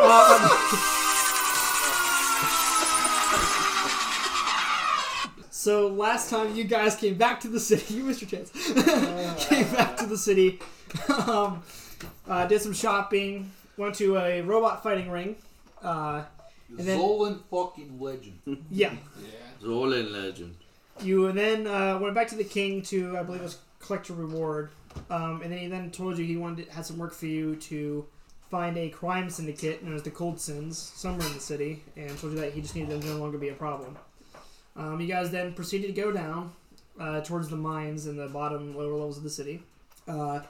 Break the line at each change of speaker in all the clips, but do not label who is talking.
Um, So last time you guys came back to the city, you Mr. Chance came back to the city, um, uh, did some shopping, went to a robot fighting ring. Uh, And then-
Zolan fucking legend.
yeah,
Rolling legend.
you and then uh, went back to the king to I believe it was collect a reward, um, and then he then told you he wanted had some work for you to find a crime syndicate known as the Cold Sins somewhere in the city, and told you that he just needed them to no longer be a problem. Um, you guys then proceeded to go down uh, towards the mines in the bottom lower levels of the city. Uh,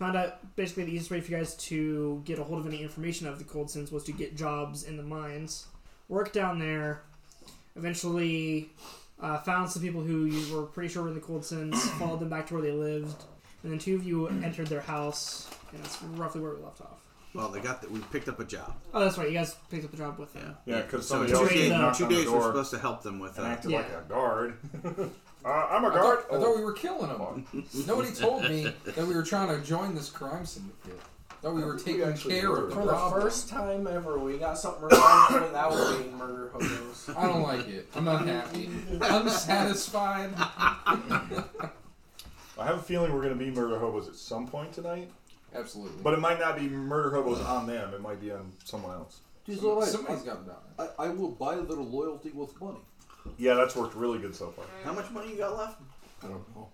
found out basically the easiest way for you guys to get a hold of any information of the Cold Sins was to get jobs in the mines, work down there. Eventually, uh, found some people who you were pretty sure were in the Cold Sins, followed them back to where they lived, and then two of you entered their house, and that's roughly where we left off.
Well, they got that. We picked up a job.
Oh, that's right. You guys picked up the job with
Yeah.
them.
Yeah, because
So
somebody
two
else
days,
came knocked
two
on the
days we're
door
supposed to help them with
and
that.
acted like
Yeah.
a guard. uh, I'm a
I thought,
guard.
I thought
Oh,
we were killing them. Nobody told me that we were trying to join this crime syndicate. Thought we were
think we
taking
actually
care of the
For the
problem.
first time ever, we got something right and that was being murder hobos.
I don't like it. I'm not happy. Unsatisfied.
I have a feeling we're going to be murder hobos at some point tonight,
Absolutely.
but it might not be murder hobos on them. It might be on someone else.
Some- It's all right.
Somebody-
somebody's got to die.
I, I will buy their loyalty with money.
Yeah, that's worked really good so far.
How much money you got left?
I don't know.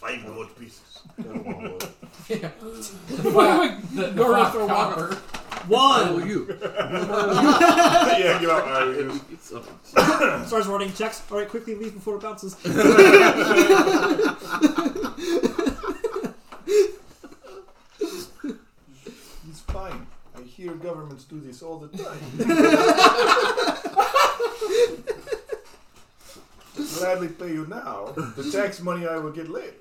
Five gold pieces.
Yeah.
The, the
Nora
five
throw
copper.
water.
One
you.
yeah, give out my reviews.
So,
Oh, starts running checks. All right, quickly leave before it bounces.
It's fine. I hear governments do this all the time. Gladly pay you now the tax money I will get later.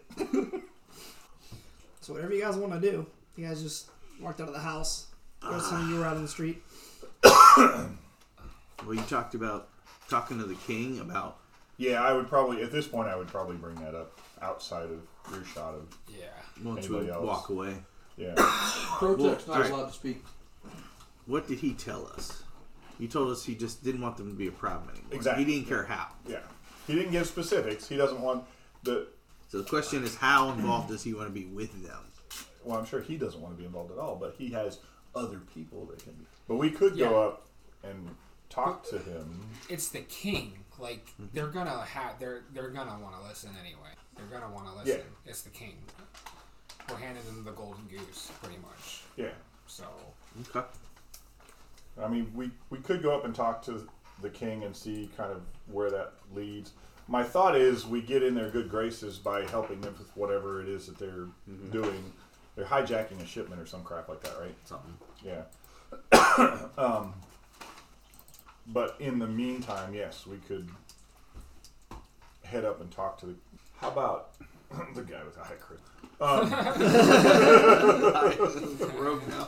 so whatever you guys want to do, you guys just walked out of the house. The rest of you were out on the street.
Well, you talked about talking to the king about.
Yeah, I would probably at this point I would probably bring that up outside of earshot of
Yeah.
Once we
Anybody else?
walk away,
yeah.
Protex
Well,
not
alright.
allowed to speak.
what did he tell us? He told us he just didn't want them to be a problem anymore.
Exactly.
He didn't care how.
Yeah. He didn't give specifics. He doesn't want the
So the question is, how involved does he want to be with them?
well, I'm sure he doesn't want to be involved at all, but he has other people that can be but we could
Yeah.
go up and talk to him.
It's the king. Like they're gonna have. They're they're gonna want to listen anyway. They're gonna want to listen. It's the king. We're handing them the golden goose, pretty much.
Yeah.
So
Okay.
I mean, we, we could go up and talk to the king and see kind of where that leads. My thought is we get in their good graces by helping them with whatever it is that they're doing. They're hijacking a shipment or some crap like that, right?
Something.
Yeah. um, but in the meantime, yes, we could head up and talk to the. How about the guy with the high crit? Um,
Oh,
rogue now.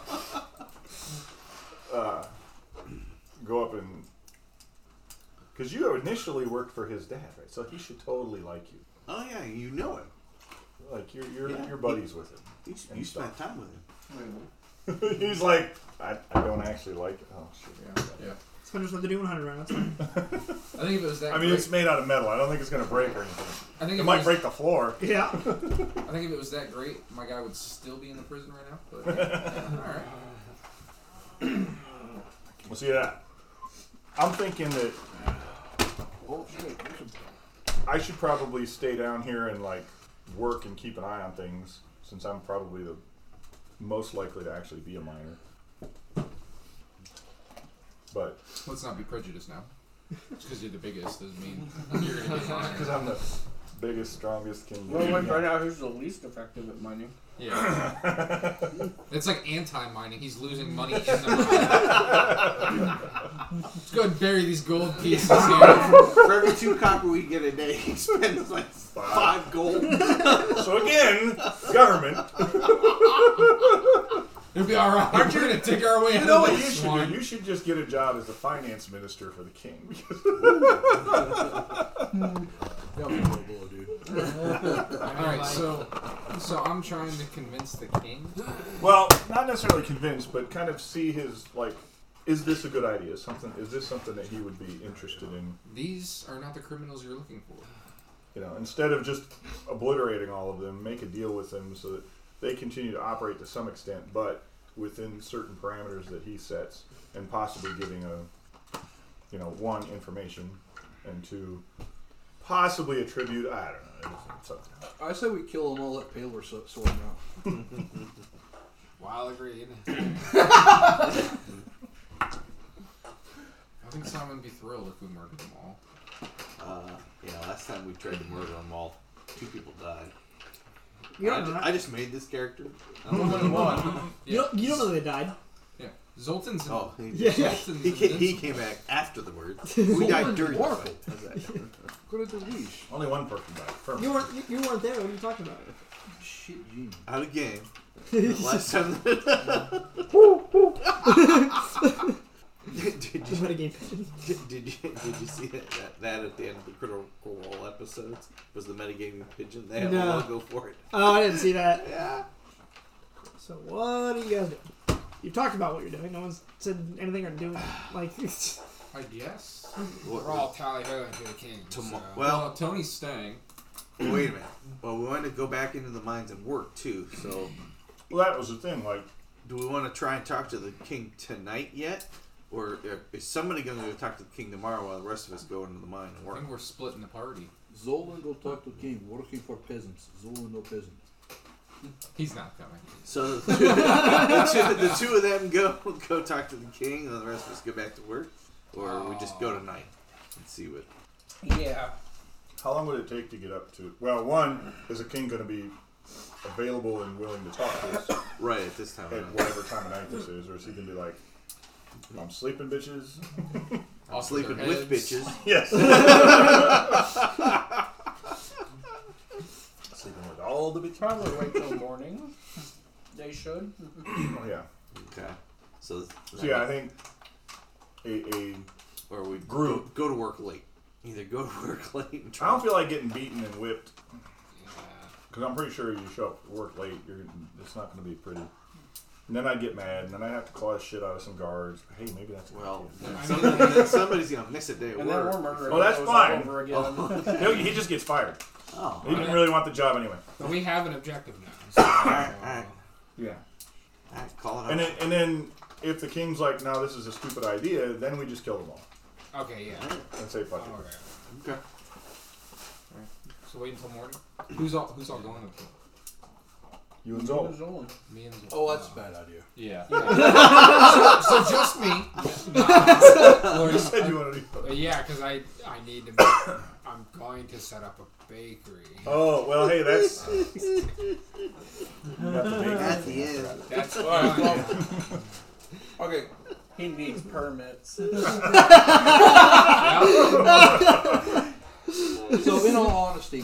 uh, go up and. Because you initially worked for his dad, right? So he should totally like you.
Oh yeah, you know him.
Like you're you're,
Yeah.
you're buddies with him.
You, you spent time with him.
He's like, I, I don't actually like. It. Oh shit.
Yeah. Yeah.
Spenders love to do 100 rounds.
I think if it was that.
I mean,
great,
it's made out of metal. I don't think it's gonna break or anything.
I think
It
if
might
was-
break the floor.
Yeah.
I think if it was that great, my guy would still be in the prison right now. But yeah, all right.
We'll see that. I'm thinking that
Oh shit, there's a
I should probably stay down here and like work and keep an eye on things since I'm probably the most likely to actually be a miner. But
Let's not be prejudiced now. Just because you're the biggest doesn't mean you're gonna get
because
fired.
I'm the biggest, strongest, can
Well, like right now, who's the least effective at mining?
Yeah. It's like anti-mining. He's losing money in the mine. Let's go and bury these gold pieces here.
For every two copper we get a day, he spends like five gold.
So again, government.
It'll be all right. Aren't you gonna dig our way out
You know
of
what you
this
should do?
one?
You should just get a job as the finance minister for the king.
All right. So, so I'm trying to convince the king.
well, not necessarily convinced, but kind of see his like Is this a good idea? Is something? Is this something that he would be interested in?
These are not the criminals you're looking for.
You know, instead of just obliterating all of them, make a deal with them so that they continue to operate to some extent, but within certain parameters that he sets, and possibly giving a, you know, one information, and two, possibly attribute. I don't know. it's- it's up to-
I say we kill them all. Let Paler so- sort them out.
While agreed.
I think someone would be thrilled if we murdered them all.
Uh, yeah, last time we tried to murder them all, two people died.
You
I,
don't
ju-
know.
I
that.
just made this character.
Only one.
You don't, you don't know they died.
Yeah. Zoltan's.
oh, he,
Yeah.
Zoltan's
he, ca- he
invincible.
came back after the word. We died during the
Marvel.
fight. How's that?
Go to the leash.
Only one person died. Firm.
You weren't you, you weren't there. What are you talking about?
Shit, genius.
Out of game. Last time. did, did you
What a game.
Did, did you did you see that, that that at the end of the Critical Role episodes was the metagaming pigeon? They had
No.
a logo for it.
Oh, I didn't see that.
Yeah.
So what are you guys doing? You've talked about what you're doing. No one's said anything or doing like.
I guess.
What-
We're all tally ho to the king.
tomo-
so.
well,
Well, Tony's staying.
wait a minute. Well, we want to go back into the mines and work too. So,
Well, that was the thing. Like,
do we want to try and talk to the king tonight yet, or or is somebody going to go talk to the king tomorrow while the rest of us go into the mine and
I
work?
think we're splitting the party.
Zolan go talk to King, working for peasants. Zolan no peasant.
He's not coming.
So the two, the, two, the two of them go go talk to the king, and the rest of us go back to work, or we just go tonight and see what.
yeah.
how long would it take to get up to? Well, one is the king going to be available and willing to talk to us
Right at this time. I
at
don't know.
whatever time of night this is, or is he going to be like, "I'm sleeping, bitches"?
I'm
Off
sleeping
their
with
heads.
bitches.
Yes. sleeping with all the bitches.
Probably wait till morning. They should.
Oh, yeah.
Okay. So,
So yeah, I think a, a
or we
Group.
go, go to work late. Either go to work late and
I
try.
don't feel like getting beaten and whipped because I'm pretty sure you show up to work late. You're it's not going to be pretty. And then I'd get mad, and then I'd have to claw the shit out of some guards. Hey, maybe that's a good
Well,
idea.
then somebody- then somebody's gonna miss a day at
And then we're
work.
murdering
Oh, that's
those all
fine.
over again.
Oh,
No, he just gets fired.
oh,
He didn't really want the job anyway.
But we have an objective now.
Alright, alright.
Yeah.
Alright, call it
And
off.
then, and then if the king's like, no, this is a stupid idea, then we just kill them all
So, uh, okay, yeah.
and say fuck
All
it.
right.
Okay.
So wait until morning.
Who's all Who's all going up to?
You and Zol.
Zolan.
Me and Zoltan.
Oh, that's a bad idea.
Yeah.
So just me.
You said you wanted to.
But yeah, because I I need to. Make, I'm going to set up a bakery.
Oh well, hey, that's. Not the big-
At the end,
That's
Alright,
fine.
Okay,
He needs permits.
Yeah.
so in all honesty,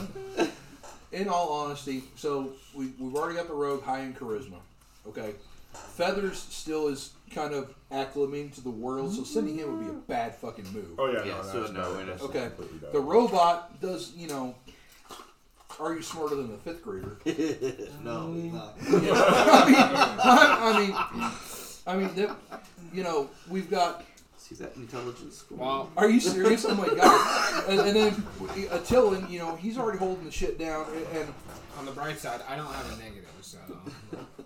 in all honesty, so we, we've already got the rogue high in charisma. Okay. Feathers still is kind of acclimating to the world, so sending him would be a bad fucking move.
Oh yeah,
Yeah,
no,
so
that's
no,
bad.
it
That's
is.
Okay.
completely bad.
The robot does, you know, are you smarter than a fifth grader?
no, he's not.
I mean, I mean, that, you know, we've got.
See that intelligence score?
Well,
Are you serious? Oh my god! And, and then Attilan, you know, he's already holding the shit down. And, and
on the bright side, I don't have a negative, so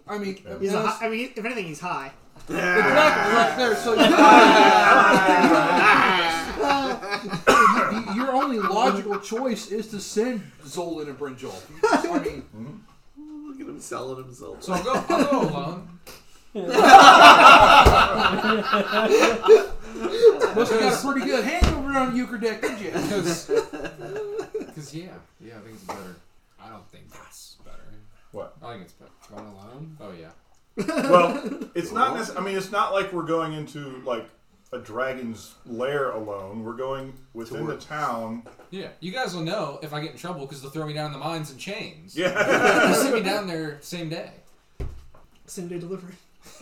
I mean,
He's a
that's-
high, I mean, if anything, he's high.
Exactly, right there. So you- your only logical choice is to send Zolan and Brinjol. I mean,
look at him selling himself.
so I'll go. I'll go alone.
must have got a pretty good hangover on Euchre deck, did you?
Because. yeah. Yeah, I think it's better.
I don't think that's better.
What?
I think it's better.
Going alone?
Oh yeah.
Well, it's not. Necess- I mean, it's not like we're going into like a dragon's lair alone. We're going within the
work.
town.
Yeah. You guys will know if I get in trouble because they'll throw me down in the mines in chains.
Yeah.
They'll send me down there same day.
Same day delivery.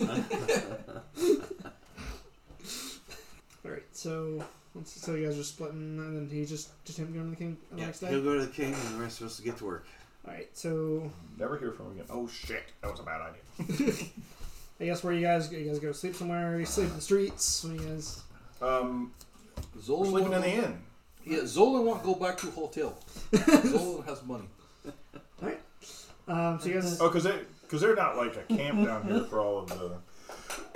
All right, so let's- so you guys are splitting, and then he just just him going to the king the
Yeah,
next day.
he'll go to the king, and the rest of us will get to work.
All right, so
Never hear from him again. Oh shit, that was a bad idea.
I guess where you guys you guys go to sleep somewhere. You sleep in the streets. What do you guys?
Um,
Zolan
sleeping in
won't-
the inn.
Yeah, Zolan won't go back to hotel. Zolan has money.
Um, so you guys,
Oh, because they because they're not like a camp down here for all of the.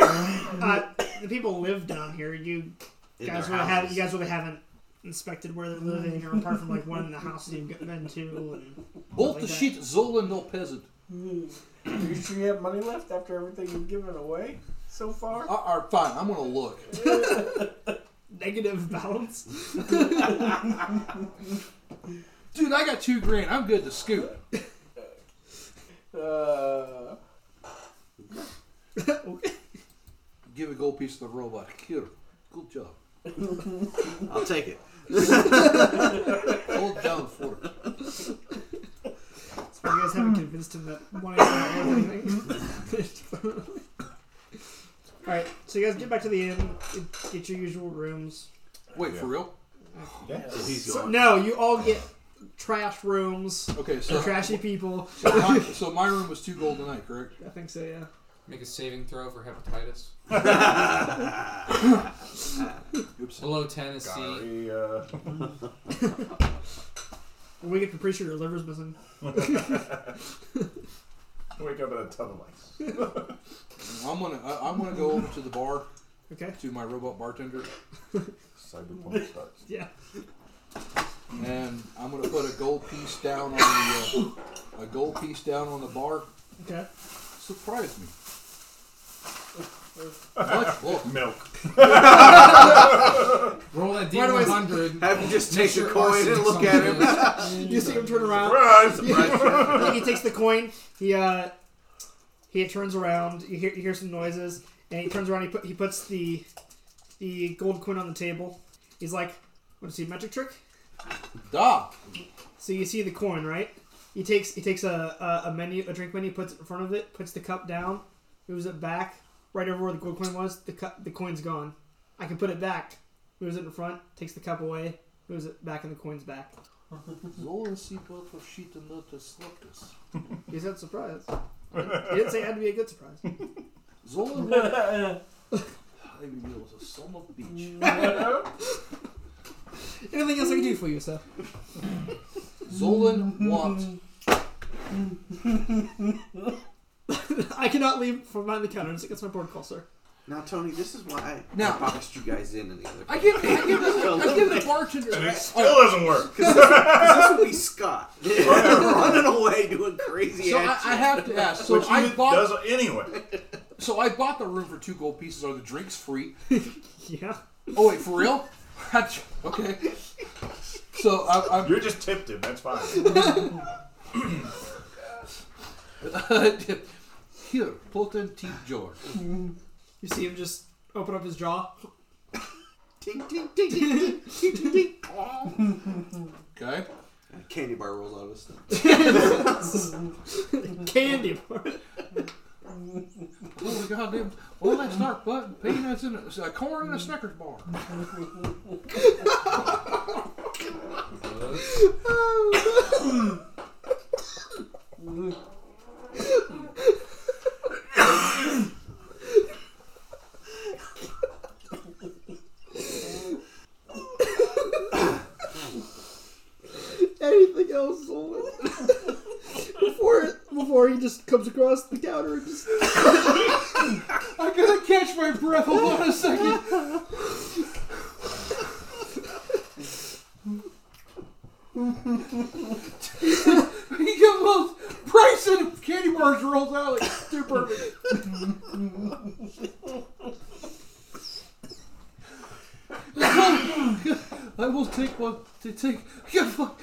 uh, the people live down here. You
In
guys
their
really have
houses.
you guys really haven't inspected where they're living, or apart from like one in the house you've been to. And,
Bolt
like
the
that.
sheet, Zolan no peasant.
Do you sure you have money left after everything you've given away so far?
Uh, uh, fine, I'm gonna look.
negative balance.
Dude, I got two grand. I'm good to scoot.
Uh,
Give a gold piece to the robot. Cute. Good job.
I'll take it.
Hold down for it.
So you guys haven't convinced him that one is not worth anything. All right, so you guys get back to the inn, get- get your usual rooms.
Wait, for real?
So he's
So,
gone.
no, you all get trash rooms,
Okay, so,
trashy people.
so, my, so my room was two gold a night, correct?
I think so. Yeah.
Make a saving throw for hepatitis.
Oops.
Below ten is C.
Sorry, uh,
We get to pretty sure your liver's missing.
wake up in a tub of ice.
I'm gonna I, I'm gonna go over to the bar
Okay.
to my robot bartender
Cyberpunk starts.
Yeah.
and I'm gonna put a gold piece down on the uh, a gold piece down on the bar.
Okay.
Surprise me. Much look.
Milk.
Roll that D
Why do I-
one hundred.
Have him just take a coin and look at him.
You see him turn around.
Surprise!
Like, he takes the coin. He uh, he turns around. You hear, you hear some noises, and he turns around. He put he puts the the gold coin on the table. He's like, "Want to see a magic trick?"
Da.
So you see the coin, right? He takes he takes a, a, a menu a drink menu, puts it in front of it, puts the cup down, moves it back, right over where the gold coin was. The cup the coin's gone. I can put it back. Moves it in front, takes the cup away, moves it back, and the coin's back.
Zolan see both of sheet and not the slopus.
He said surprise. He didn't say it had to be a good surprise.
Zolan I reveal was a son of a bitch.
Anything else I can do for you, sir?
Zolan want
I cannot leave from behind the counter. It's against my board call, sir.
Now, Tony, this is why I,
Now-
I boxed you guys in in the other.
I give I give the, I give the bartender
And
I-
it still doesn't work.
this would be Scott running away doing crazy
so I,
action.
I have to ask. So
Which he
I bought
does anyway.
so I bought the room for two gold pieces. Are the drinks free?
Yeah.
Oh wait, for real? okay. So I, I'm
You're just tipped him. That's fine.
here, Polton T. George.
You see him just open up his jaw.
Ting, ting, ting, ting, ting, ting, ting, ting.
Okay.
A Candy bar rolls out of his stomach.
Candy bar.
Oh my goddamn! Well, let's start putting peanuts in a, a corn in a Snickers bar.
Anything else, Zolan? before before he just comes across the counter and just
I gotta catch my breath. Hold on a second. he got those price and candy bars rolls out like they're perfect. I will take one to take. Yeah, fuck.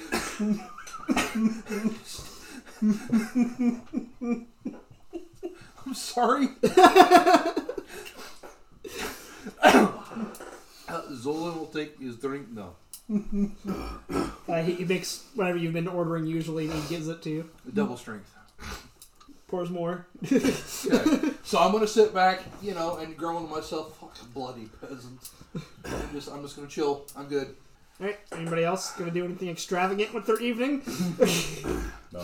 I'm sorry. Uh, Zolan will take his drink now.
uh, he, he makes whatever you've been ordering usually and he gives it to you.
Double strength.
Pours more.
Okay. so I'm gonna sit back, you know, and groan to myself, fucking bloody peasant. I'm just, I'm just gonna chill. I'm good.
Alright, anybody else gonna do anything extravagant with their evening?
No.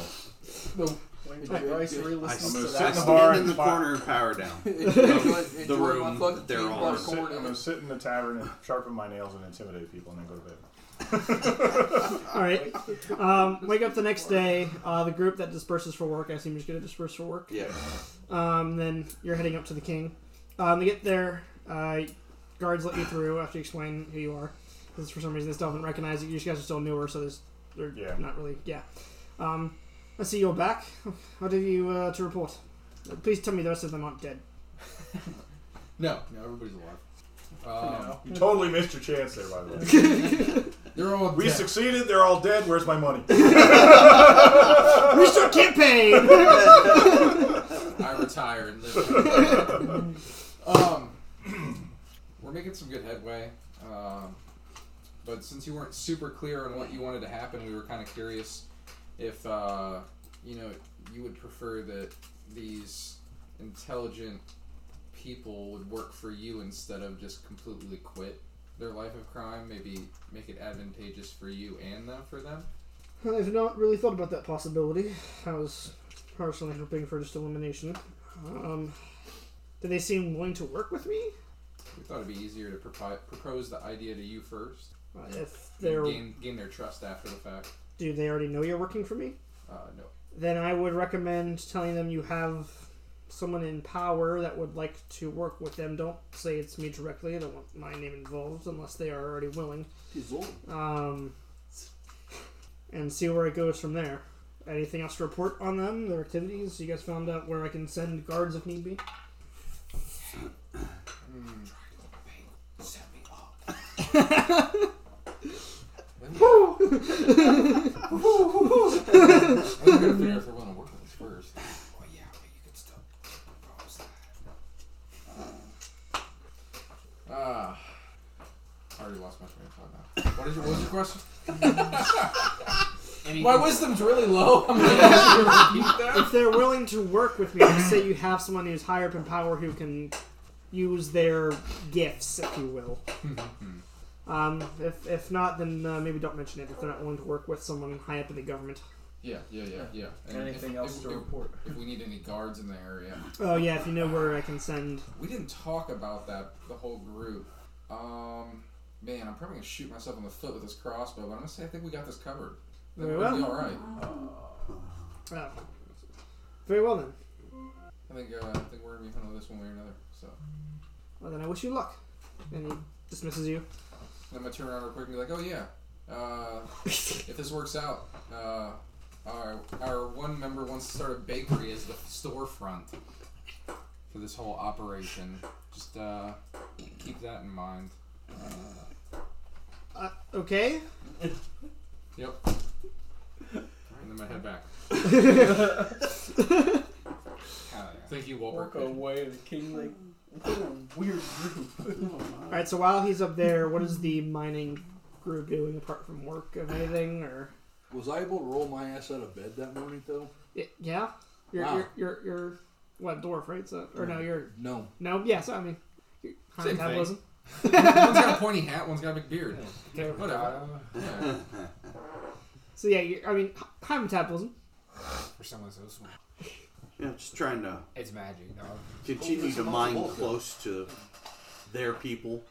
No.
Wayne
It- it-
Joyce
it-
I,
re-listens
I'm
to
gonna
I
sit in the
that.
bar
stand in
and
the
fi-
corner and power down.
Enjoy-
The
enjoy my
room
fucking
they're
peanut
all
I'm
butter
gonna sit-
corn
I'm
and-
gonna sit in the tavern and sharpen my nails and intimidate people and then go to bed.
All right. Um, wake up the next day. Uh, the group that disperses for work, I assume, is going to disperse for work.
Yeah.
Um, then you're heading up to the king. Um, they get there. Uh, guards let you through after you explain who you are. Because for some reason they still haven't recognized you. You guys are still newer, so there's, they're
Yeah.
not really. Yeah. Um, I see you're back. What have you uh, to report? Uh, Please tell me the rest of them aren't dead.
No, no, everybody's alive. Um,
You totally missed your chance there, by the way.
They're all
We
dead.
succeeded. They're all dead. Where's my money? Oh,
We still campaign!
I retire and live. um, we're making some good headway. Um, but since you weren't super clear on what you wanted to happen, we were kind of curious if uh, you know you would prefer that these intelligent people would work for you instead of just completely quit their life of crime. Maybe make it advantageous for you and them for them.
I've not really thought about that possibility. I was partially hoping for just elimination. Um, do they seem willing to work with me?
We thought it'd be easier to propi- propose the idea to you first.
Uh, If they're,
Gain, gain their trust after the fact.
do they already know you're working for me?
Uh, no.
Then I would recommend telling them you have someone in power that would like to work with them. Don't say it's me directly. I don't want my name involved unless they are already willing.
He's old.
Um, and see where it goes from there. Anything else to report on them? Their activities? You guys found out where I can send guards if need be.
Set me up.
We're gonna figure out if we're willing to work with this first.
Well, yeah, but you could still propose that.
Ah. I already lost my train of thought now. What is your, what was your question?
Anything,
My wisdom's really low. I'm gonna ask you to repeat that.
if they're willing to work with me, let's say you have someone who's higher up in power who can use their gifts, if you will. um, if, if not, then uh, maybe don't mention it if they're not willing to work with someone high up in the government.
Yeah, yeah, yeah, yeah. And
Anything
if-
else
if-
to
if-
report?
If we need any guards in the area,
Oh, yeah, if you know where I can send.
we didn't talk about that. The whole group. Um, man, I'm probably gonna shoot myself in the foot with this crossbow, but I'm gonna say I think we got this covered. I think
Very
we're gonna be
well.
all right.
Oh. Very well, then.
I think uh, I think we're gonna be hunting this one way or another. So
Well, then I wish you luck. And he dismisses you.
And I'm gonna turn around real quick and be like, oh yeah, uh, if this works out, uh, our our one member wants to start a bakery as the storefront for this whole operation. Just uh, keep that in mind.
Uh, okay.
Yep. And then my head back. Hell yeah. Thank you,
Work
Wahlberg.
away the king like what a weird group.
All right, so while he's up there, what is the mining group doing apart from work of anything? Or.
Was I able to roll my ass out of bed that morning though?
Y- Yeah? You're,
Wow.
you're, you're, you're, what, dwarf, right? So, or no, you're
No.
No, yeah, so I mean, your high
Same
metabolism.
one's got a pointy hat, one's got a big beard.
Okay.
Whatever. Yeah.
So yeah, you I mean, h- high metabolism.
for someone so small.
Yeah, just trying to
It's magic, dog.
continue to mine close to their people.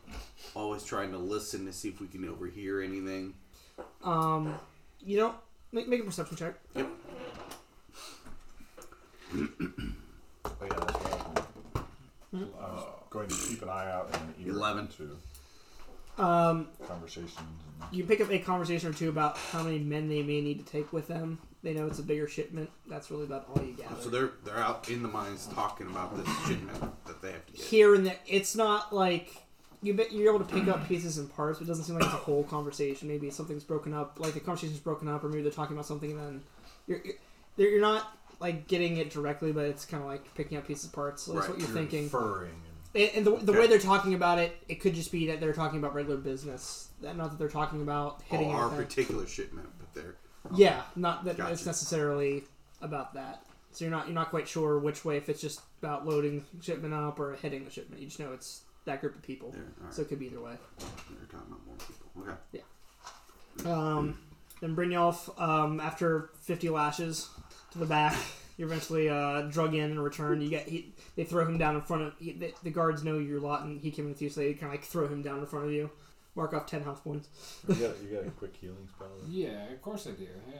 Always trying to listen to see if we can overhear anything.
Um, you don't make, make a perception check.
Oh, yeah, that's what happened. I was going to keep an eye out and ear
Eleven.
to
Um,
conversations. And
you pick up a conversation or two about how many men they may need to take with them. They know it's a bigger shipment. That's really about all you gather.
So they're they're out in the mines talking about this shipment that they have to get.
Here and there, it's not like you bet you're able to pick up pieces and parts, but it doesn't seem like it's a whole conversation. Maybe something's broken up, like the conversation's broken up, or maybe they're talking about something and then you're you're, you're not like getting it directly, but it's kind of like picking up pieces, parts. That's
Right,
what you're
you're
thinking.
Inferring.
And, and the, the
Okay.
way they're talking about it, it could just be that they're talking about regular business, that not that they're talking about hitting
Oh, our
anything.
particular shipment, but they're
yeah, not that
Gotcha.
it's necessarily about that. So you're not you're not quite sure which way if it's just about loading shipment up or hitting the shipment. You just know it's that group of people,
they're, all right,
so it could be either way.
they're talking about more people. Okay.
Um, then Brynjolf, um, after 50 lashes to the back, You're eventually uh, drug in and returned. You get he, they throw him down in front of he, the, the guards know your lot and he came with you, so they kind of like throw him down in front of you. Mark off ten health points.
You got, you got a quick healing spell.
Yeah, of course I do. Yeah,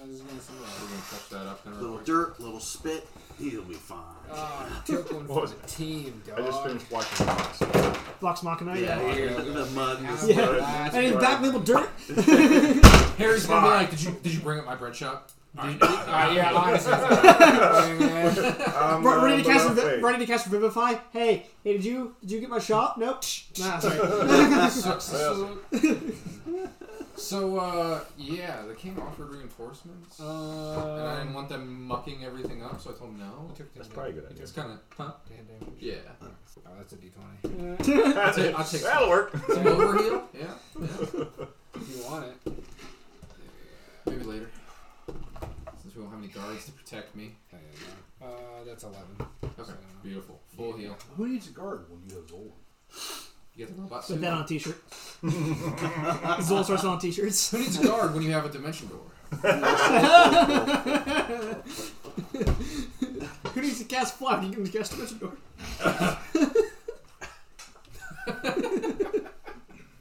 I was gonna say
We're gonna touch that up in real
Little
quick.
dirt, little spit. He'll be fine.
Uh,
Oh, you took one for
was
the team, dog.
I just finished watching. It.
Blocks Machina. Yeah.
yeah,
Yeah.
the mud. and the
Yeah.
And
stuff.
And his back label dirt.
Harry's gonna be like, "Did you did you bring up my bread shop?" Did you-
Uh, yeah, honestly.
Um,
Re- ready to
um,
cast
uh,
revi-
wait.
ready to cast revivify. Hey, hey, did you did you get my shop? Nope. Shh. Nah, sorry.
so, so, so, uh, yeah, the king offered reinforcements,
Uh,
and I didn't want them mucking everything up, so I told him no.
That's probably a good idea.
It's kind of, huh? Yeah.
Oh, that's a d20.
I'll take, I'll take
That'll work.
some overheal. Yeah, yeah.
If you want it.
Maybe later. Since we don't have any guards to protect me.
Yeah, yeah, yeah. Uh, that's 11.
Okay. Beautiful. Full heal.
Who needs a guard when you have Zol?
You get the robot
Put
suit.
that on a t-shirt. Zol starts on t-shirts.
Who needs a guard when you have a dimension door?
Who needs to cast fly? You can cast dimension door.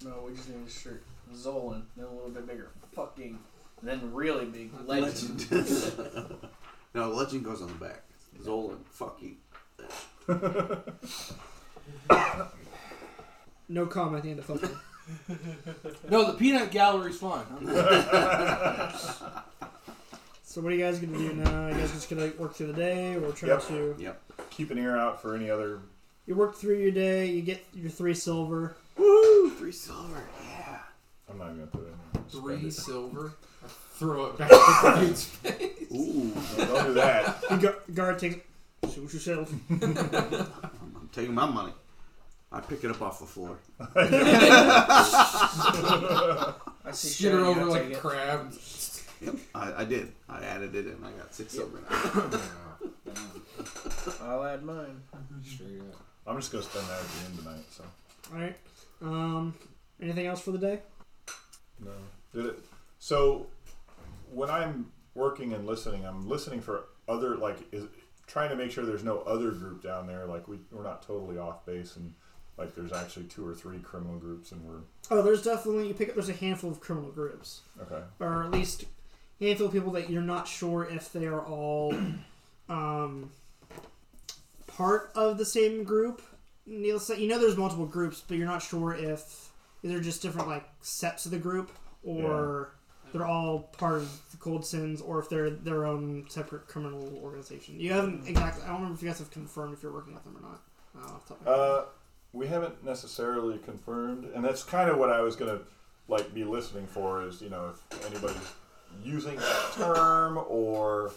No, we just need a shirt. Zolan, then a little bit bigger. Fucking. Then really big. Legend.
no, legend goes on the back. Zolan, fucking.
No comment at the end of fucking.
No, the peanut gallery's fine. I'm good.
So what are you guys gonna do now? Are you guys just gonna work through the day or try
Yep.
to?
Keep an ear out for any other.
You work through your day. You get your three silver.
Woo! Three silver. Yeah.
I'm not even gonna put it in. there.
Three
Spend
silver. I throw it back at the dude's face.
Ooh.
it. No, Don't do that.
The gu- guard takes. Suit yourself.
I'm taking my money. I pick it up off the floor.
I see
Scoot her
Shadow,
over
I'll
like
take
a
it.
crab.
Yep, I, I did. I added it in. I got six silver.
I'll add mine.
Straight up.
I'm just gonna spend that at the end tonight. So
All right. Um. Anything else for the day?
no. Did it. So when I'm working and listening, I'm listening for other like is trying to make sure there's no other group down there. Like we we're not totally off base and like there's actually two or three criminal groups and we're
Oh, there's definitely you pick up. There's a handful of criminal groups,
okay.
or at least a handful of people that you're not sure if they are all um, part of the same group. Neil said, you know, there's multiple groups, but you're not sure if they're just different like sets of the group, or they're all part of the Cold Sins, or if they're their own separate criminal organization. You haven't exactly. I don't remember if you guys have confirmed if you're working with them or not. Uh, off the top of my head.
Uh, we haven't necessarily confirmed, and that's kind of what I was gonna like be listening for is you know if anybody's using that term or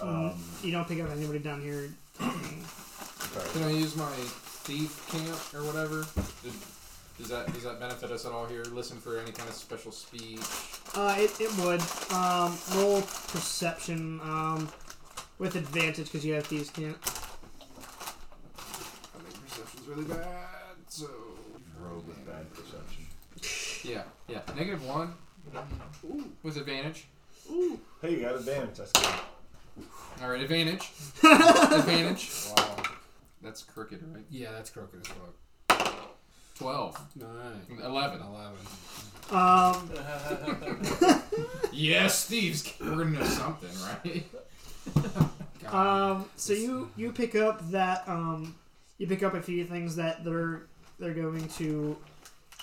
um,
you don't pick up anybody down here.
okay.
Can I use my thief camp or whatever? Did, does that does that benefit us at all here? Listen for any kind of special speech.
Uh, it, it would. Um, roll perception um, with advantage because you have thieves can't.
I think perception's really bad, so
rogue with bad perception.
yeah, yeah. Negative one with advantage.
Hey, you got advantage. That's good.
All right, advantage, advantage.
Wow.
That's crooked, right?
Yeah, that's crooked as fuck.
Twelve.
Nine.
Eleven.
11.
Um,
Yes, thieves. ca- We're gonna know something, right?
God.
um, so you you pick up that um, you pick up a few things that they're they're going to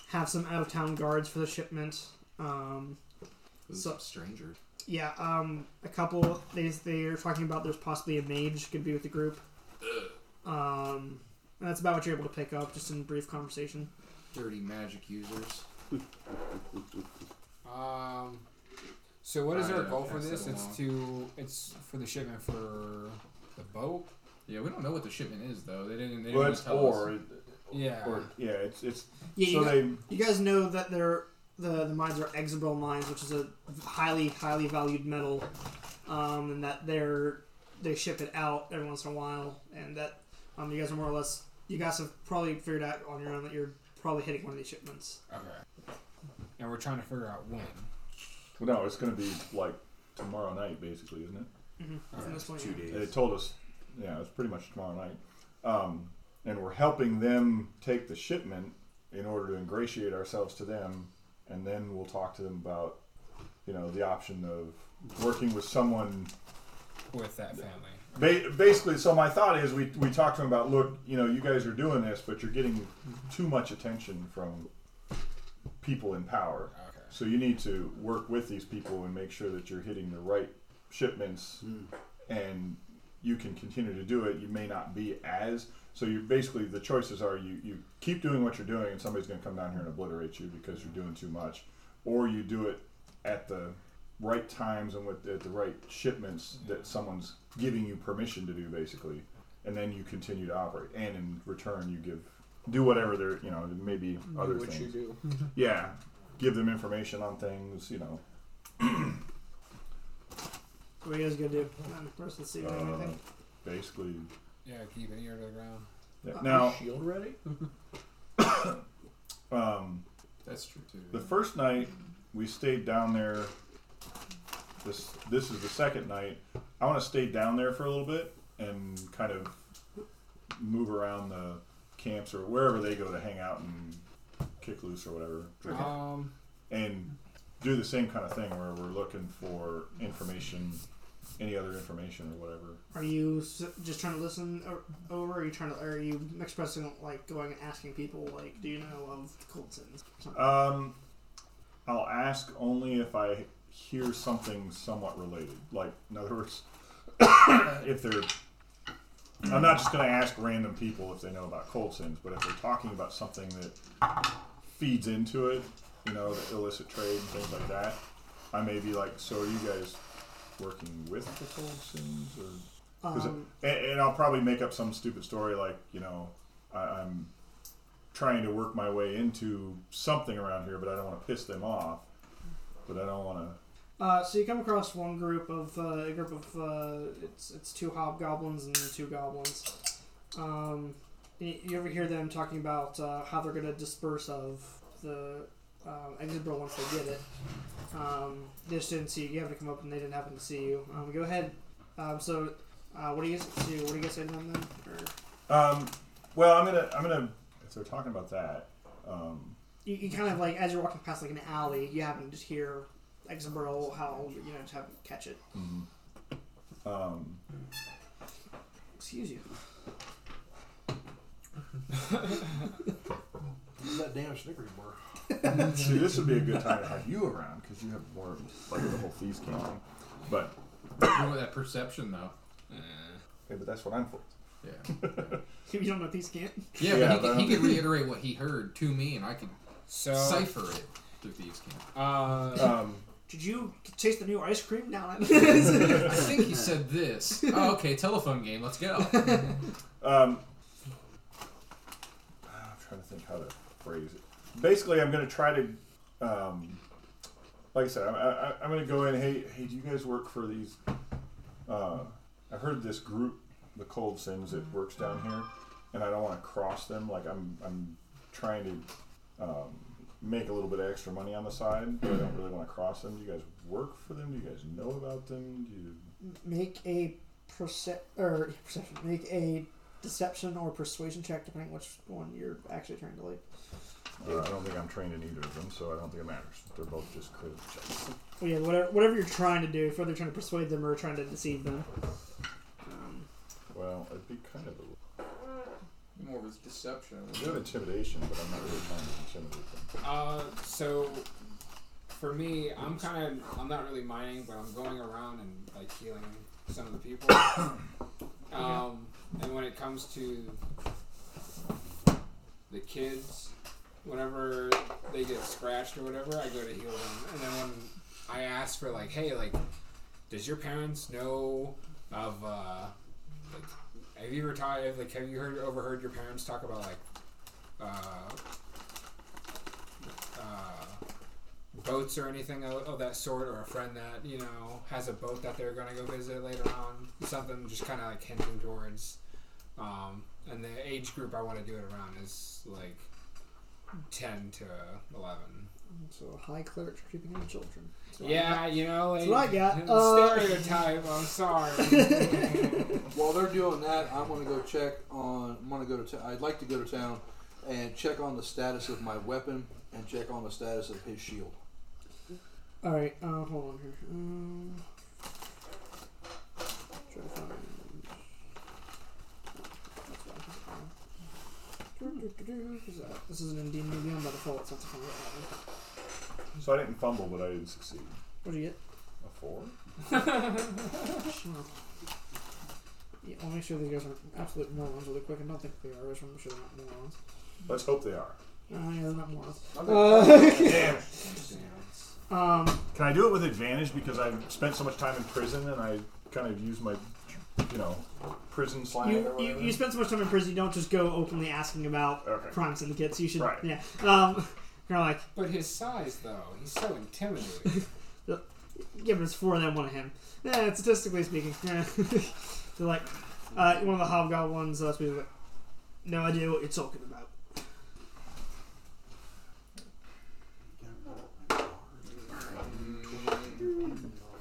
have some out of town guards for the shipment. Um,
This is
So-
stranger.
yeah, um, a couple they they are talking about. There's possibly a mage could be with the group. Um, and that's about what you're able to pick up just in brief conversation.
Dirty magic users.
Um, so what is
Alright,
our
yeah,
goal for
pass
this?
that
It's to it's for the shipment for the boat.
Yeah, we don't know what the shipment is though. They didn't. They didn't
Well, it's
tell
or,
us.
it-
Yeah.
or yeah, it's it's
Yeah, you
so
got-
they
You guys know that they're the the mines are Exibel mines, which is a highly highly valued metal, um, and that they're they ship it out every once in a while, and that um, you guys are more or less you guys have probably figured out on your own that you're probably hitting one of these shipments.
Okay. And we're trying to figure out when.
well, no, it's gonna be like tomorrow night basically, isn't it?
From this point,
Two
yeah.
They
days.
told us, yeah, it's pretty much tomorrow night. Um, and we're helping them take the shipment in order to ingratiate ourselves to them, and then we'll talk to them about, you know, the option of working with someone.
with that family.
Ba- basically, so my thought is, we we talked to them about, look, you know, you guys are doing this, but you're getting too much attention from people in power.
Okay.
So you need to work with these people and make sure that you're hitting the right shipments, and you can continue to do it. You may not be as so. You basically the choices are you you keep doing what you're doing, and somebody's going to come down here and obliterate you because you're doing too much, or you do it at the right times and with at the right shipments that someone's giving you permission to do basically, and then you continue to operate, and in return you give. Do whatever they're, you know, maybe other
what
things
you do.
yeah, give them information on things, you know.
What are you guys gonna do? Um, first, let's see what
Uh,
anything.
basically,
Yeah, keep an ear to the ground.
yeah. now
shield ready?
um,
That's true too.
the first night we stayed down there. This this is the second night. I want to stay down there for a little bit and kind of move around the camps or wherever they go to hang out and kick loose or whatever, drink.
Um,
and do the same kind of thing where we're looking for information, any other information or whatever.
Are you s- just trying to listen o- over? Or are you trying to? Are you expressing like going and asking people like, do you know of the Coltsons?
Um, I'll ask only if I hear something somewhat related. Like, in other words, if they're. I'm not just going to ask random people if they know about cold sins, but if they're talking about something that feeds into it, you know, the illicit trade and things like that, I may be like, so are you guys working with the cold sins? Or, Uh, 'cause it-
Um,
and, and I'll probably make up some stupid story like, you know, I, I'm trying to work my way into something around here, but I don't want to piss them off. But I don't want to.
Uh, so you come across one group of uh, a group of uh, it's it's two hobgoblins and two goblins. Um, y- you ever hear them talking about uh, how they're going to disperse of the uh, Exibra once they get it? Um, they just didn't see you. You happened to come up and they didn't happen to see you. Um, go ahead. Um, so uh, what do you guys do? What do you guys say to them? Then? Or,
Um, well, I'm gonna, I'm gonna. If they're talking about that, um,
you, you kind of like as you're walking past like an alley, you happen to just hear Exibra how you know to have, catch it.
um,
Excuse you.
Use that damn Snickers bar.
see, this would be a good time to have you around because you have more of like the whole thieves camp. thing. But
You know that perception though.
okay, but that's what I'm for.
Yeah.
You don't know these can't.
Yeah,
Yeah,
but he,
but
can, he
I'm-
can reiterate what he heard to me, and I can
so
cipher it through thieves camp.
uh,
Um,
Did you taste the new ice cream down at?
I think he said this. Oh, okay, telephone game. Let's go.
um, I'm trying to think how to phrase it. Basically, I'm gonna try to. Um, like I said, I'm, I, I- I'm going to go in. Hey, hey, do you guys work for these? Uh, I heard this group, the Cold Sins, that works down here, and I don't want to cross them. Like I'm, I'm trying to um, make a little bit of extra money on the side, but I don't really want to cross them. Do you guys work for them? Do you guys know about them? Do you?
make a percep or perception. Make a deception or persuasion check, depending which one you're actually trying to like.
Uh, I don't think I'm trained in either of them, so I don't think it matters. They're both just critical checks.
Well, yeah, whatever, whatever you're trying to do, if whether you're trying to persuade them or trying to deceive them. Um,
Well, it'd be kind of a
More of his deception.
bit of intimidation, but I'm not really trying to intimidate them.
uh, so for me, I'm kind of I'm not really mining, but I'm going around and like healing some of the people. um, and when it comes to the kids, whenever they get scratched or whatever, I go to heal them. And then when I ask for like, hey, like, does your parents know of uh, like, have you ever taught, like, have you heard overheard your parents talk about like, uh, uh, boats or anything of, of that sort, or a friend that you know has a boat that they're gonna go visit later on, something just kind of like hinting towards. Um, and the age group I want to do it around is like ten to eleven.
So high clerics creeping on children.
yeah, you know, like,
That's what I got.
it's
Uh,
stereotype. I'm sorry.
While they're doing that, I'm going to go check on. I'm going to go to. i I'd like to go to town and check on the status of my weapon and check on the status of his shield.
All right, uh, hold on here. Um, try to find. Who's that? This is an Indian medium by default. It's not the one.
So I didn't fumble, but I didn't succeed.
What do you get?
A four?
Yeah, I'll make sure these guys aren't absolute morons really quick. I don't think they are. I'm sure they're not morons.
Let's hope they are.
Uh, yeah, they're not morons.
Damn it.
Um,
Can I do it with advantage because I've spent so much time in prison and I kind of use my, you know, prison slang
you,
or
you,
whatever?
you spend so much time in prison, you don't just go openly asking about
Okay.
crime syndicates. You should,
Right.
yeah. Um, you're like,
but his size, though, he's so intimidating.
yeah, but it's four of them, one of him. Yeah, statistically speaking. Yeah. They're like, uh, one of the hobgoblins last week was like, no idea what you're talking about.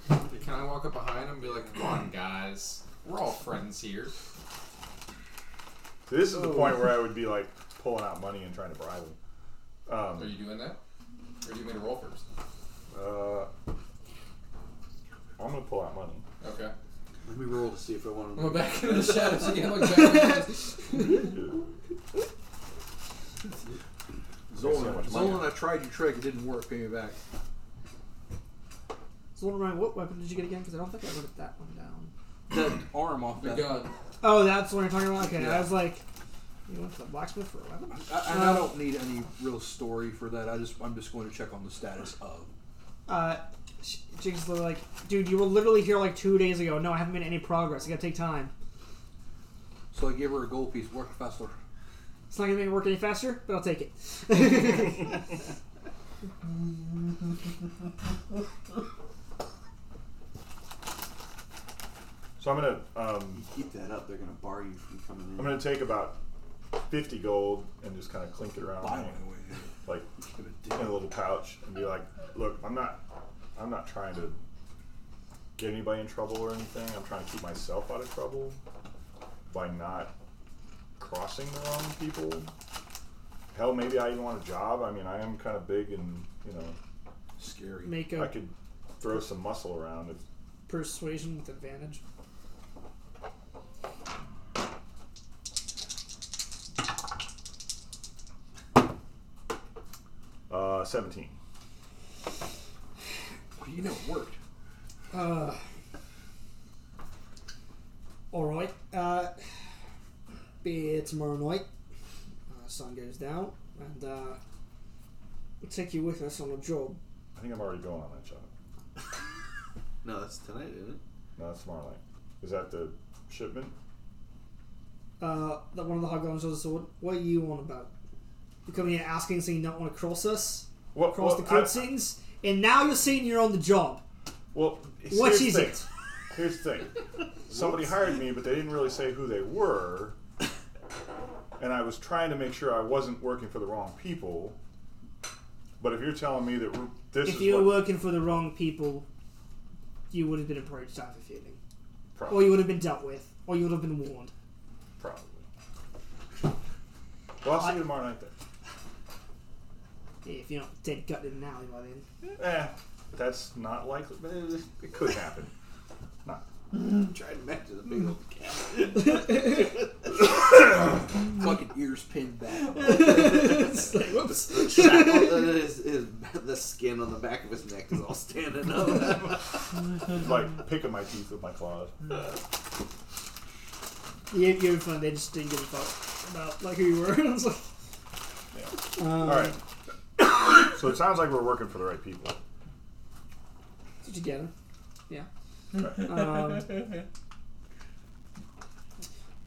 Can I walk up behind him and be like, come on, guys. We're all friends here.
So this is the point where I would be like pulling out money and trying to bribe them.
Are you doing that? Or do you mean to roll first?
Uh, I'm gonna pull out money.
Okay.
Let me roll to see if I want
Well, back into the shadows again. Look back.
so
Zolan,
much
Zolan,
money.
I tried your trick. It didn't work. Pay me back.
So, Ryan, what weapon did you get again? Because I don't think I wrote that one down.
That arm off
The
that.
gun.
Oh, that's what you're talking about? Okay, I
Yeah.
was like, you went to the blacksmith for a weapon?
I, and I don't need any real story for that. I just I'm just going to check on the status of.
uh, sh- Jinx is literally like, dude, you were literally here like two days ago. No, I haven't made any progress. I gotta take time.
So I gave her a gold piece. Work faster.
It's not gonna make it work any faster, but I'll take it.
So I'm gonna um,
Keep that up. They're gonna bar you from coming in.
I'm gonna take about fifty gold and just kind of clink it around my,
Buy my way.
like in a little pouch and be like, look, I'm not, I'm not trying to get anybody in trouble or anything. I'm trying to keep myself out of trouble by not crossing the wrong people. Hell, maybe I even want a job. I mean, I am kind of big and you know
Scary.
make
I
a
could throw some muscle around if
persuasion with advantage.
uh, 17.
You know, it worked.
Uh, all right. Uh, be here tomorrow night. Uh, sun goes down, and uh, we'll take you with us on a job.
I think I'm already going on that job.
No, that's tonight, isn't it?
No, that's tomorrow night. Is that the shipment?
Uh, that one of the hobgoblins says, "So what, what are you on about? You come here asking, saying you don't want to cross us,
What
cross
what-
the code
I-
scenes, and now you're saying you're on the job.
Well,
What
here's
is
the thing.
it?
Here's the thing. Somebody hired me, but they didn't really say who they were. And I was trying to make sure I wasn't working for the wrong people. But if you're telling me that we're- this
if
is
you were
what,
working for the wrong people, you would have been approached out for feeling,
probably,
or you would have been dealt with, or you would have been warned."
probably. Well, I'll see you tomorrow night
Yeah, if you're not dead gutted in an alley by then.
then. Eh, that's not likely. but It it could happen. Not.
Try to match the big old cat.
Fucking ears pinned back. Oh,
It's like, whoops.
uh, his, his, the skin on the back of his neck is all standing up.
Like picking my teeth with my claws.
Yeah, you're having fun. They just didn't give a fuck about like who you were. I was like,
All right. So it sounds like we're working for the right people.
did you get him? Yeah. um,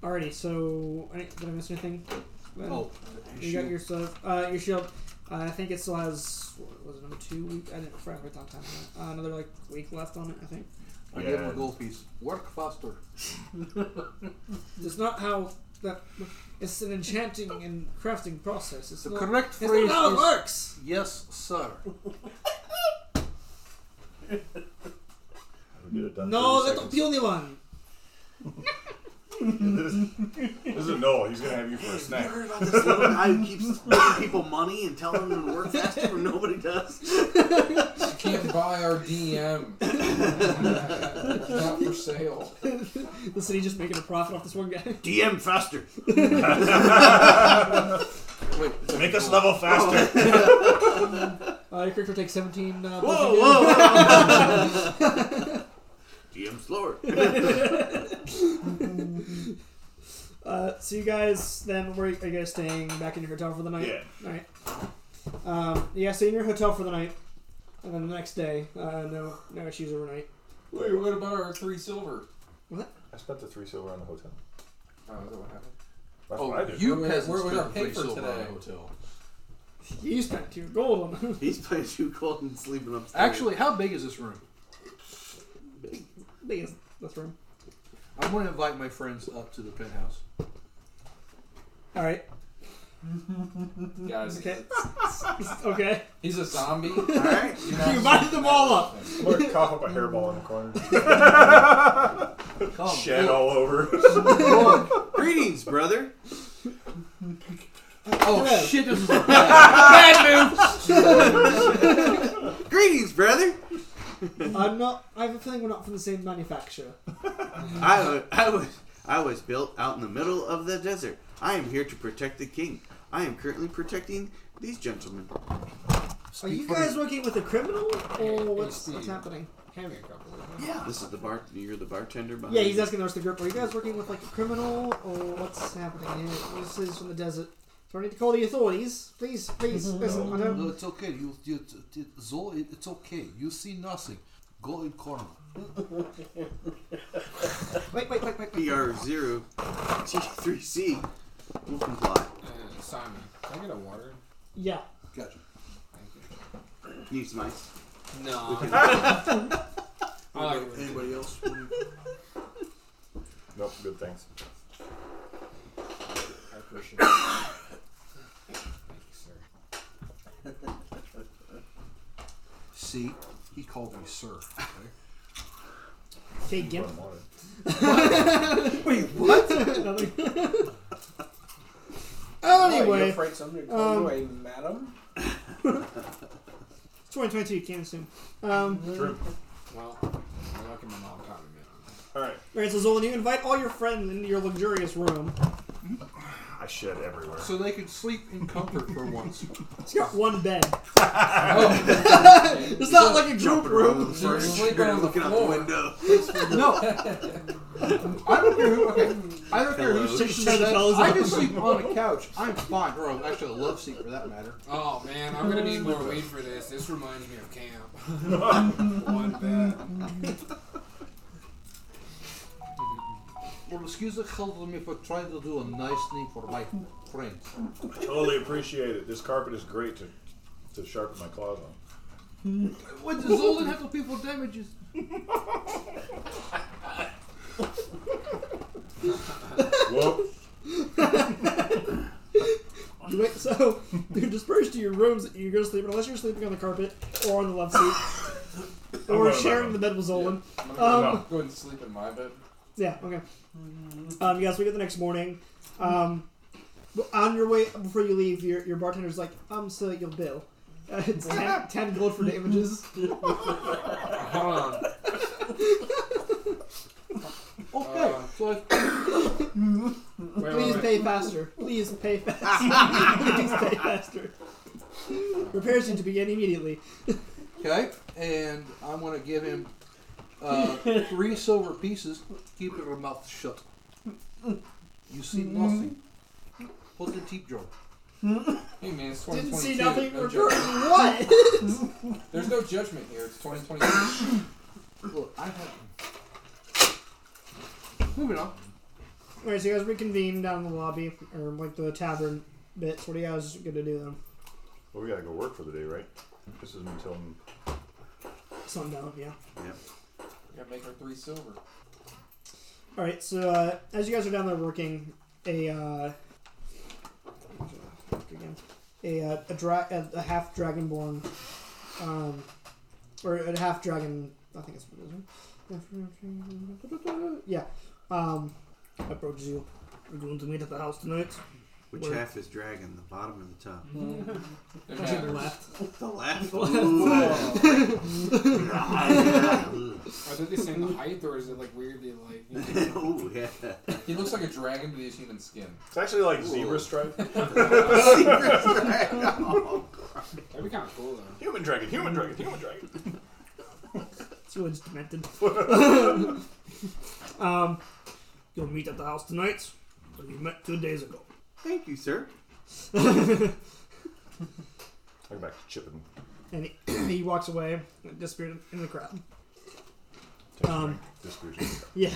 alrighty, so I- did I miss anything?
Oh,
you got your stuff. Uh, your shield. Uh, I think it still has what was it number two week? I didn't forget what that time. was. Uh, another like week left on it. I think
I gave her
Yeah.
a gold piece. Work faster.
that's not how that it's an enchanting and crafting process. It's
The
not,
correct
it's
phrase
not how it
is-
works.
Yes, sir.
We'll get it done in
No,
30
that's the only one.
seconds. This is Noel. He's gonna have you for a snack.
You heard about this little guy who keeps giving people money and telling them to work faster when nobody does?
You can't buy our DM. It's not for sale.
The city just making a profit off this one guy.
DM faster.
Wait,
Make us level faster.
Uh, your character takes 17. Uh,
Whoa,
bludgeoning
whoa, whoa. DM slower.
damage. Uh, so you guys, then, where are you guys staying? Back in your hotel for the night?
yeah.
All right. Um, yeah, so in your hotel for the night, and then the next day, uh, no, no issues overnight.
Wait, what about our three silver?
I spent the three silver on the hotel.
Oh, is that what happened?
That's what I
Oh,
did.
you
Where we-
peasants
where we
spent
got paid
free
for
silver on
today.
a hotel.
You spent your gold on
He's playing too cold and sleeping upstairs.
Actually, how big is this room?
biggest this room.
I want to invite my friends up to the penthouse.
All right.
Guys,
Okay. okay.
he's a zombie.
all right.
You invited them all up.
I'm gonna cough up a hairball in the corner.
Come,
Shed
look,
all over.
look.
Greetings, brother.
Oh
Yeah.
shit! This is a bad, bad move.
Greetings, brother.
I'm not. I have a feeling we're not from the same manufacturer.
I, wa- I was I was built out in the middle of the desert. I am here to protect the king. I am currently protecting these gentlemen.
Are you guys working with a criminal, or what's,
Hey,
what's
Steve.
happening?
Hand me a couple of them.
Yeah, this is the bar. You're the bartender. Behind
Yeah, he's asking the rest of the group. Are you guys working with like a criminal, or what's happening here? This is from the desert. So I need to call the authorities. Please, please, listen. I
No,
don't.
it's okay. You, you, it, Zol, it, it's okay. You see nothing. Go in corner.
Wait, wait, wait, wait. wait.
PR zero T three C. We'll comply.
Uh, Simon, can I get a water?
Yeah.
Gotcha.
Thank you.
Use mice.
No. I like it.
Anybody else?
nope. Good thanks.
I appreciate it. Thank you, sir.
see, he called me sir.
Okay, Gimp.
Warm water.
Nothing.
What, you
anyway,
Oh, afraid somebody to call you a madam?
2022 you came soon. Um,
True.
Well, I'm not gonna mom time
All right.
all right, so Zolan, you invite all your friends into your luxurious room.
I shed everywhere.
So they could sleep in comfort for once.
It's got one bed.
Oh,
It's not like a group
Jumping around
room.
on the furniture,
sleeping on the
looking out
floor.
the window.
no. I don't care who. Okay. I don't care who
Hello.
sleeps in
Shut the
that.
fellas
I
up.
can sleep on a couch. I'm fine. Or uh, actually, a love seat for that matter.
Oh man, I'm gonna need more weed for this. This reminds me of camp. One bad.
Well, excuse the hell of me for trying to do a nice thing for my friends.
I totally appreciate it. This carpet is great to to sharpen my claws on.
What does Zolan have to pay for damages?
Whoop.
Wait, so you're dispersed to your rooms. You're gonna sleep unless you're sleeping on the carpet or on the love seat
I'm
or
going to
sharing the
that
bed with Zolan.
I'm
Um,
gonna go and sleep in my bed.
Yeah. Okay. Um, yeah. So we get the next morning. Um, but on your way before you leave, your, your bartender's like, um, so your bill. Uh, it's ten, 10 gold for damages.
Hold on.
Okay,
Uh,
so I
Wait,
Please
wait, wait.
pay faster. Please pay faster. Please pay faster. Repairs need to begin immediately.
Okay, and I'm going to give him uh, three silver pieces. Keep your mouth shut. You see nothing. Put the teeth jar.
Hey man, it's
Didn't
2022.
see nothing.
No
Repairs.
judgment.
What?
There's no judgment here. It's 2022.
Look, I have. Moving on.
All right, so you guys reconvene down in the lobby or like the tavern bit. So what are you guys gonna do then?
Well, we gotta go work for the day, right? This isn't until
Sundown, yeah.
We gotta make our three silver.
All right, so uh, as you guys are down there working, a uh, a uh, a, dra- a, a half dragonborn, um, or a half dragon. I think it's yeah. Um, approaches you. We're going to meet at the house tonight.
Which
Where-
half is dragon? The bottom or the top?
To
It
the
matters.
left.
The left. Ooh.
Are they the same height, or is it like weirdly like? You know,
Ooh, yeah.
He looks like a dragon, but he has human skin.
It's actually like
Ooh.
zebra stripe.
Secret dragon. Oh,
that'd be kind of cool though.
Human dragon, human dragon, human dragon.
See what's demented. um, you'll meet at the house tonight. We met two days ago.
Thank you, sir.
I go back to chipping.
And he, he walks away, disappeared in the crowd. Um,
Disappears.
Yeah.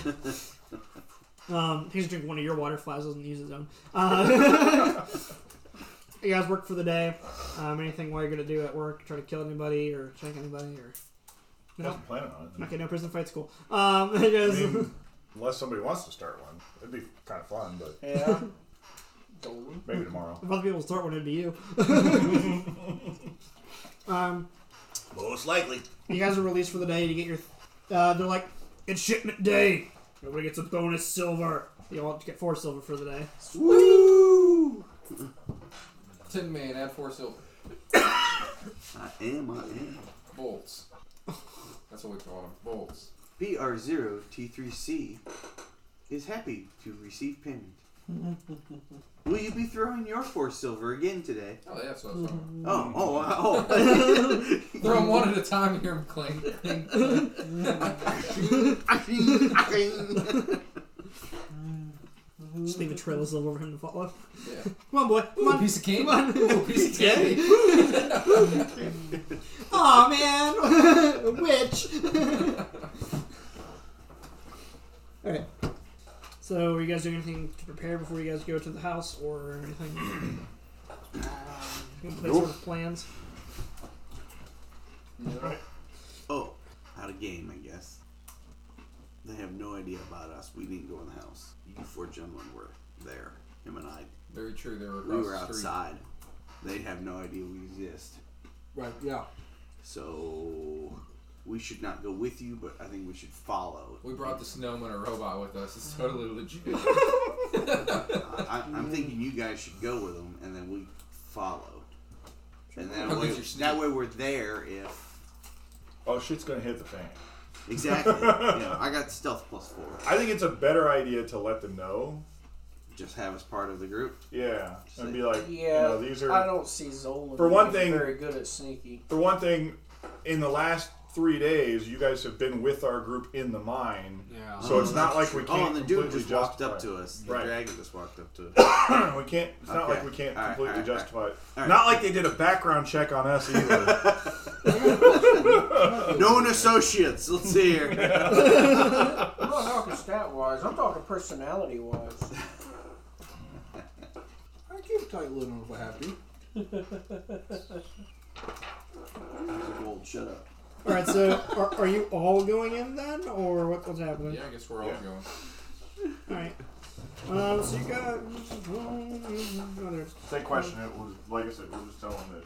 Um, he just drink one of your water flies, doesn't use his own. Uh, you guys work for the day. Um, anything while you're gonna do at work? Try to kill anybody or check anybody or
I
no?
wasn't planning on it.
Okay, no prison fight's cool. Um, you
I
guys-
mean, unless somebody wants to start one, it'd be kind of fun, but
Yeah. Golden.
maybe tomorrow.
if other people start one, it'd be you. um,
Most likely.
you guys are released for the day. You get your. Uh, they're like, it's shipment day. Everybody gets a bonus silver. You all get four silver for the day.
Woo!
Tin Man, add four silver.
I am. I am.
Bolts. That's what we call them. Bolts.
BR0T3C is happy to receive payment. Will you be throwing your four silver again today?
Oh, yeah, that's what I was talking
Oh, oh, uh, oh!
about. Throw them one at a time, hear them clink. clink, clink.
Just leave a trail of silver for him to follow.
Yeah.
Come on, boy. Come
Ooh,
on.
piece of candy. Ooh, piece of candy.
Aw, man! Witch! Alright. So, are you guys doing anything to prepare before you guys go to the house or anything? Any place sort of plans?
No.
oh, out of game, I guess. They have no idea about us. We didn't go in the house. You four gentlemen were there. Him and I.
Very true. They were
We
across
were
the street.
outside. They have no idea we exist.
Right. Yeah.
So we should not go with you, but I think we should follow.
We brought the snowman or robot with us. It's totally legit.
I, I'm thinking you guys should go with them, and then we follow. And that
Look
way,
at your sneak.
that way we're there if
Oh, shit's gonna hit the fan.
exactly. yeah, I got stealth plus four.
I think it's a better idea to let them know.
Just have us part of the group.
Yeah, and be like,
Yeah.
you know, these
I
are
don't see Zolan
For one
being
thing-
very good at sneaky.
for one thing. In the last three days, you guys have been with our group in the mine,
Yeah.
so it's
Oh,
not like
that's
we
true.
can't.
Oh, and the dude
completely
just walked up
justify it.
to us. The
Right.
dragon just walked up to us.
we can't. It's not
Okay.
like we can't
All right, all
completely
right, all right.
justify it.
All right.
Not like they did a background check on us either.
Known associates. Let's see here.
I'm not talking stat wise. I'm talking personality wise.
I keep a tight lid on if I have to.
Gold, shut up.
Alright, so are, are you all going in then? Or what, what's happening?
Yeah, I guess we're all
Yeah.
going.
Alright. Um, so you got. Oh, there's-
if they question it, we'll just, like I said, we'll just tell them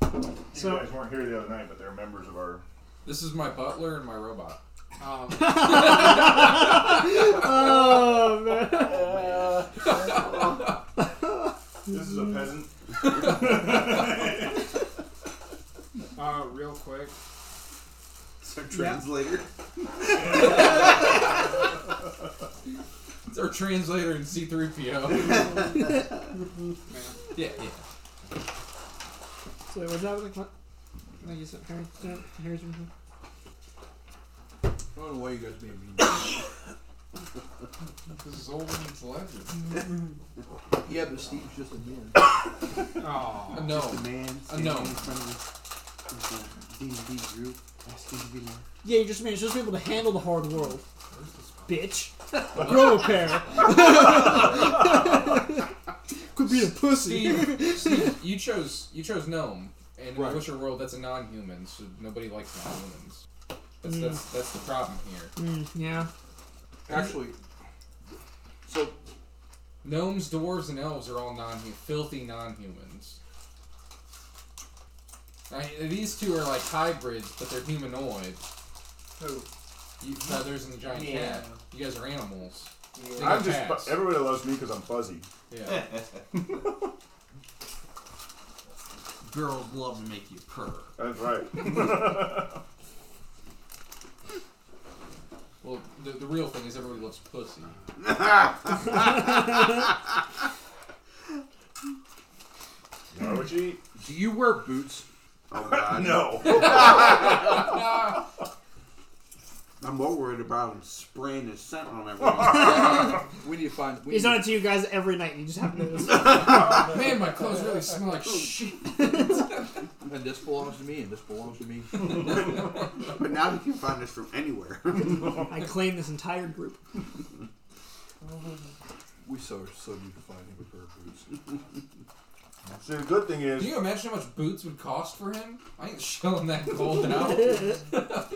that you
So-
guys weren't here the other night, but they're members of our.
This is my butler and my robot.
Um,
Oh, man.
Uh,
This is a peasant.
uh, real quick.
It's our translator.
It's our translator in C3PO. yeah, yeah.
So, what's happening? What? I guess it- Harry- Harry's-
I don't know why you guys being mean.
This is old and it's legend.
yeah, but Steve's just a man.
Oh,
No.
The man standing
no.
in front of us. D and D group asking to be like.
Yeah, you just managed to be able to handle the hard world. Bitch. Grow a pair. Could be a pussy.
Steve, Steve, you chose you chose gnome, and
Right.
in Witcher world that's a non-human, so nobody likes non-humans.
Mm.
That's, that's, that's the problem here.
Mm, yeah.
Actually, so
Gnomes, dwarves, and elves are all non filthy non humans. These two are like hybrids, but they're humanoid.
Who?
You feathers and the giant
Yeah.
cat. You guys are animals.
Yeah.
I'm just.
Pass.
Everybody loves me because I'm fuzzy.
Yeah.
Girls love to make you purr.
That's right.
Well, the, the real thing is everybody loves pussy.
Know what you eat?
Do you wear boots?
Oh God,
No.
I'm more worried about him spraying his scent on everyone.
We need to find. We
He's
need
on it to you guys every night. and You just happen to notice.
Man, my clothes really smell like shit.
And this belongs to me, and this belongs to me.
but now he can find us from anywhere.
I claim this entire group.
we so so need to find him a pair of boots.
See, the good thing
Can
is,
you imagine how much boots would cost for him? I ain't showing that gold out. of
That's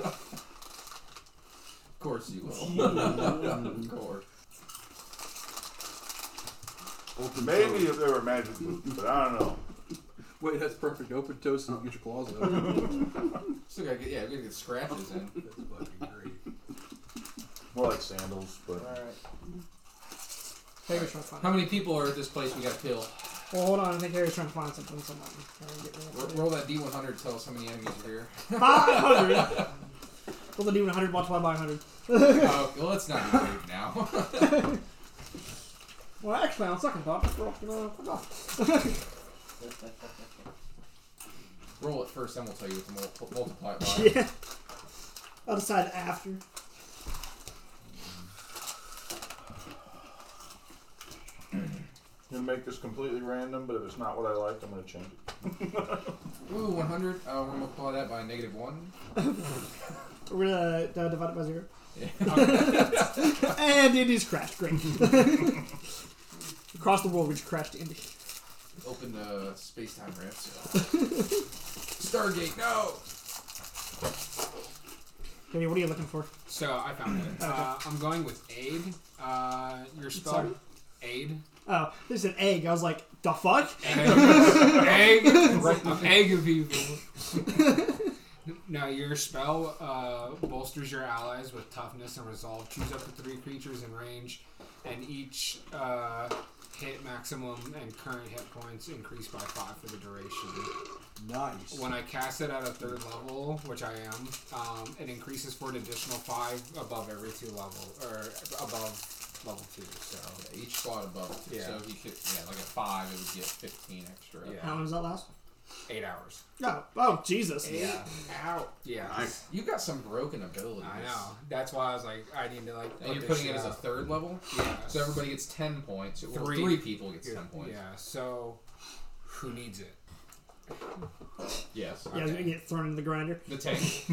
course you will. of course.
maybe if they were magic boots, but I don't know.
Wait, that's perfect. Open toes and get your claws
Oh.
out.
Still gotta get yeah, we gotta get scratches in.
that's fucking great.
More like sandals, but
Alright.
Harry's trying to find.
How many people are at this place we gotta kill?
Well, hold on. I think Harry's trying to find something. Someone. Trying to get rid of
Roll,
it.
roll that D100. Tell us how many enemies are here.
500. Well, the dude 100 multiplied by 100.
Oh, well, let's not be rude now.
Well, actually, on second thought, we're off, you know, fuck off.
roll it first, then we'll tell you what to mul- multiply it by.
Yeah. I'll decide after.
I'm gonna make this completely random. But if it's not what I liked, I'm gonna change it.
Ooh, 100. Uh, we're gonna multiply that by negative one.
We're gonna uh, divide it by zero.
Yeah.
And it is crashed. Great. Across the world, we just crashed Indy.
Open the space time ramp. So. Stargate, no!
Kenny, what are you looking for?
So I found it. Uh, I'm going with aid. Uh, your spell.
Sorry?
Aid.
Oh, there's an egg. I was like, the fuck?
egg. I'm egg of evil. now your spell uh, bolsters your allies with toughness and resolve. Choose up to three creatures in range, and each uh, hit maximum and current hit points increase by five for the duration.
Nice.
When I cast it at a third level, which I am, um, it increases for an additional five above every two level or above level two. So
Yeah, each spot above. Two.
Yeah.
So if you could, yeah, like a five, it would get 15 extra.
How
yeah,
long does that last?
eight hours.
Oh, oh Jesus.
Yeah,
Ow.
yeah.
Nice.
You got some broken abilities.
I know. That's why I was like, I need to like.
And you're
this
putting
shit
it as a
out.
third level,
Yeah.
so everybody gets 10 points. Well,
Three.
three. people gets 10 points.
Yeah. So, who needs it?
Yes.
Yeah, he's gonna get thrown into the grinder.
The tank.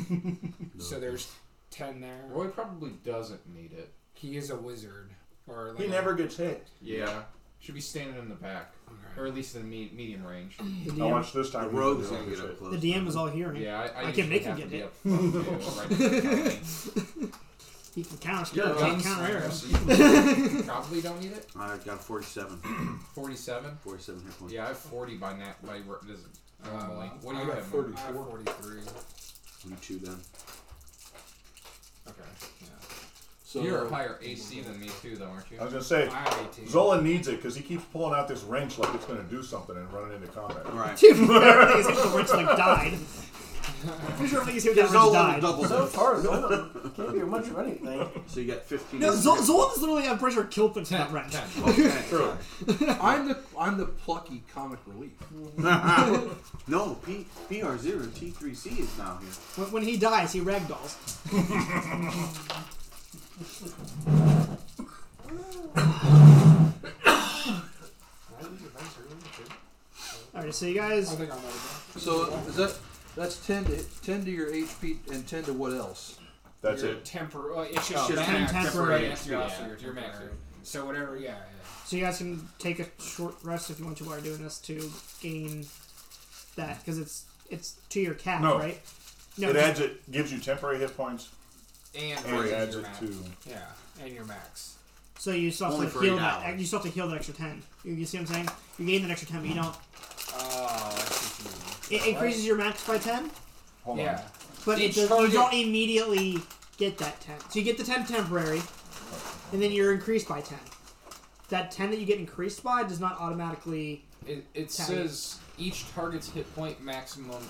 So there's ten there.
Roy probably doesn't need it.
He is a wizard, or like
He
a-
never gets hit.
Yeah. Should be standing in the back,
Okay.
or at least in the me- medium range.
The
How
DM,
much this
The
time?
rogue's gonna get up
the
close.
DM is all hearing.
Yeah, I, I,
I can
usually
make him
have
get
to be
hit.
up front, too, right in the county.
He can counter.
You're
he
a
can't counter arrows.
gunslinger. Probably don't need it.
I've got 47,
47.
47 hit points.
Yeah, I have 40 by nat by r- this is normally.
Uh,
what do
I
you
got
have? Mark?
30.
I have forty-three.
You two then.
Okay. Yeah.
So
You're a higher AC than me too, though, aren't you?
I was gonna say.
I have eighteen.
Zolan needs it because he keeps pulling out this wrench like it's going to do something and running into combat.
All right.
Everything's hit the wrench like died. Pretty sure everything's hit that
There's no
wrench
one
died.
double.
So far, Zolan can't do much of anything.
So you got 15.
No, Zol- Zolan's literally, I'm pretty sure, killed the that wrench.
Ten.
Okay.
I'm the I'm the plucky comic relief.
no, P- PR0 T3C is now here.
When, when he dies, he ragdolls. Alright, so you
I
guys.
think I might have
So is that that's ten to ten to your HP and ten to what else?
That's
your
it.
uh,
temporary. it's
Oh,
just your
temp-
max.
temporary.
Yes, you're also
Yeah,
your
your max.
temporary. So whatever. Yeah.
So you guys can take a short rest if you want to while you're doing this to gain that, because it's it's to your cap,
No.
right? No,
It
just-
adds it, gives you temporary hit points,
yeah. And,
and it
raises
adds
your
it
max.
to.
Yeah, and your max.
So you still have
Only
to
for
heal
eight
that.
hours.
You still have to heal that extra ten. You, you see what I'm saying? You gain that extra ten, but you don't.
Oh, I see what you mean.
It increases your max by ten,
Hold
Yeah.
but it
Each
does, you
target-
don't immediately get that ten. So you get the ten temporary, and then you're increased by ten. That ten that you get increased by does not automatically.
It, it says each target's hit point maximum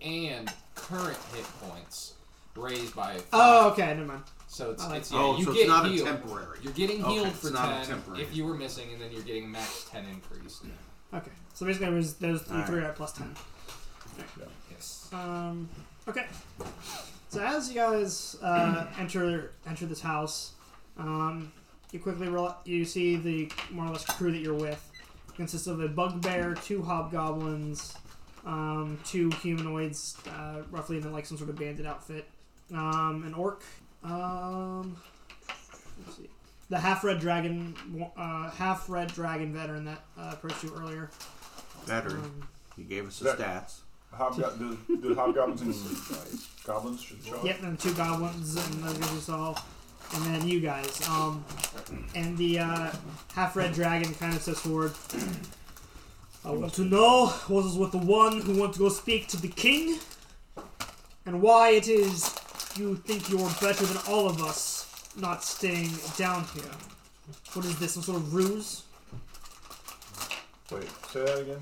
and current hit points raised by. five.
Oh, okay, never mind.
So it's,
I like
it's
that.
yeah,
Oh,
you
so
get
it's not
healed.
a temporary.
You're getting
Okay,
healed
it's
for
not a
ten
temporary.
if you were missing, and then you're getting max ten increase.
Mm. Okay, so basically it was those three,
All
three out plus ten.
Yes.
Um, okay. So as you guys uh, enter enter this house, um, you quickly roll, you see the more or less crew that you're with consists of a bugbear, two hobgoblins, um, two humanoids, uh, roughly in like some sort of bandit outfit, um, an orc, um, let's see, the half red dragon, uh, half red dragon veteran that uh, approached you earlier.
Better.
Um,
He gave us the
That-
stats.
Hobgo- do, do hobgoblins and goblins should show up?
Yep, and two goblins and those guys you saw, and then you guys. Um, and the uh, half red dragon kind of says forward. I want to know what is with the one who wants to go speak to the king, and why it is you think you're better than all of us not staying down here. What is this? Some sort of ruse?
Wait, say that again.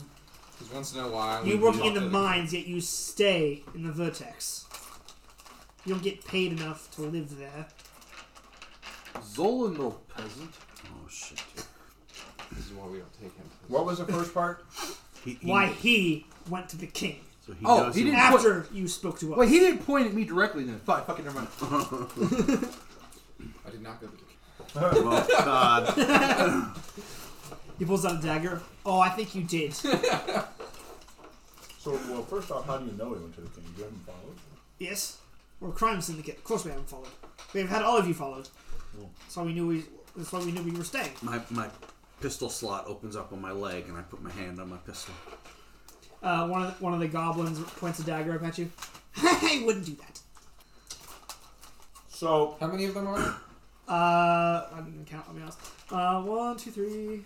He wants to know why.
You're
we
working in
talked
the
to
mines, yet you stay in the vertex. You don't get paid enough to live there.
Zolan, the peasant.
Oh shit.
This is why we don't take him.
What was the first part?
He, he,
why he went to the king
So he
Oh,
knows
he
he-
didn't-
after you spoke to us.
Wait, he didn't point at me directly then. Fuck, fucking never mind.
I did not go to the.
Well, God.
He pulls out a dagger. Oh, I think you did.
So, well, first off, how do you know he went to the king? You haven't followed.
yes, we're a crime syndicate. Of course, we haven't followed. We've had all of you followed. That's why we knew we. That's why we knew we were staying.
my my pistol slot opens up on my leg, and I put my hand on my pistol.
Uh, one of the, one of the goblins points a dagger up at you. I wouldn't do that.
So,
How many of them are? there?
Uh, I didn't count. I'll be honest. Uh, one, two, three,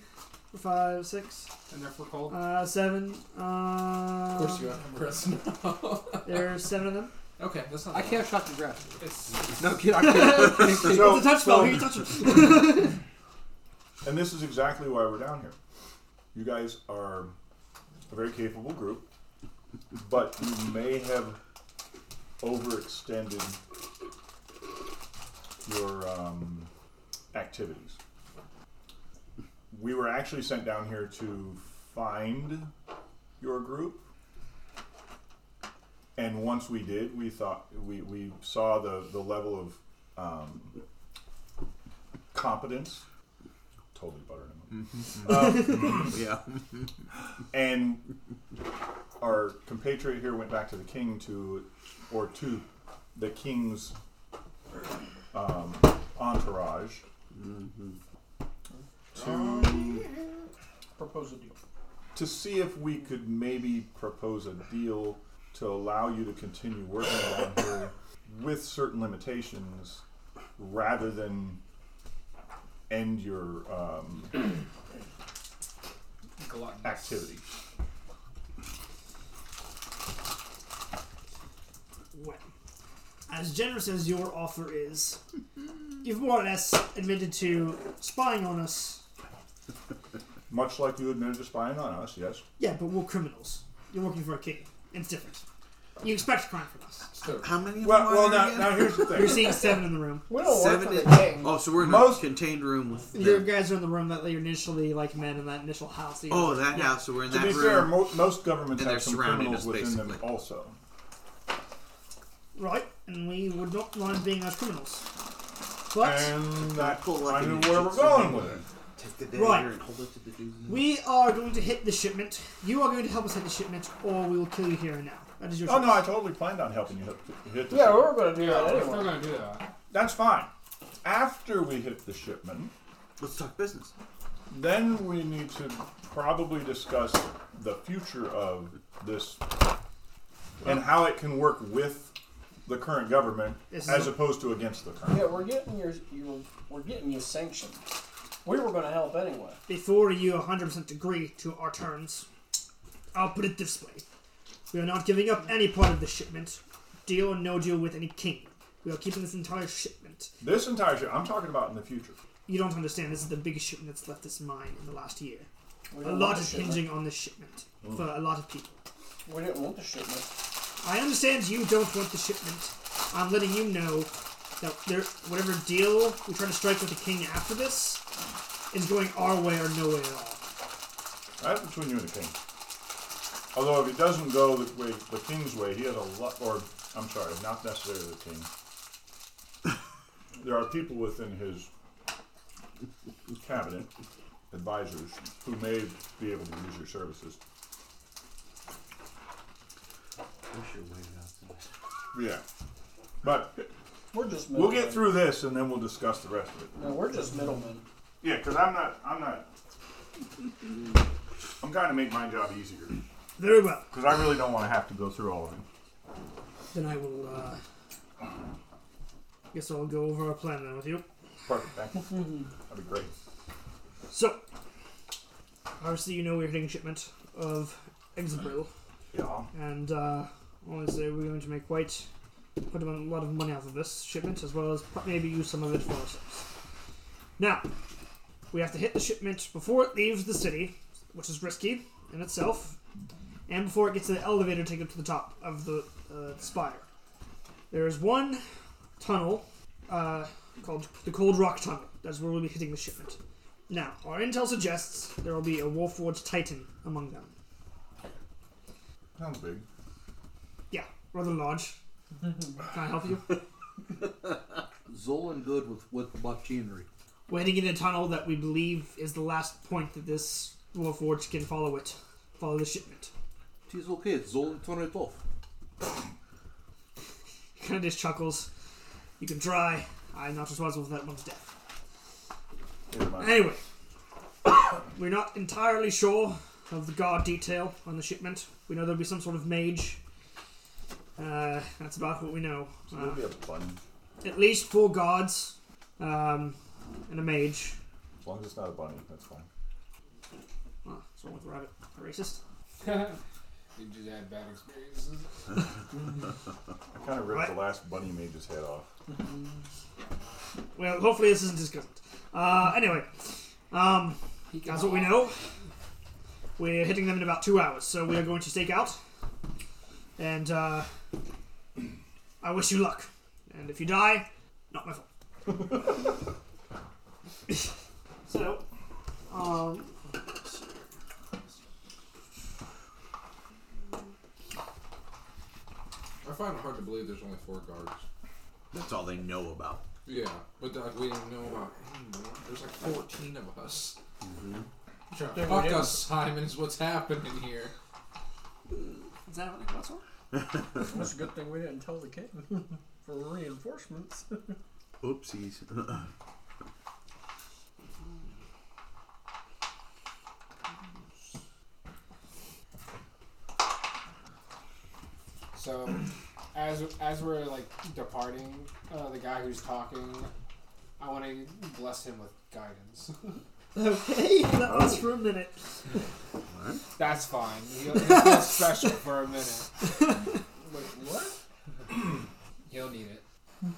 four, five, six,
And therefore cold.
uh, seven. Uh,
of course you have Chris.
There's seven of them.
okay, that's not.
I
bad.
can't shot the grass.
It's,
No, kid, I'm kidding.
so,
it's a touch spell.
so-
Who you touching?
and this is exactly why we're down here. You guys are a very capable group, but you may have overextended your um, activities. We were actually sent down here to find your group. And once we did, we thought we, we saw the, the level of um, competence. Totally buttering him. up. Um,
Yeah.
and our compatriot here went back to the king to, or to the king's um, entourage
Propose a deal.
to see if we could maybe propose a deal to allow you to continue working down here with certain limitations rather than end your um,
gluttonous.
activity.
Well, as generous as your offer is, you've more or less admitted to spying on us.
Much like you admitted to spying on us, yes.
Yeah, but we're criminals. You're working for a king. It's different. You expect crime from us.
so,
How many? of
Well,
them are
well
there
now,
again?
now here's the
You're
thing.
seeing seven in the room.
We don't work
Seven
for
is-
the king.
Oh, so we're in
Most-
a contained room with.
Your
them.
guys are in the room that they initially like met in that initial house. that you-
Oh, that house. So we're in
To
that
be
room.
fair, mo- most governments
And
have
they're
some
surrounding
criminals
us,
within them
basically.
also.
right. And we would not mind being our criminals. But
And that,
pull up
I
and
knew where we're
shoot
going
somebody.
with it.
Take the
Right.
dagger and hold it to the dude's neck.
we are going to hit the shipment. You are going to help us hit the shipment, or we will kill you here and now. That is your
Oh
choice.
no, I totally planned on helping you hit- hit the
Yeah, we
shipment.
were going to do
Yeah,
that
we're still
anyway.
gonna do that.
That's fine. After we hit the shipment,
Let's talk business.
then we need to probably discuss the future of this and how it can work with the current government
This is
as
a-
opposed to against the current.
Yeah, we're getting your, your we're getting you sanctioned. We were going to help anyway.
Before you 100% agree to our terms, I'll put it this way. We are not giving up any part of the shipment, deal or no deal with any king. We are keeping this entire shipment.
This entire ship, I'm talking about in the future.
You don't understand, this is the biggest shipment that's left this mine in the last year.
We
A
didn't want
lot
the
is
shipment.
hinging on this shipment for a lot of people.
We didn't want the shipment.
I understand you don't want the shipment. I'm letting you know that there, whatever deal we try to strike with the king after this is going our way or no way at all.
That's between you and the king. Although if it doesn't go the way the king's way, he has a lot. Or I'm sorry, not necessarily the king. there are people within his cabinet, advisors, who may be able to use your services. Yeah, but
We're just
we'll
middlemen.
get through this, and then we'll discuss the rest of it.
No, we're just middlemen.
Yeah, because I'm not. I'm not. I'm trying to make my job easier
Very well.
because I really don't want to have to go through all of it.
Then I will, uh. Guess I'll go over our plan then with you.
Perfect. Mm-hmm. Thank you. That'd be great.
So, obviously, you know we're hitting shipment of Exabril,
Yeah.
and, uh, obviously, we're going to make quite quite a lot of money off of this shipment, as well as pro- maybe use some of it for ourselves. Now, we have to hit the shipment before it leaves the city, which is risky in itself, and before it gets to the elevator to take it to the top of the uh, spire. There is one tunnel uh, called the Cold Rock Tunnel. That's where we'll be hitting the shipment. Now, our intel suggests there will be a Wolfward's Titan among them.
Sounds big.
Yeah, rather large. Can I help you?
Zolan good with with machinery.
We're heading in a tunnel that we believe is the last point that this Wolfward can follow it, follow the shipment.
Tis okay. Zolan turn it off.
He kind of just chuckles. You can try. I'm not responsible for that one's death.
Never mind.
Anyway, we're not entirely sure of the guard detail on the shipment. We know there'll be some sort of mage. Uh, that's about what we know.
So
Uh,
it'll be a bun,
at least four guards um, and a mage.
as long as it's not a bunny. That's fine.
Oh, what's wrong with the rabbit? A racist?
you just had bad experiences.
I kind of ripped
Right.
the last bunny mage's head off.
Well, hopefully this isn't his cousin. Uh, anyway, um, that's what we know. We're hitting them in about two hours, so we are going to stake out. And uh, I wish you luck. And if you die, not my fault. so, um,
I find it hard to believe there's only four guards.
That's all they know about.
Yeah, but uh, we didn't know about anyone. There's like 14 of us. Trying to
There
fuck
it is.
us, Simon, is what's happening here.
is that what I got?
It's a good thing we didn't tell the king for reinforcements.
Oopsies.
So, as as we're like departing, uh, the guy who's talking, I want to bless him with guidance.
Okay, that was for a minute.
That's fine. He'll, he'll feel special for a minute.
Wait, what?
He'll need it.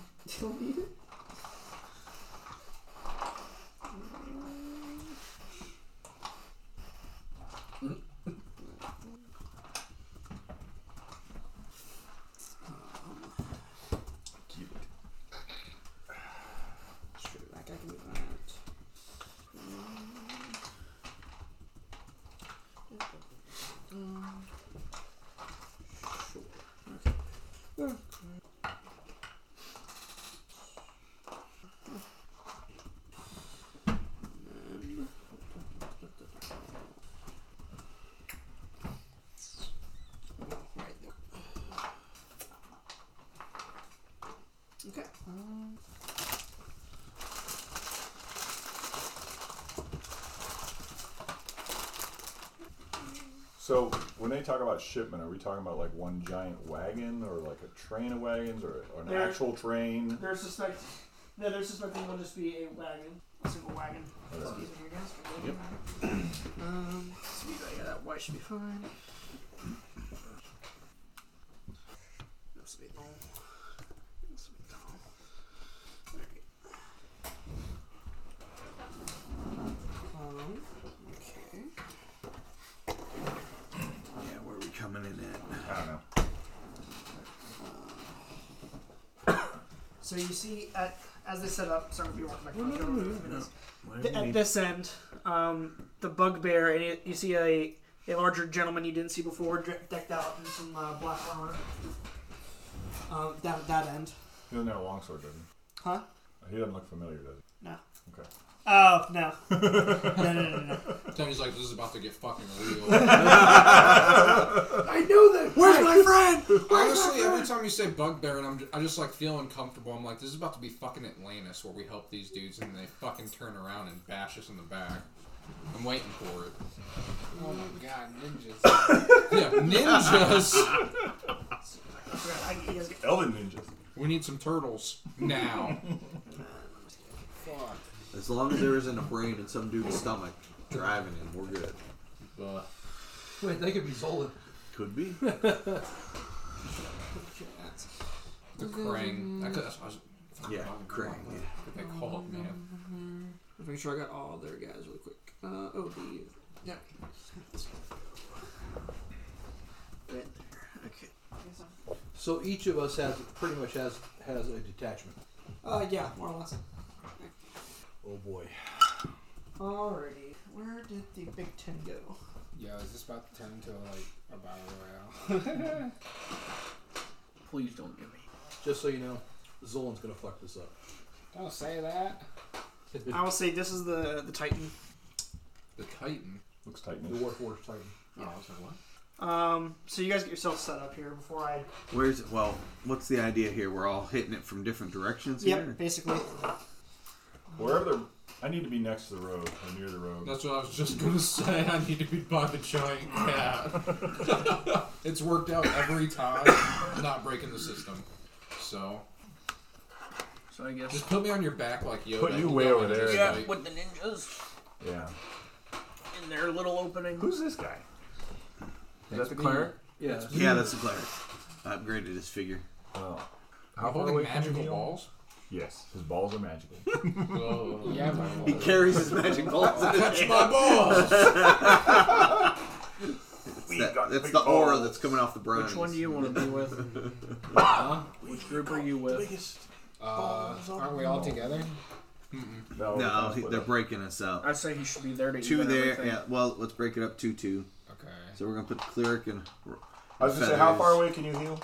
So when they talk about shipment, are we talking about like one giant wagon or like a train of wagons or, or an
There-
actual train?
There's just like
No, there's just my thing. Will just be a wagon, a single wagon. Excuse me here, guys. Oh, Yep. Um, sweet. Yeah, that white should be fine. This will be long. This will be long. Um, okay.
Yeah, where are we coming in at?
I don't know.
So you see, at as they set up, sorry, if you want my
no, no, no, no.
Th- at this end, um, the bugbear, and you, you see a, a larger gentleman you didn't see before, dre- decked out in some uh, black armor. Um, down at that end.
He doesn't have a longsword, does he?
Huh?
He doesn't look familiar, does
No.
Okay.
Oh, no. no, no, no, no.
Tony's like, this is about to get fucking real.
I know that! Where's my friend?
Honestly, every time you say bugbear, and I'm just, I just like feel uncomfortable. I'm like, this is about to be fucking Atlantis, where we help these dudes and they fucking turn around and bash us in the back. I'm waiting for it.
Oh my god, ninjas.
Yeah, ninjas.
I forgot, I, you guys get-
he? Elven ninjas.
we need some turtles now.
Fuck.
As long as there isn't a brain in some dude's stomach driving him, we're good.
Wait, they could be Zolan.
Could be.
The Krang. I could- that's what I was-
Yeah, Krang. Yeah.
what They call it, man.
Let's make sure I got all their guys really quick. Uh, oh, the yeah. Right there. Okay.
So each of us has pretty much has has a detachment.
Uh, yeah, more or less.
Oh boy.
Alrighty, where did the Big Ten go?
Yo, is this about to turn into like a battle royale?
Please don't give me.
Just so you know, Zolan's gonna fuck this up.
Don't say that.
I will say this is the the Titan.
The Titan.
Looks
The
Titan.
Warforged Titan.
Oh, I was like, what?
Um, so you guys get yourself set up here before I.
Where's it? Well, what's the idea here? We're all hitting it from different directions here.
Yep, basically.
Wherever the I need to be next to the road or near the road.
That's what I was just gonna say. I need to be by the giant cat. it's worked out every time. Not breaking the system. So
So I guess.
just put me on your back like Yoda.
Put you
You'll
way
go
over
into
there.
this
Yeah,
fight.
with the ninjas
Yeah.
in their little opening.
Who's this guy? Is that the
me.
cleric?
Yeah.
"Hmm,
Yeah, that's a cleric. I upgraded his figure.
Oh.
You're holding
away from
magical
you?
balls.
Yes, his balls are magical.
Yeah, my
He
lord.
carries his magic balls. in his
Touch
hand.
my balls.
We've
That-
got
that's
big
the aura
balls.
that's coming off the brownies.
Which one do you want to be with?
Huh?
Which group are you with?
Uh, aren't we all together?
No,
No,
he,
he- they're breaking us up.
I say he should be there to
Two
even
there.
everything.
Yeah. Well, let's break it up. Two two.
Okay.
So we're gonna put cleric and.
I was gonna say, how
feathers.
far away can you heal?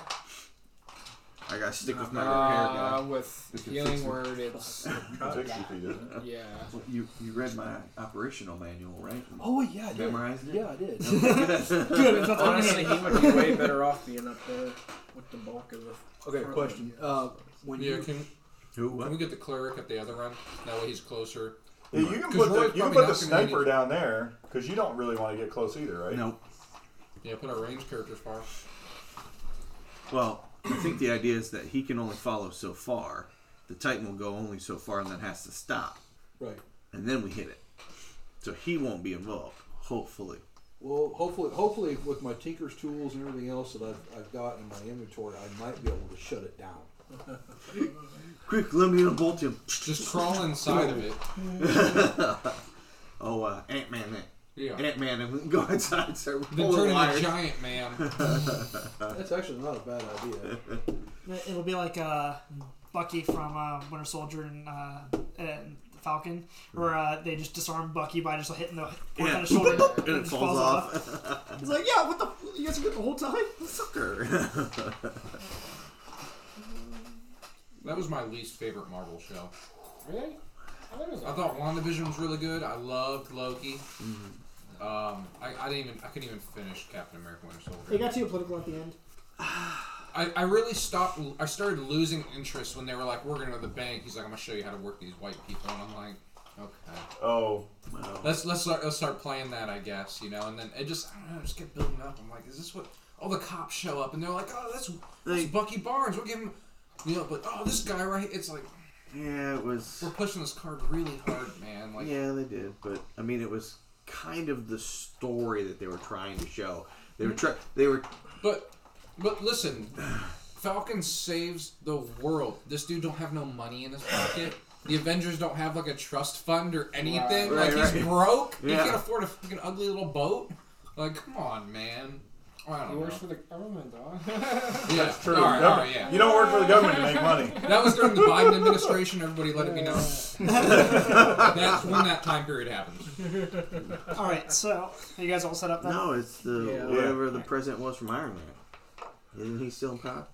I gotta stick with my repair
Uh,
guy. We
with
can fix
healing
it.
word, it's
It's extra feet, isn't it?
yeah.
You you read my operational manual, right?
Oh wait, yeah, I did.
Memorized it.
Yeah, I did.
Honestly, he would be way better off being up there with the bulk of the.
Okay, question. Uh, when
Yeah,
you
can,
Who?
can
What?
we get the cleric at the other end? That way he's closer.
Yeah, you can
'Cause
put the,
Roy's
you can
probably
put the
not gonna need
sniper
it.
down there because you don't really want to get close either, right?
No.
Yeah, put our range characters far.
Well, I think the idea is that he can only follow so far. The Titan will go only so far, and then has to stop,
right.
and then we hit it. So he won't be involved, hopefully.
Well, hopefully, hopefully with my tinker's tools and everything else that I've, I've got in my inventory, I might be able to shut it down.
Quick, let me unbolt him.
Just crawl inside of it.
Oh, uh, Ant Man, that
Yeah.
Ant Man, and we can go inside and start
Then
pulling
turn into
wires.
giant man.
That's actually not a bad idea.
It'll be like uh, Bucky from uh, Winter Soldier and, uh, and Falcon, where uh, they just disarm Bucky by just hitting the
Yeah.
on his shoulder
Boop, boop,
it
and it
just
falls off.
He's like, yeah, what the? F- you guys were good the whole time.
Sucker.
That was my least favorite Marvel show.
Really? I thought it was
I thought WandaVision was really good. I loved Loki. Um, I, I didn't even I couldn't even finish Captain America: Winter
It
Soldier.
got too political at the end.
I, I really stopped. I started losing interest when they were like, "We're going to the bank." He's like, "I'm gonna show you how to work these white people," and I'm like, "Okay,
Oh,
let's let's start, let's start playing that, I guess." You know, and then it just I don't know, it just kept building up. I'm like, "Is this what?" All the cops show up and they're like, "Oh, that's, that's Bucky Barnes. We'll give him," you know. But oh, this guy right, here. it's like,
Yeah, it was.
We're pushing this card really hard, man. Like,
Yeah, they did, but I mean, it was kind of the story that they were trying to show. They
Mm-hmm.
were try- They were.
but but listen, Falcon saves the world. This dude don't have no money in his pocket. The Avengers don't have like a trust fund or anything.
Right,
like he's
right.
broke.
Yeah.
He can't afford a fucking ugly little boat. Like, come on, man. I
He
don't know.
works for the government, dog.
yeah.
That's true.
All right, all right, yeah.
You don't work for the government to make money.
That was during the Biden administration. Everybody let it be known. That's when that time period happened.
All right, so are you guys all set up now?
No, it's the
Yeah.
whatever the president was from Iron Man. Isn't he still in power?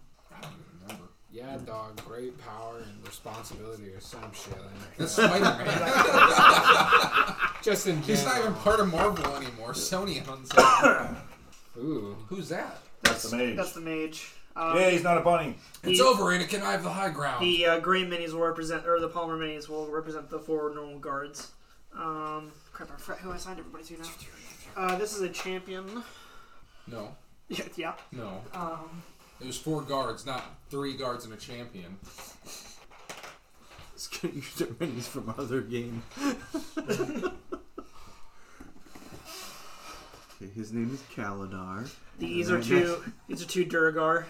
Yeah, dog. Great power and responsibility or some shit. I
That's
don't
Spider Man.
know. Just in
He's not even
general.
part of Marvel anymore. Sony owns it.
Ooh.
Who's that?
That's the mage.
That's the mage. Um,
yeah, he's not a bunny.
It's
He-
over, Anakin. I have the high ground.
The uh, gray minis will represent, or the Palmer minis will represent the four normal guards. Um, crap, I forgot who I signed everybody to now. Uh, this is a champion.
no,
Yeah, yeah.
no.
Um,
It was four guards, not three guards and a champion.
It's gonna use their minis from other game. Okay, His name is Kalidar.
these are two. These are two Durgar.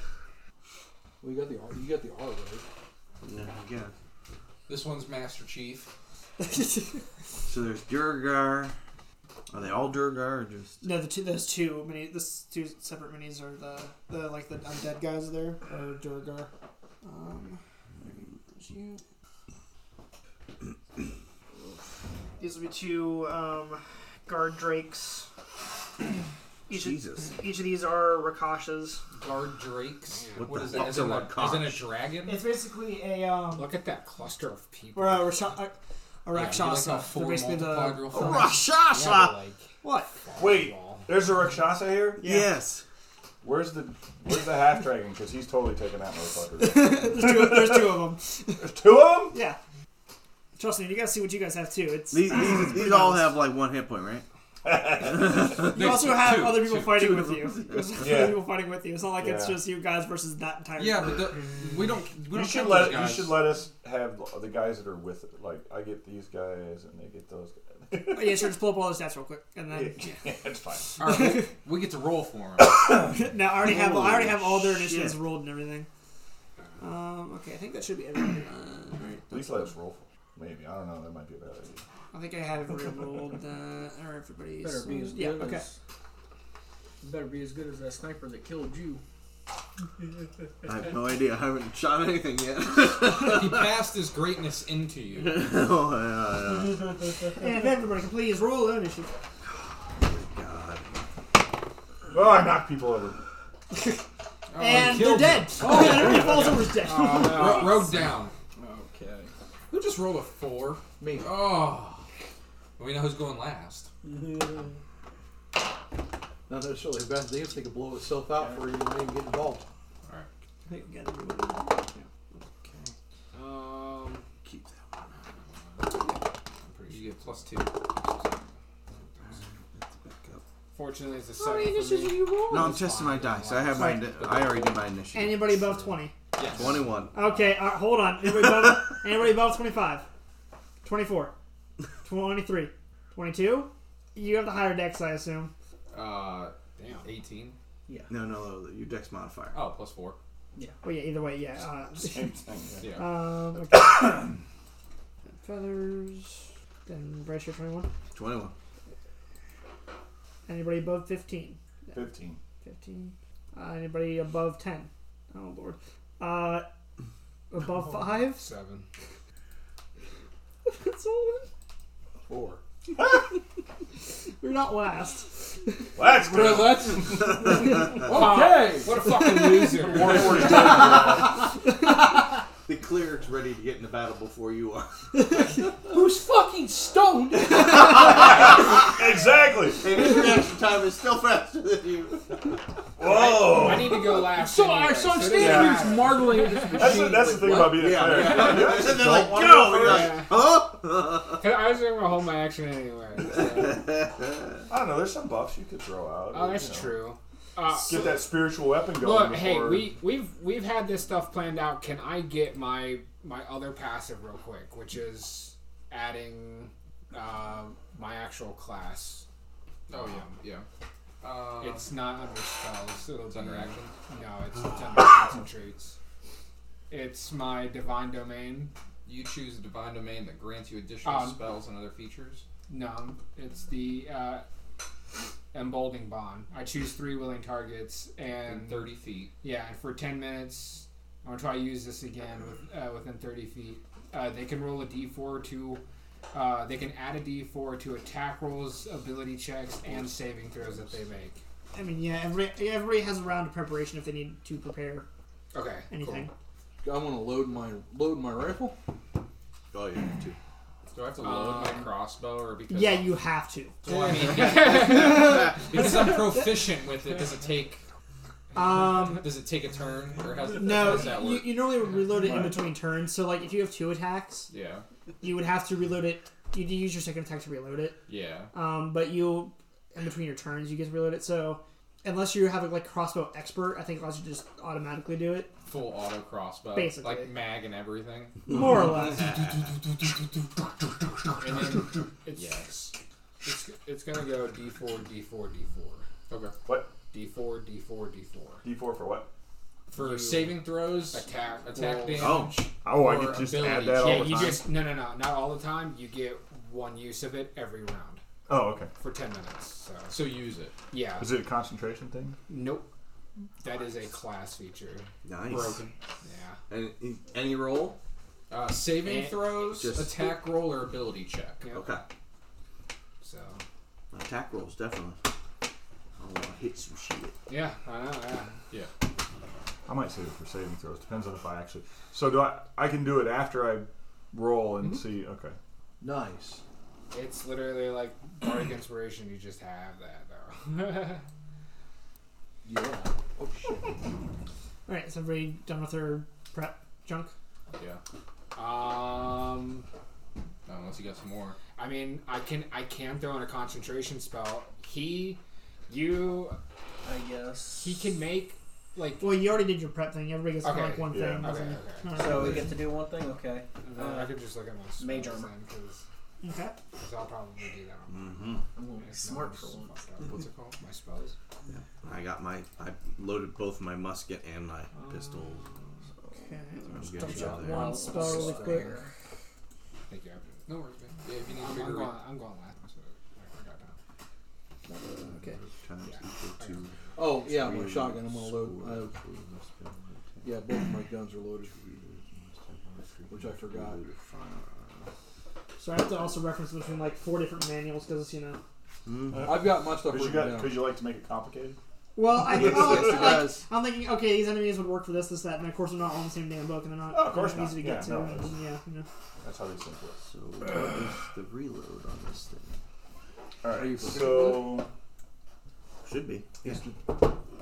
Well, you got the R. You got the R right.
Yeah, yeah.
This one's Master Chief.
So there's Durgar. Are they all Durgar or just?
No, the two. Those two mini. This two separate minis are the the like the undead guys there or Durgar. Um, there's you. These will be two um, guard drakes. Each of,
Jesus.
each of these are Rakashas.
Guard Drakes.
What
what
the
is that?
fuck's
Isn't
a
that?
Lakash?
Isn't a dragon?
It's basically a um,
Look at that cluster of people.
or a, Rasha- a, a
Yeah, you like
Rakshasa.
got
They're
four
basically
multiplied
the
real fast.
Yeah,
Oh, Rashasha.
but, like,
what?
Wait,
Well,
there's a Rakshasa here.
Yes.
Where's the Where's the half dragon? Because he's totally taking that motherfucker.
There's two, there's two of them.
there's two of them.
Yeah. Trust me, you guys see what you guys have too. It's
These, these, these all have like one hit point, right?
You also have other people
two-
fighting
two
with
of
you. There's
Yeah.
other people fighting with you. It's not like it's
Yeah.
just you guys versus that entire.
Yeah, but the, we don't. We
You
don't
should
count
let
those
You
guys.
should let us have the guys that are with it. Like I get these guys and they get those guys.
Oh, yeah, sure. Just pull up all the stats real quick, and then
yeah, it's fine.
All right, we, we get to roll for him.
now I already have I already have all their initiatives rolled and everything. Um, okay, I think that should be everything. Uh,
At least let us roll. For it. Maybe I don't know. That might be a bad idea.
I think I have everyone rolled. Uh, or everybody's.
Better be as good
yeah. Okay.
as. Better be as good as that sniper that killed you.
I have no idea. I haven't shot anything yet.
he passed his greatness into you.
oh yeah,
And if everybody can please roll their initiative.
yeah. God.
Oh, I knocked people over.
Oh, he
and they're
killed Uh, you.
dead. Oh, yeah, everybody falls over is dead.
Ro- rogue down.
Okay.
Who just rolled a four?
Me.
Oh. We know who's going last.
Not necessarily a bad thing if they could blow itself out for you and maybe get involved.
I think we got everybody.
Um,
Keep that one.
you get plus two.
Let's back up.
Fortunately, it's a second for me.
No, I'm testing my dice. I have my.
Right.
I already did my initiative.
Anybody above twenty?
Yes.
Twenty-one.
Okay, all right, hold on. Anybody above, anybody above 25? 24. 23. 22? You have the higher decks, I assume.
Uh, damn. 18.
No, no, your dex modifier.
Oh, plus four.
Well, yeah, either way, yeah.
Same thing. Yeah.
Uh,
Yeah.
um, okay. Feathers. Then Bracer 21.
Twenty-one.
Anybody above 15?
Fifteen.
15. Uh, anybody above 10? Oh, Lord. Uh, above 5?
Seven.
That's all.
Four.
We're not last.
Well, that's good.
Okay.
What a fucking loser.
Warrior Warrior Warrior.
The cleric's ready to get in the battle before you are.
Who's fucking stoned?
exactly.
And his reaction time is still faster than you.
Whoa.
I need to go last.
So I
anyway,
so I'm
it
standing
doesn't
here just
matter.
marveling at this
That's the,
machine,
that's the
like,
thing
what?
about being a
Yeah.
cleric.
and they're like,
Don't
go. You're like,
Yeah.
huh?
'Cause I was gonna hold my action anyway. so-
I don't know. There's some buffs you could throw out.
Oh,
you
that's
know.
true. Uh,
Get that spiritual weapon going.
Look, hey,
before-
we we've we've had this stuff planned out. Can I get my my other passive real quick, which is adding uh, my actual class.
Oh yeah, yeah. Uh,
It's not under spells. It'll
it's under
be-
action.
No, it's, it's under traits and traits. It's my divine domain.
You choose a divine domain that grants you additional
Um,
spells and other features.
No, it's the uh, emboldening bond. I choose three willing targets
And
and
thirty feet.
Yeah, and for 10 minutes, I'm going to try to use this again with, uh, within 30 feet. Uh, they can roll a d4 to. Uh, they can add a d4 to attack rolls, ability checks, and saving throws that they make.
I mean, yeah, every everybody has a round of preparation if they need to prepare
Okay.
anything.
I want to load my load my rifle.
Oh, yeah, me too.
Do I have to load my crossbow or because?
Yeah, you have to.
Well, I mean, because I'm proficient with it. Does it take?
Um,
Does it take a turn or has how
no,
does that
you,
work?
you normally would reload it in
Right.
between turns. So, like, if you have two attacks,
yeah,
you would have to reload it. You'd use your second attack to reload it.
yeah.
Um, but you, in between your turns, you get to reload it. So, unless you have a like crossbow expert, I think it allows you to just automatically do it,
Full auto crossbow,
Basically.
like mag and everything.
more or less.
And then it's,
Yes.
it's, it's going to go d4, d4, d4.
Okay.
What?
d4, d4, d4.
D4 for what?
For
You-
saving throws,
Attack.
attack
rolls.
damage.
Oh,
Oh, I
Or
could just
ability.
add that
Yeah,
all the
you
time.
just. No, no, no. Not all the time. You get one use of it every round
Oh, okay.
for 10 minutes. So,
So use it.
yeah.
Is it a concentration thing?
Nope. That is a class feature.
nice.
Broken.
Yeah.
And any roll?
Uh, saving
Eh,
throws,
just-
attack roll, or ability check.
Yep.
Okay.
So
Attack rolls, definitely. Oh, I want to hit some shit.
yeah, I know. Yeah.
I might save it for saving throws. Depends on if I actually. So do I? I can do it after I roll
Mm-hmm.
and see. Okay.
Nice.
It's literally like bardic inspiration. You just have that though.
Yeah. Oh shit.
All right, is everybody done with their prep junk?
Yeah.
um,
No, unless you got some more.
I mean, I can I can throw in a concentration spell. He, you,
I guess.
he can make like
Well, you already did your prep thing. Everybody gets
Okay,
like one
yeah.
thing.
okay.
doesn't
okay.
it? Alright.
So we get to do one thing? Okay.
And then I could just look at my spells
Uh, Mage armor.
because
Okay.
I'll probably do that. On
Mm-hmm.
I'm gonna be
my
smart for once.
What's it called? My spells.
I got my. I loaded both my musket and my pistol.
Okay.
I'm
Just
good
double
to
check
go there.
one spell really quick.
Um, Thank you. I've-
No worries, man. Yeah, if you need
I'm,
to
I'm
figure
going.
it
I'm going last. So I got time.
Okay.
Times equal to
Oh yeah, my
three,
shotgun. I'm gonna load.
four,
Uh,
three, must be on the
yeah, both my guns are loaded.
table.
Which I forgot.
So I have to also reference between like four different manuals because you know.
I've got my stuff
Because you
written
got.
down.
Because you like to make it complicated.
Well, I
Yes,
oh,
yes,
it's
it
like,
does.
I'm thinking, okay, these enemies would work for this, this, that, and of course they're not all in the same damn book, and they're not
Oh, of course
you know,
not.
easy to
Yeah,
get
no,
to. and,
it's-
yeah, you know.
That's how these things work.
So what is the reload on this thing?
All
Are you
right.
prepared
So
Should be. Yeah.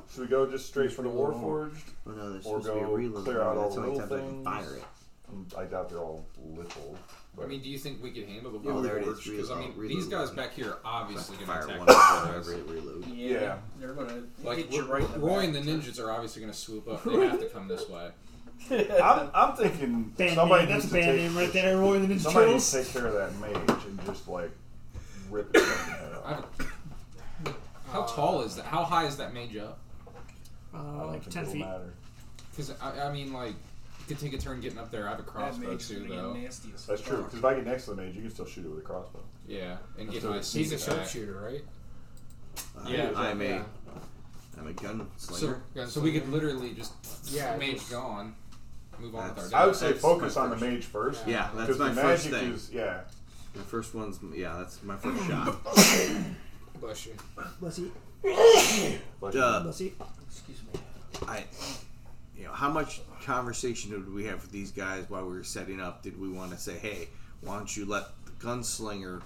should we go just straight for the
Reload.
Warforged?
Well, Oh, no, there's
Or
supposed to be a
go
reload.
clear out
button.
all
That's
the
only
little
time I can fire
things.
it.
Um, I doubt they're all little.
out. I mean, do you think we could handle the
Yeah, well, there it is.
Because I mean,
Reload.
these guys back here are
Just
obviously going
fire
to
one
attack.
before
us.
every reload.
Yeah.
They're gonna
Like
hit you right in the
Roy
back.
and the ninjas are obviously going to swoop up. They have to come this way.
I'm, I'm thinking
Band
somebody
name. That's
needs to
band
take
name right there. Roy and the Ninja
somebody
Turtles.
needs to take care of that mage and just like rip it. from the head
I
off.
have how tall is that? How high is that mage up?
I
Uh,
don't
like
think
ten
it'll
feet.
matter.
Because I, I mean, like, you could take a turn getting up there. I have a
That
crossbow
mage is
too,
gonna
though.
get nasty as
That's true.
fuck.
Because if I get next to the mage, you can still shoot it with a crossbow.
Yeah, and get
So
my
he's
He's a
sneak attack.
sharpshooter, right?
Yeah,
Uh, I'm
yeah.
a, I'm a gun
So,
slinger.
so we could literally just
Yeah,
mage
just-
gone, move on with our
That's-
day.
I would say
That's
focus
my
on the
first-
mage first.
yeah, that's
Because
my
the
first
magic
thing.
is yeah.
The first one's yeah, that's my first shot.
Bless you.
Bless you.
Like,
Duh.
Bless you.
Excuse me.
I, you know, how much conversation did we have with these guys while we were setting up? Did we want to say, hey, why don't you let the gunslinger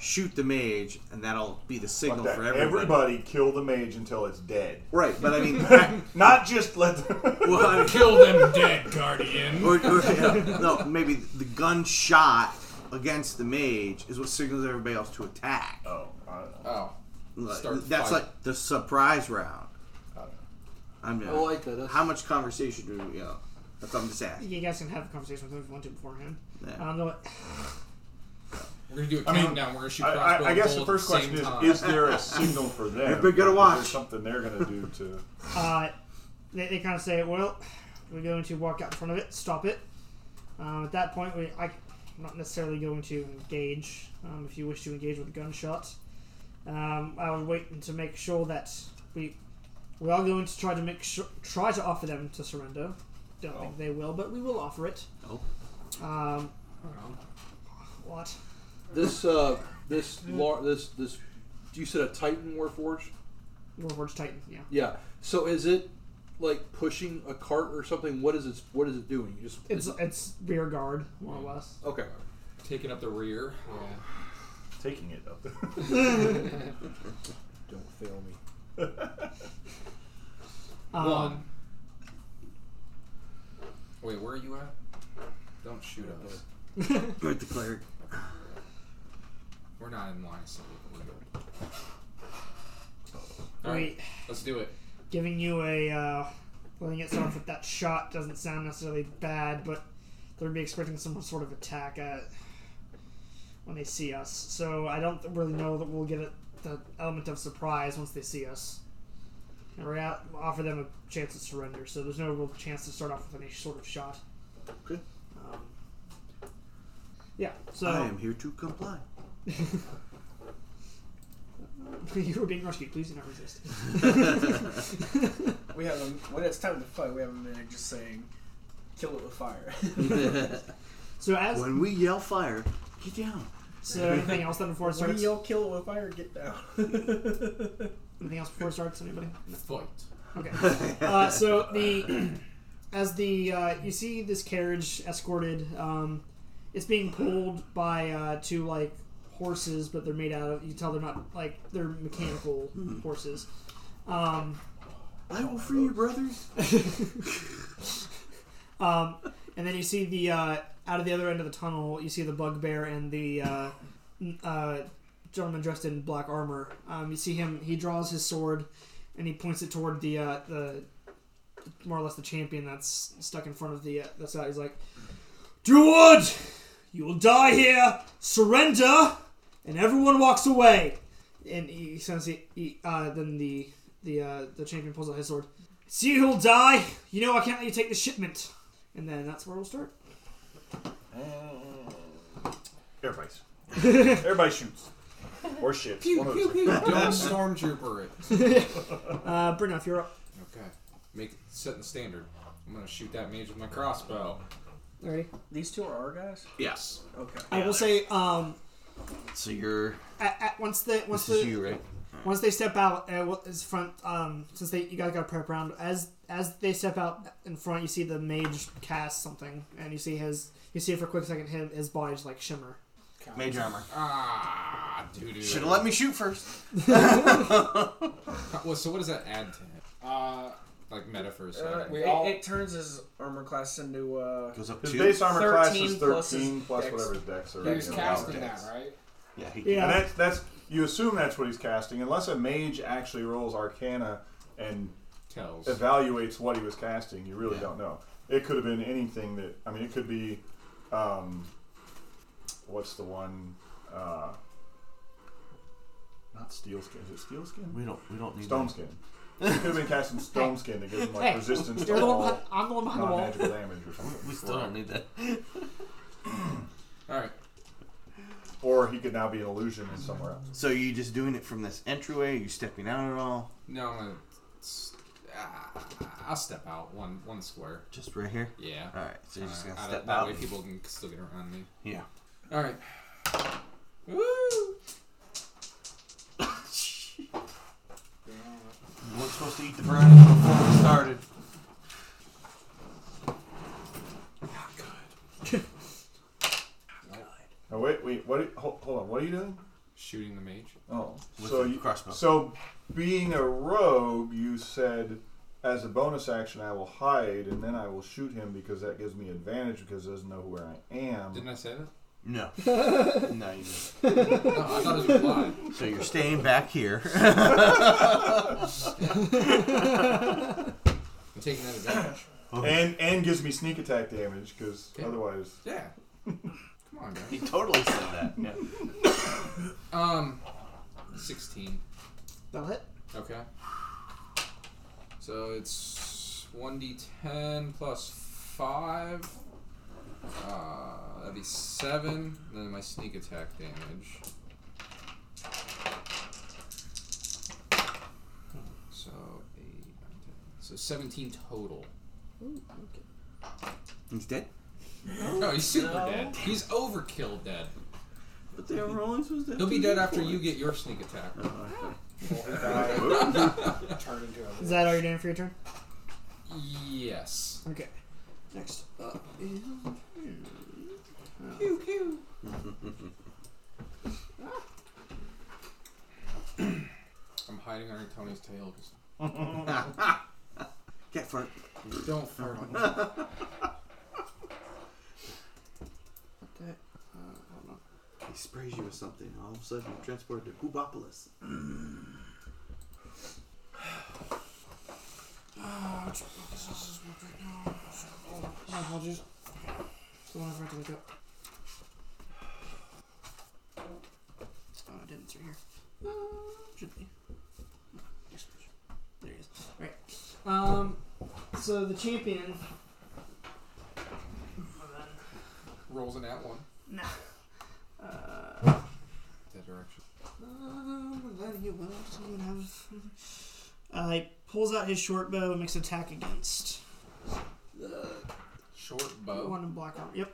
shoot the mage, and that'll be the signal
that.
for
everybody.
everybody?
kill the mage until it's dead.
Right, but I mean, I-
Not just let. The
well, I mean
Kill them dead, Guardian.
or, or yeah, no, maybe the gunshot against the mage is what signals everybody else to attack.
oh, I don't know.
Oh,
Like,
start the
that's
fight.
like the surprise round. I'm not.
I like that. That's,
How much conversation do we? Uh, that's what I'm just asking.
You guys can have a conversation with him if you want to beforehand. Um, I
Yeah.
don't know what.
We're gonna do a
I mean,
countdown. We're gonna shoot
I,
crossbow
I, I
bolt
guess the
at
first question
same
is:
time.
Is there a signal for them?
Everybody gotta
Is there
watch.
something they're gonna do to.
Uh, they, they kind of say, well, we're going to walk out in front of it, stop it. Um, at that point, we, I, am not necessarily going to engage. Um, if you wish to engage with a gunshot, um, I would wait to make sure that we we are going to try to make sure, try to offer them to surrender. Don't
Oh.
think they will, but we will offer it.
Oh.
Um, what?
this uh, this lar- this this. You said a Titan Warforged.
Warforged Titan, yeah.
Yeah. So is it like pushing a cart or something? What is it? What is it doing? You just
It's it's rear guard, more or less.
okay.
taking up the rear.
Taking it up.
Don't fail me.
Um,
One. Wait, where are you at? Don't shoot us.
Good declared.
We're not in line, so we're good.
I
All
mean,
right, let's do it.
giving you a uh, letting it off with that shot doesn't sound necessarily bad, but they're be expecting some sort of attack uh when they see us. So I don't really know that we'll get a, the element of surprise once they see us. And we're out, offer them a chance to surrender, so there's no real chance to start off with any sort of shot.
Okay.
Um, yeah. So
I am here to comply.
you were being rescued. Please do not resist.
We have them when it's time to fight. We have a minute just saying, kill it with fire.
So as
When we yell fire, get down.
so anything else that before it
When
starts?
you yell kill it with fire, get down.
Anything else before it starts? Anybody?
Fight.
Okay. Uh, so the as the uh, you see this carriage escorted, um, it's being pulled by uh, two like horses, but they're made out of. You can tell they're not like they're mechanical horses. Um,
I will free you, brothers.
um, and then you see the uh, out of the other end of the tunnel, you see the bugbear and the uh, n- uh, gentleman dressed in black armor. Um, you see him. He draws his sword and he points it toward the uh, the more or less the champion that's stuck in front of the uh, that's out. He's like, "Druid, you will die here. Surrender." And everyone walks away. And he sends he, he uh, then the the uh, the champion pulls out his sword. See who'll die. You know I can't let you take the shipment. And then that's where we'll start.
Everybody's. Everybody shoots. Or shits. One of the two.
Don't stormtrooper it.
Uh, Brinoff, you're up.
Okay. Make setting the standard. I'm gonna shoot that mage with my crossbow.
Ready?
These two are our guys.
Yes.
Okay.
I will say, um,
So you're.
at, at once the once
This is
the
you, right?
once they step out uh, what is front um since they you guys got to prep around as as they step out in front you see the mage cast something and you see his you see for a quick second him his body just like shimmer
Mage armor.
Ah, dude.
Should have let me shoot first.
Well, so what does that add to him?
Uh,
Like meta for a
Uh,
second.
We
it,
all-
it turns his armor class into uh,
Goes up
His
two.
base armor class
13
is
plus his
13 plus,
dex.
whatever his decks are.
he was
you know,
casting
power
that,
dex.
right?
Yeah. He,
Yeah.
And that's that's you assume that's what he's casting, unless a mage actually rolls Arcana and
Tells.
evaluates what he was casting. You really
Yeah.
don't know. It could have been anything that I mean. It could be, um, what's the one? Uh, not steel skin. Is it steel skin?
We don't. We don't need
Stone
that.
skin. He could have been casting stone skin to give him like
Hey,
resistance
you're
to
the one
all
Oh.
behind, I'm the one behind the wall
non-magical damage or something.
We still don't need that.
All right.
Or he could now be an illusion in somewhere else.
So you just doing it from this entryway? you stepping out at all?
No, I'm gonna. s- ah, I'll step out one one square.
Just right here.
Yeah.
All right. So you're just
Alright,
gonna
I-
step
that
out.
way people can still get around me.
Yeah.
All right. Woo!
We weren't supposed to eat the brownies before we started.
Oh wait, wait. What? are- Hold, hold on. What are you doing?
Shooting the mage.
Oh,
With
so
the
you,
crossbow.
So being a rogue, you said as a bonus action, I will hide and then I will shoot him because that gives me advantage because he doesn't know where I am.
Didn't I say that?
No. no. You didn't.
No, I thought it was implied.
So you're staying back here.
I'm taking that advantage.
and and gives me sneak attack damage because
Yeah.
otherwise
yeah. Come on,
He totally said that. Yeah.
guys. Um, 16.
That'll hit.
Okay. So it's 1d10 plus 5. Uh, that'd be 7. And then my sneak attack damage. So 8, 9, 10. So 17 total.
He's dead.
No, Oh, he's super
No.
dead. He's overkill dead.
But they were only supposed to.
He'll be dead after you get your sneak attack.
Turn into a.
Is that all you're doing for your turn?
Yes.
Okay. Next.
Pew pew. I'm hiding under Tony's tail. 'cause-
Get for it.
Don't fart on me.
He sprays you with something. All of a sudden, you're transported to Kubopolis.
My apologies. Still not forgot to look up. Oh, I didn't. It's right here. Uh, should be. Yes, it should. There he is. Right. Um, so the champion.
Rolls an at one.
Uh,
That direction.
Um, then he will. Does anyone have? Uh, he pulls out his short bow and makes an attack against
Short
the
bow.
one in black armor. Yep.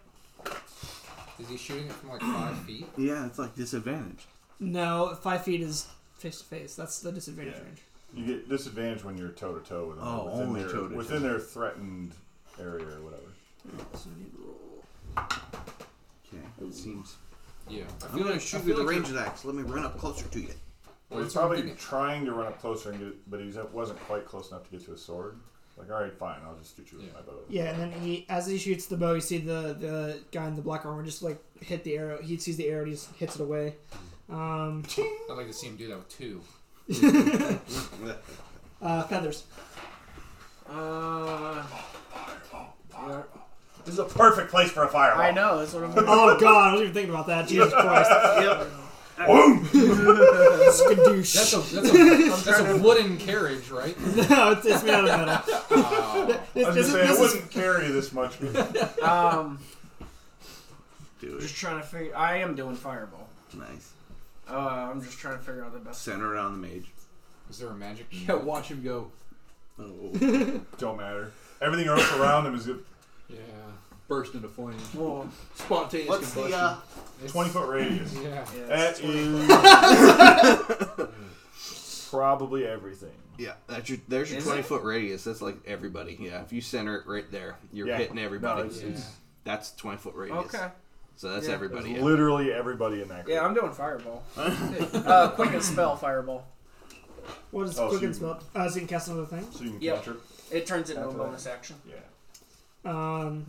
Is he shooting it from like five feet?
Yeah, it's like disadvantage.
No, five feet is face to face. That's the disadvantage
Yeah.
range.
you get disadvantage when you're toe to toe with them.
Oh,
within
only
their,
toe-to-toe.
within their threatened area or whatever.
So I need to roll.
Okay, it seems.
Yeah. I
I'm gonna
like-
shoot
I
you with
feel
a
like
range axe. Let me run up closer to you.
Well,
Well, he's
that's what I'm
probably
thinking.
trying to run up closer and get, it, but he wasn't quite close enough to get to his sword. Like, all right, fine, I'll just shoot you with
Yeah.
my bow.
Yeah, and then he, as he shoots the bow, you see the the guy in the black armor just like hit the arrow. He sees the arrow, and he just hits it away. Um,
I'd like to see him do that with two.
uh, feathers.
Uh,
This is a perfect place for a fireball.
I know. That's what I'm. Doing.
Oh God, I wasn't even thinking about that. Jesus Christ,
Boom!
skadoosh.
That's a that's a, that's a wooden carriage, right?
no, it's, it's made out of metal.
I was
This,
just
is-
saying,
this
it
is
wouldn't carry this much. But
Um,
Do it.
just trying to figure. I am doing fireball.
Nice.
Uh, I'm just trying to figure out the best.
Center around the mage.
Is there a magic?
Yeah, watch him go.
Oh,
don't matter. Everything else around him is good.
Yeah.
Burst into flames.
Well,
Spontaneous
What's the
combustion.
uh,
It's-
20 foot radius.
Yeah.
yeah,
That
that's
is probably everything.
yeah? That's your there's your
Is
20
it?
foot radius. That's like everybody. Yeah, if you center it right there, you're
Yeah.
hitting everybody.
No, it's,
Yeah.
it's
that's 20 foot radius.
okay.
So that's
Yeah.
everybody.
it's
Yeah.
literally everybody in that group.
Yeah, I'm doing fireball. uh, quick and spell fireball.
what is
Oh, so
quick and
you-
spell? Uh, so you can cast another thing.
so you can
Yep.
cantrip.
It turns into a
After
bonus action.
Yeah.
Um,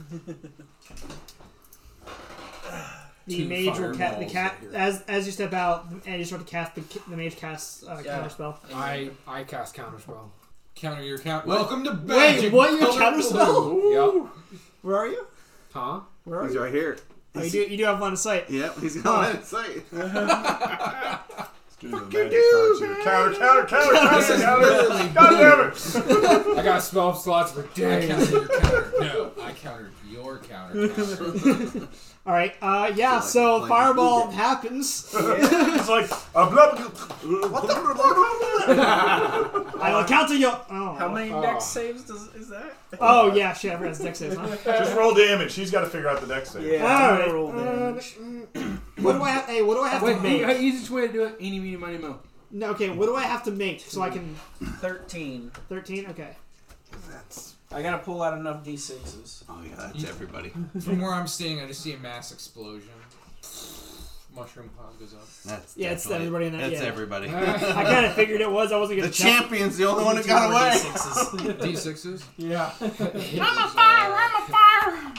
the
Two
mage will cast the
fireballs
cat
here.
as as you step out and you start to cast the, ca- the mage casts uh,
Yeah.
counter spell.
I I cast counterspell.
Counter your count. Welcome to
Wait,
magic.
what? You
Color
counter spell?
Yep.
Where are you?
Huh?
Where are
he's
you?
right here.
Oh, you do you do have one sight.
Yep, he's got that sight.
Let's do the magic cards here. Counter, counter, counter, counter, counter. God damn it!
I got spell slots for
I
days.
countered your counter. No, I countered your counter. counter.
All right. Uh, yeah.
So,
So,
like, like,
fireball
move it.
happens.
It's like a blah.
What the
I will counter you. Oh.
How many
Oh.
dex saves does, is that?
Oh yeah, shit. I forgot it's dex saves. Huh?
Just roll damage. He's got to figure out the next thing.
All
I'm
right.
gonna roll
uh,
damage.
what do I have? Hey, what do I have to
Wait,
make?
hey, easiest way to do it. Eeny, meeny, miny, mo.
No, okay. What do I have to make so I can?
Thirteen.
Thirteen. Okay.
I gotta pull out enough d sixes.
Oh yeah, that's everybody.
From where I'm standing, I just see a mass explosion. Mushroom cloud goes up.
That's
Yeah, it's
definitely-
everybody in that,
That's
yeah.
everybody.
I kind of figured it was. I wasn't
The
gonna. check.
champion's the only one that got away.
D6s?
Yeah.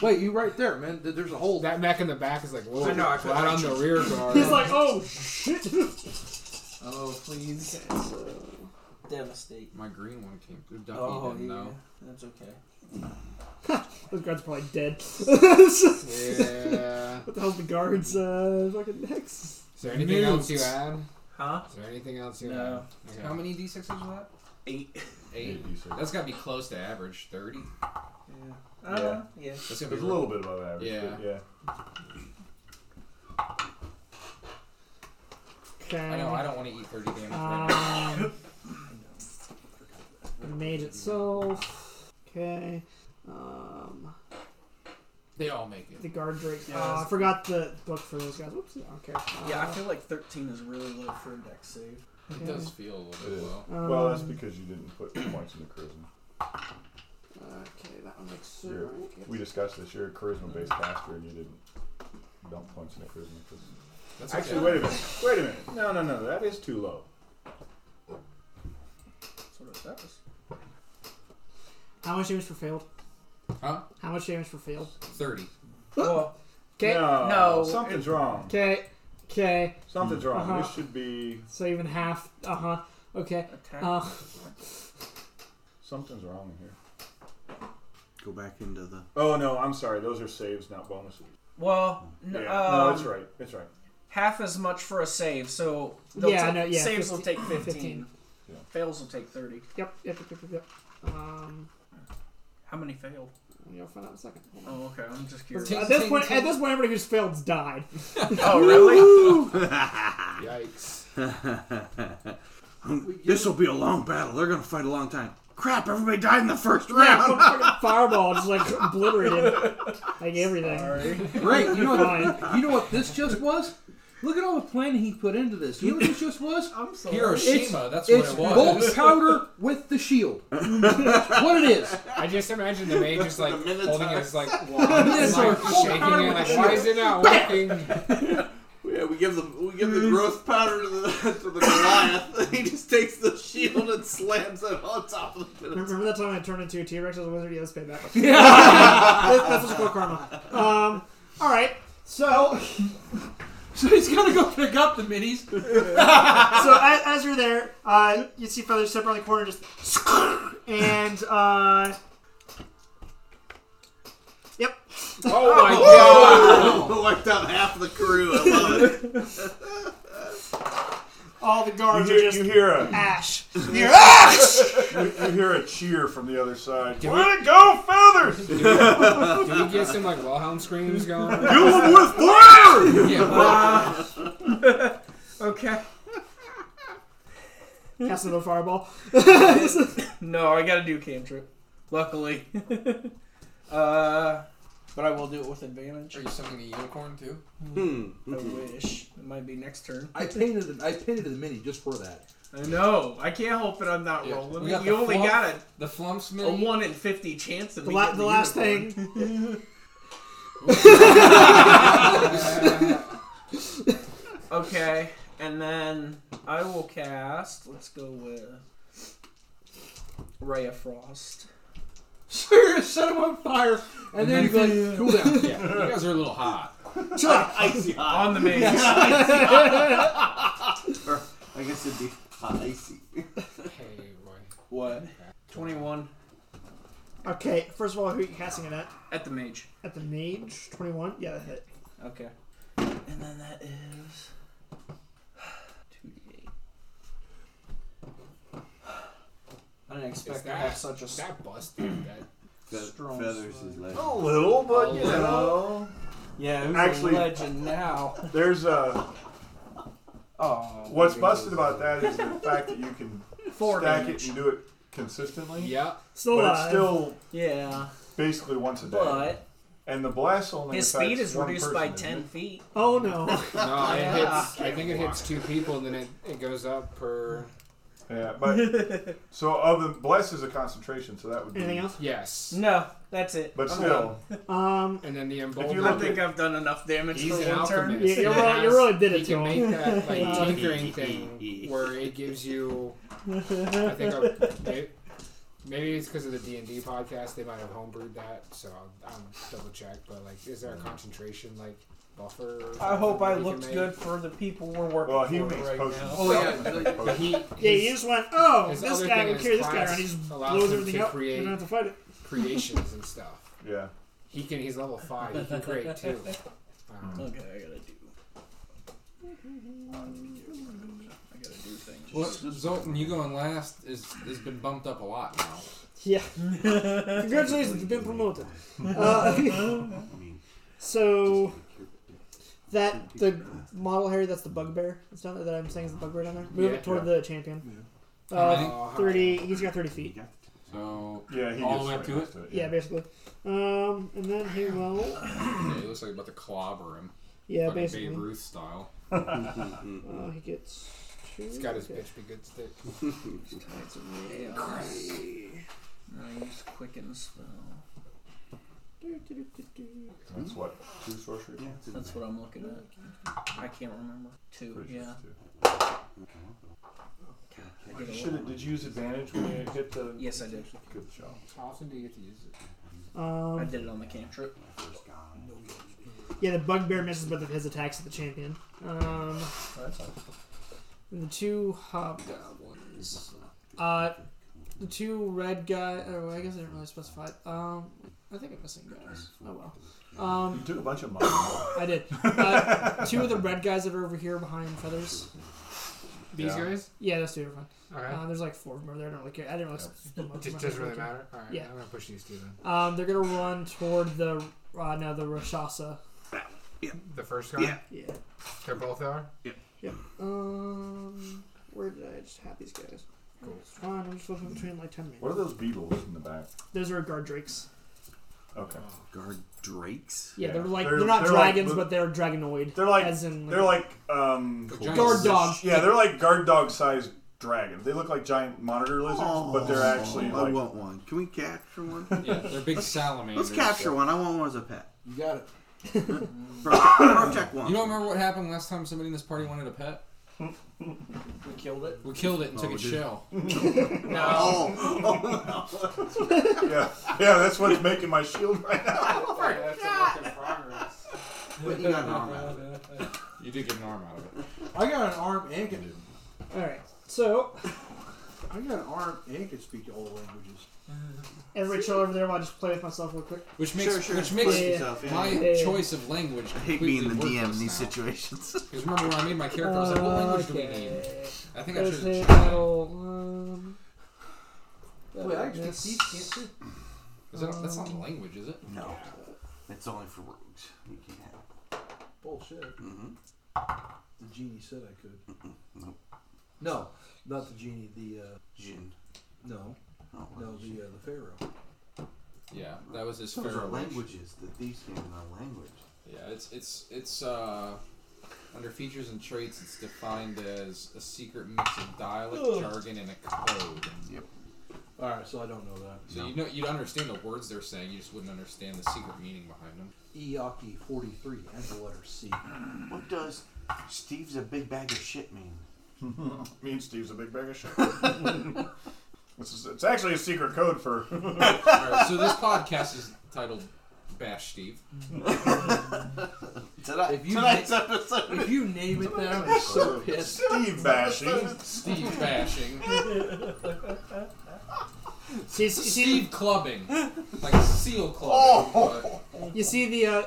Wait, you right there, man. Th- There's a hole.
That mech in the back is like, whoa.
I know, I feel
Right
like-
on the rear guard.
He's like, oh shit.
Oh please. Devastate.
My green one came through. Ducky
Oh,
didn't
yeah.
know.
That's okay.
Those guards are probably dead.
Yeah.
what the hell's the guards uh, fucking next?
Is there anything else you add?
Huh?
Is there anything else you
No.
add? Okay.
How many d6s was that?
Eight.
Eight.
Eight D6.
That's got to be close to average. Thirty.
Yeah. Uh, yeah.
That's gonna
It's
be
a little bit above average.
Yeah.
but yeah.
Okay.
I know. I don't want to eat thirty damage. right now.
Um, the mage itself. Okay. Um,
They all make it.
the guard drake.
Yeah,
uh, I
that's-
forgot the book for those guys. Whoops. Okay.
Yeah, I
Uh,
feel like 13 is really low for a deck save.
It does feel a little
It
bit
is.
low.
um,
Well, that's because you didn't put points in the charisma.
Okay, that one looks so.
You're- We discussed this. You're a charisma-based caster, and you didn't dump points in the charisma. 'cause-
That's okay.
Actually, wait a minute. Wait a minute. No, no, no. That is too low.
That's what that was.
How much damage for failed?
Huh?
How much damage for failed?
Thirty.
Well,
Okay.
No,
No,
something's wrong.
Okay. Okay.
Something's wrong.
Uh-huh.
This should be
So even half. Uh huh. Okay.
attack.
Uh,
something's wrong here.
Go back into the.
Oh no, I'm sorry. Those are saves, not bonuses.
well, no,
yeah. no,
um,
it's right. It's right.
half as much for a save, so they'll
Yeah,
take-
no, yeah,
saves will
15
take 15.
15.
Yeah.
Fails will take 30.
yep. Yep. Yep. Yep. Yep. yep. Um,
How many failed?
you'll find out in a second. Hold on.
Oh, okay. I'm just curious.
At this point, at this point, everybody who's failed's died.
oh, really?
Yikes.
This will be a long battle. They're gonna fight a long time. Crap! Everybody died in the first
Yeah,
round.
fucking fireball just like obliterated like everything.
Right. You know what?
Fine.
You know what this just was? Look at all the planning he put into this. You know what this just was?
I'm sorry.
Hiroshima. that's what
It's
it was.
bolt powder with the shield. That's what it is.
I just imagine the mage just like
Minotaur.
holding his like wand, and,
Minotaur.
like shaking it, like why is it not working?
yeah, we give the we give the growth powder to the, to the Goliath. he just takes the shield and slams it on top of the.
Remember that time I turned into a T Rex as a wizard? Yeah, that's payback. That- that's what's called karma. Um, all right. So,
So he's gonna go pick up the minis.
so as, as you're there, uh, you see Feather step around the corner, just and uh, yep,
Oh my god!
Wiped out half the crew. I love it.
all the
You
guards are
hear,
oh, just
you hear a
ash. You're ash.
you, you hear a cheer from the other side. Way to go, feathers! Do
Did we get some like Wilhelm screams going?
them with fire!
yeah, well,
Okay.
Cast another fireball.
No, I gotta do cantrip. Luckily. uh, but I will do it with advantage.
Are you summoning a unicorn too?
I
Hmm.
wish. It might be next turn.
I painted. it- I painted the mini just for that.
I know. I can't help it. I'm not
Yeah.
rolling.
We got
you
the
only
flop.
got
The flumps
a, a
Oh,
mini.
one in fifty chance of
The,
me
la-
getting
the last
unicorn.
thing.
Okay, and then I will cast. Let's go with Ray of Frost.
So you're gonna set him on fire, and then you're like, cool down.
yeah, you guys are a little hot.
Icy hot.
On the mage.
Or, I guess it'd be hot icy.
hey boy.
What? Twenty-one
Okay, first of all, who are you casting it at?
at the mage.
At the mage, twenty-one. Yeah, that hit.
Okay. And then that is two D eight. I didn't expect
Is
to
that-
have such a
That bust dude, that
Fe-
Strong Oh.
feathers
slide.
is like.
A little, but you
A little.
know.
yeah. Who's
Actually-
a legend now?
There's uh,
Oh,
what's busted about that is the fact that you can
Four
stack
damage.
it and do it consistently.
Yeah.
Still
But
alive.
it's still
Yeah,
basically once a day.
but
and the blast only
his
affects
speed is
one
reduced
person,
by
isn't
ten
it?
feet.
Oh no.
No, it
Yeah.
hits. I think it hits two people, and then it, it goes up per.
Yeah, but so of the blast is a concentration, so that would be
Anything else?
Yes.
No, that's it.
But
I'm
still,
done.
Um,
And then
If
the
you
emboldened.
look
I think I've done enough damage
He's
for
an
one turn.
alchemist.
Yeah, you're
He
right- you
has-
really did it
he
to
can
him.
make that like tinkering thing where it gives you. I think a, Maybe it's because of the D and D podcast. They might have homebrewed that, so I'll, I'll double check. But like, is there a concentration like buffer? or
I hope
something
I
we can
looked
make?
good for the people we're working
Well,
for
he makes
right
potions.
now.
Oh, yeah,
Self-made
the-
potions.
He,
Yeah,
his
you just went, oh,
his
this
other
guy,
thing
we
is
carry this guy around. He
class
just
allows
blows
him
everything
to
up. You
create-
don't have to fight it.
creations and stuff.
Yeah.
He can. He's level five. He can create too. Um,
Okay, I gotta do. I gotta do things.
Well, Zoltan, you going last is has been bumped up a lot now.
Yeah. Congratulations, you've been promoted. Uh, so that the model Harry, that's the bugbear. It's not that I'm saying is the bugbear down there. Move
Yeah.
it toward the champion.
How
Uh,
oh, hi.
thirty. He's got thirty feet.
So
Yeah, he
all
gets
the way up
right
to it.
next to it.
Yeah, basically. Um, and then he will.
Yeah, he looks like about to clobber him,
Yeah,
fucking
basically.
Babe Ruth style.
Uh, he gets. Two.
He's got his
okay.
bitch be good stick.
I use quicken spell.
Do, do, do, do, do.
That's what? Two sorcery? Yeah.
That's what I'm looking at. I can't remember. Two, yeah. I did a
Should
little-
it, did you use advantage when you hit the.
Yes, I did.
Good job.
How often do you get to use it?
I
Um,
did it on the cantrip.
yeah, the bugbear misses, but his attacks at the champion. Um,
That's fine.
and the two hobgoblins. Uh, the two red guy. Oh, I guess I didn't really specify. Um, I think I'm missing guys. Oh well. Um,
You took a bunch of money.
I did. Uh, two of the red guys that are over here behind feathers.
These
Yeah.
guys?
Yeah, those two are fine.
Okay.
Uh, there's like four of them over there. I don't really care. I didn't really. split them up.
It just doesn't really matter. All right,
Yeah.
I'm gonna push these two then.
Um, they're gonna run toward the uh, no the Rashasa.
The first guy.
Yeah.
Yeah.
They're both are.
Um, where did I just have these guys?
Cool.
It's fine. I'm just flipping between like ten minutes.
What are those beetles in the back?
Those are guard drakes.
Okay.
Guard Drakes.
Yeah,
Yeah.
they're like they're,
They're-
not
they're like
dragons,
mo-
but they're dragonoid.
They're like-
as in
They're like um,
They're giant
guard
fish.
dog.
yeah, they're like guard dog sized dragons. They look like giant monitor lizards, but they're actually
I
like
want one. Can we capture one?
Yeah, they're big salamanders.
Let's capture one. I want one as a pet.
You got it.
Protect, protect one.
You don't remember what happened last time somebody in this party wanted a pet?
We killed it.
We killed it and took
Oh,
its
did-
shell.
No.
Oh,
yeah, yeah. That's what's making my shield right now.
Alright, that's a work in progress.
but you got an arm out of it.
You did get an arm out of it.
I got an arm and can do.
All right, so
I got an arm and can speak all the languages.
everybody chill over there while I just play with myself real quick.
Which makes
Sure, sure.
which makes
Yeah,
yourself, yeah.
my
Yeah, yeah.
choice of language.
I hate being the
completely
DM in
worthless
these
now.
situations.
Because remember when I made my character, I was like, what language do we need?
Okay.
I think I
There's
should
the
have chimed.
battle. Um,
Wait, I actually
this-
these can't too.
Is that- That's not a language, is it?
No. It's only for rogues. You can't have it.
Bullshit.
Mm-hmm.
The genie said I could.
Nope.
No, not the genie. The uh,
Jin.
no,
Oh,
No,
no, the uh, the pharaoh.
Yeah, that was his
Those are
pharaoh.
languages that these games are language.
Yeah, it's it's it's uh, under features and traits, it's defined as a secret mix of dialect, jargon, and a code.
All right, so I don't know that.
So you know you'd understand the words they're saying, you just wouldn't understand the secret meaning behind them.
Eaki forty three and the letter C.
What does Steve's a big bag of shit mean?
Me and Steve's a big bag of shit. This is, it's actually a secret code for.
All right, so this podcast is titled "Bash Steve."
Tonight,
If you
tonight's
make-
episode.
If you name it that, I'm so pissed.
Steve bashing.
Steve bashing.
so you, see,
Steve clubbing. Like seal clubbing. but-
you see the uh,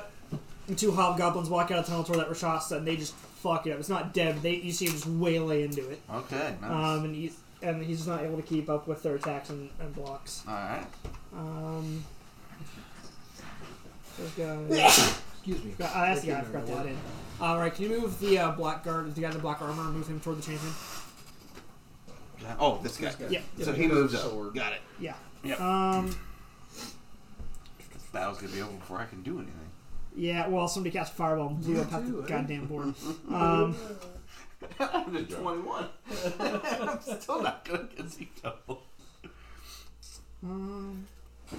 two hobgoblins walk out of the tunnel toward that Rashasa, and they just fuck it up. It's not dead. But they you see him just waylay into it,
Okay, nice.
um, and he's and he's just not able to keep up with their attacks and, and blocks.
All right.
Um, those guys.
Excuse me.
Yeah, I asked the guy. I
Making
forgot
their
that
work.
in. All right, can you move the uh, black guard, the guy in the black armor, move him toward the champion?
Oh, this guy.
Yeah.
So
yeah.
he moves up.
Sword.
Got it.
yeah.
Yep.
Um.
Battle's gonna be over before I can do anything.
Yeah. Well, somebody cast fireball and blew up half the
too, eh?
goddamn board. Um,
I'm at 21. I'm still not gonna get Zito.
um, okay,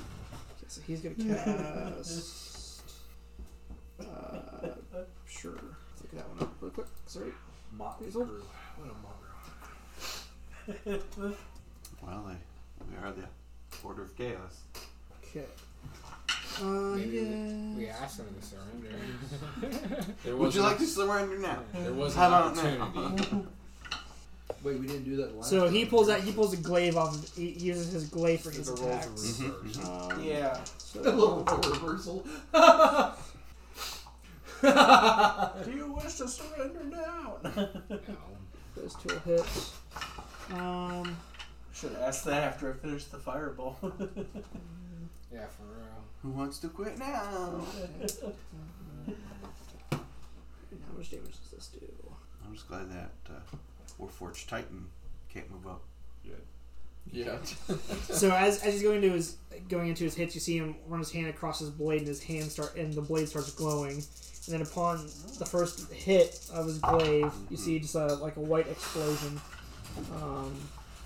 so he's gonna cast. Uh, sure. Let's look that one up real quick. Sorry.
Motley
Hazel?
Crue. What a motley.
Well, they, we are the
Order of Chaos.
Okay. Uh,
Maybe
yeah.
we asked him to surrender.
There
Would
was
you
an-
like to surrender now?
there was an
How about now?
opportunity.
Wait, we didn't do that last.
So he
time.
pulls out. He pulls a glaive off. Of, he uses his glaive for his
the roles
attack.
of reverse.
Um,
Yeah.
a little reversal.
Do you wish to surrender now?
Those two will hit. Um,
Should ask that after I finish the fireball.
Yeah, for real.
Who wants to quit now?
and how much damage does this do?
I'm just glad that uh, Warforged Titan can't move up.
Yeah.
So as, as he's going into his going into his hits, you see him run his hand across his blade, and his hand start and the blade starts glowing. And then upon the first hit of his glaive, you see just a, like a white explosion. Um,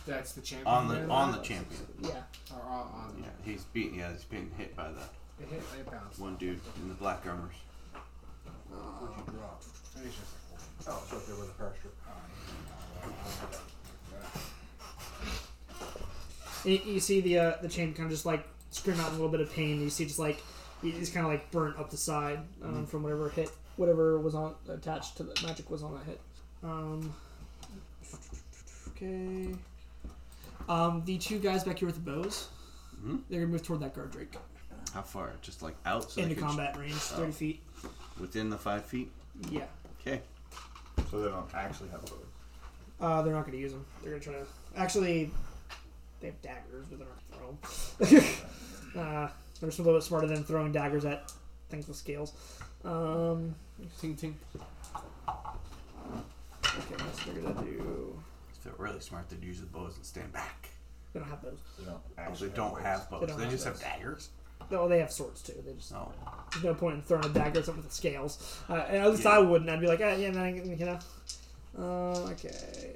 That's the champion.
On the
there,
on the
though?
champion.
yeah.
Or on, on
Yeah, he's beat. Yeah, he's been hit by that
the, it hit, it bounced.
one dude in the black armors.
What'd you drop? And he's just like,
Oh, it's up there with the pressure.
And you, you see the uh, the chain kind of just like scream out in a little bit of pain. And you see just like he's kind of like burnt up the side um, from whatever hit, whatever was on attached to the magic was on that hit. Um, okay. Um, the two guys back here with the bows,
Mhm.
they're gonna move toward that guard Drake
How far? Just like out. So they
into
could-
combat range, thirty feet.
within the five feet.
Yeah.
Okay.
So they don't actually have bows.
Uh, they're not gonna use them. They're gonna try to actually. They have daggers, but they're not gonna throw 'em. uh, they're just a little bit smarter than throwing daggers at things with scales. Um,
ting ting.
Okay, that's what they're gonna do.
If they're really smart, they'd use the bows and stand back.
They don't have those.
They don't
Oh,
actually
they don't have bows. They,
don't have
just have
bows.
daggers.
No, they have swords too. They just
Oh,
there's no point in throwing a dagger at something with scales. Uh, and at least
Yeah.
I wouldn't. I'd be like, ah, yeah, man, you know. Uh, okay.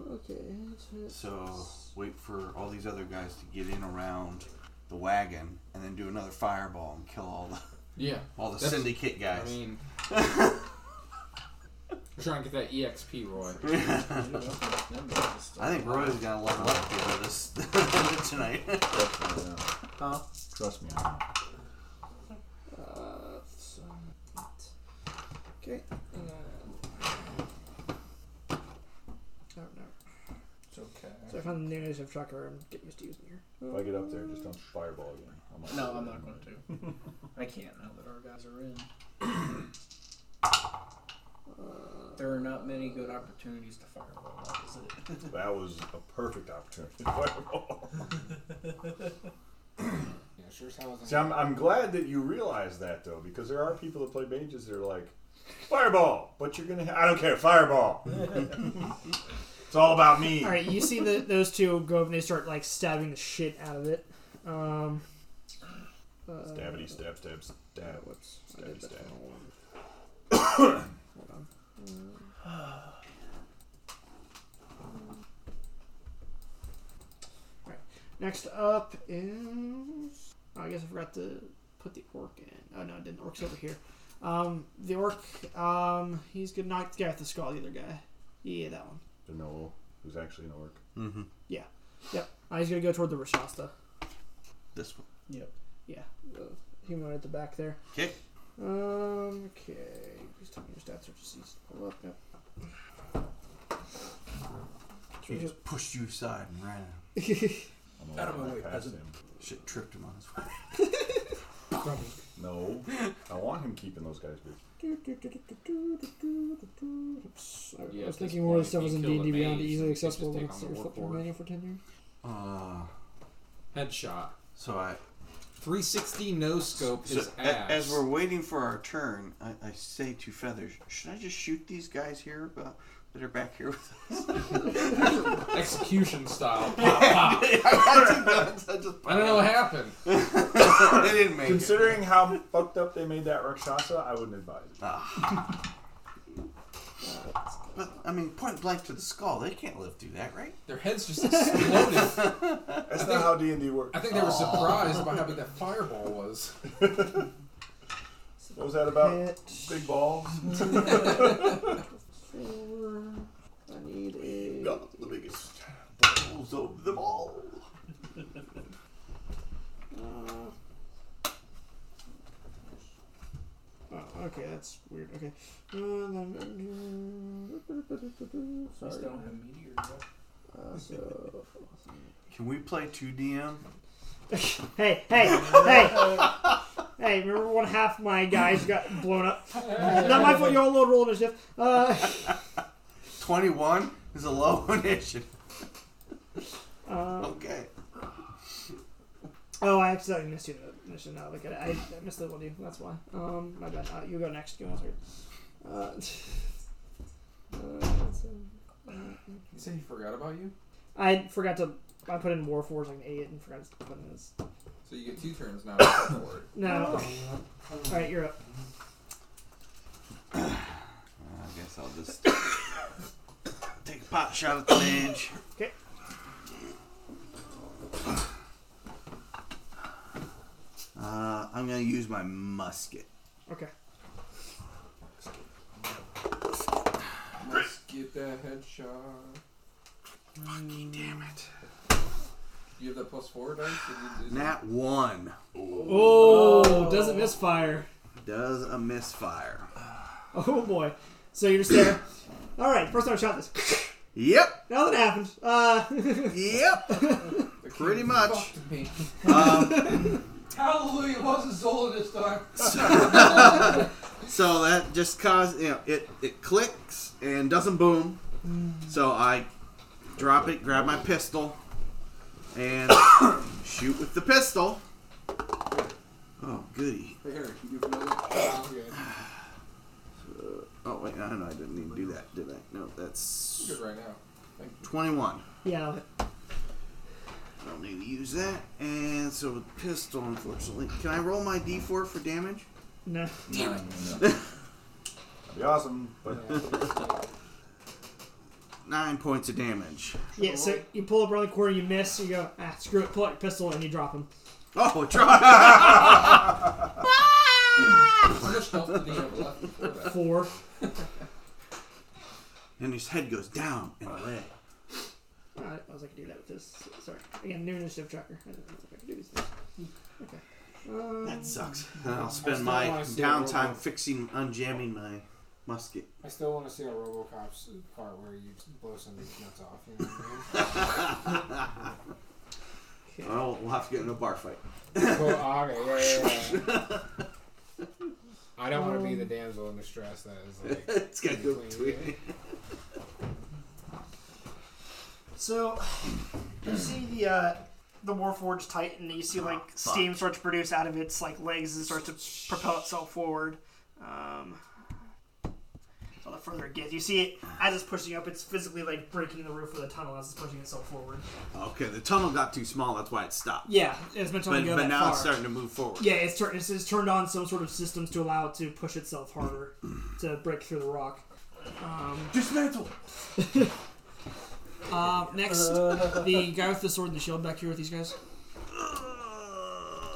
Okay. that's it.
so wait for all these other guys to get in around the wagon, and then do another fireball and kill all the
Yeah.
all the
That's-
syndicate
I
guys.
mean, we're trying to get that EXP, Roy.
I think Roy's gonna level up the end of this tonight.
Trust me, I know.
Huh?
Trust me. I know.
Uh, so, okay. Uh, I don't know.
It's okay.
So I found the new initiative tracker. I'm getting used to using here.
If I get up there, just don't fireball again. I'm like,
No, I'm not going to. I can't now that our guys are in. there are not many good opportunities to fireball, that is it?
That was a perfect opportunity to fireball.
Yeah, sure as hell wasn't.
See, I'm, I'm glad that you realize that though, because there are people that play mages that are like, fireball, but you're gonna. I don't care, fireball. it's all about me.
All right, you see the, those two go up and they start like stabbing the shit out of it. Um, uh,
Stabity, stab, stab, stab.
Whoops, I did
Stabby
that
stab.
wrong one. Hold on. Alright, Next up is. Oh, I guess I forgot to put the orc in. Oh no, I didn't. Orc's over here. Um, the orc, um, he's gonna knock the guy with the skull, the other guy. Yeah, that one.
The Noel, who's actually an orc.
mm-hmm.
Yep. Uh, he's gonna go toward the Rashasta.
This one.
Yeah, the humanoid at the back there.
'Kay.
Um, okay. Please tell me your stats are just easy to pull up. Yep.
He just pushed you aside and ran.
I'm gonna
Out of
let
my
him
way,
pass
peasant.
him.
Shit tripped him on his way.
No, I want him keeping those guys busy.
Oops. I-
Yeah,
I
at
was
this
thinking more of
point,
the stuff
if
was in
you
D&D
kill the
Beyond
mage,
easily
it's just
accessible
take
than
on
it's
the
for
warlord.
manual for 10 years.
Uh,
Headshot.
so I
360 no scope
So
is
a-
ass.
as we're waiting for our turn, I, I say to Feathers, should I just shoot these guys here uh, that are back here with us?
execution style.
I just-
I don't know what happened.
they didn't make it.
Considering how fucked up they made that Rakshasa, I wouldn't advise it.
Ah. But I mean, point blank to the skull, they can't live through that, right?
Their heads just exploded.
That's not how D and D works.
I think they were surprised by how big that fireball was.
What was that about?
Hit.
Big balls.
Four. I need a...
the biggest
rules over them all.
Oh, okay, that's weird. Okay. Uh, then-
Just
Sorry.
don't have meteors. yet.
Uh, so-
Can we play 2DM?
hey, hey, hey, hey! Remember one half my guys got blown up. Not my fault. Y'all load roll initiative. Uh,
21 is a low initiative.
uh,
Okay.
oh, I accidentally missed you the mission. Now look at it. I, I missed that one. You. That's why. Um, my bad. Uh, you go next. You go next. Uh, uh, so-
You say he forgot about you?
I forgot to. I put in War Forge like an eight and forgot to put in this.
So you get two turns now. forward.
No. All right, you're up.
I guess I'll just take a pot shot at the mage.
Okay.
Uh, I'm gonna use my musket.
Okay.
Let's get that headshot.
Fucking damn it.
You have that plus four dice? Or you-
Nat one
Oh, doesn't misfire.
does a misfire.
Oh boy. So you're just there. All right, first time I shot this.
Yep.
Now that happened. Uh,
Yep.
The king
Pretty much.
fucked me.
Um,
Hallelujah, it wasn't Zola this time.
so that just caused you know it it clicks and doesn't boom. So I drop it, grab my pistol, and shoot with the pistol. Oh goody.
Here, you can do another.
Sounds good.
Oh wait, I know I didn't need to do that, did I? No, that's
Good right now. Thank you.
twenty-one.
yeah.
I don't need to use that. And so with pistol, unfortunately, can I roll my d4 for damage?
No.
That'd be awesome, but
Nine points of damage.
Yeah. So you pull up around the corner, you miss, you go ah screw it, pull out your pistol, and you drop him.
Oh, try.
How much health did he have left before that?
Four.
and his head goes down and away.
All right, I was like, I can do that with this. Sorry. Again, new initiative tracker. I don't know if I can do these things. Okay. Um,
That sucks. And I'll
I
spend
still
my
wanna see a
downtime
robot.
fixing, unjamming my musket.
I still want to see a RoboCop's part where you blow somebody's nuts off. You know what
okay.
Oh, we'll have to get in a bar fight.
I mean? well, okay, yeah, yeah, yeah. Um. I don't want to be the damsel in distress that is like.
it's got to go between.
between-
So you see the uh, the Warforged Titan, and you see like
Ah,
steam starts to produce out of its like legs and starts to propel itself forward. Um, so the further it gets, you see it as it's pushing up. It's physically like breaking the roof of the tunnel as it's pushing itself forward.
Okay, the tunnel got too small. That's why it stopped.
Yeah, it's meant to
But,
go
but
that
now
far.
it's starting to move forward.
yeah, it's, tur- it's, it's turned on some sort of systems to allow it to push itself harder to break through the rock. Um,
Dismantle.
uh, next, the guy with the sword and the shield back here with these guys.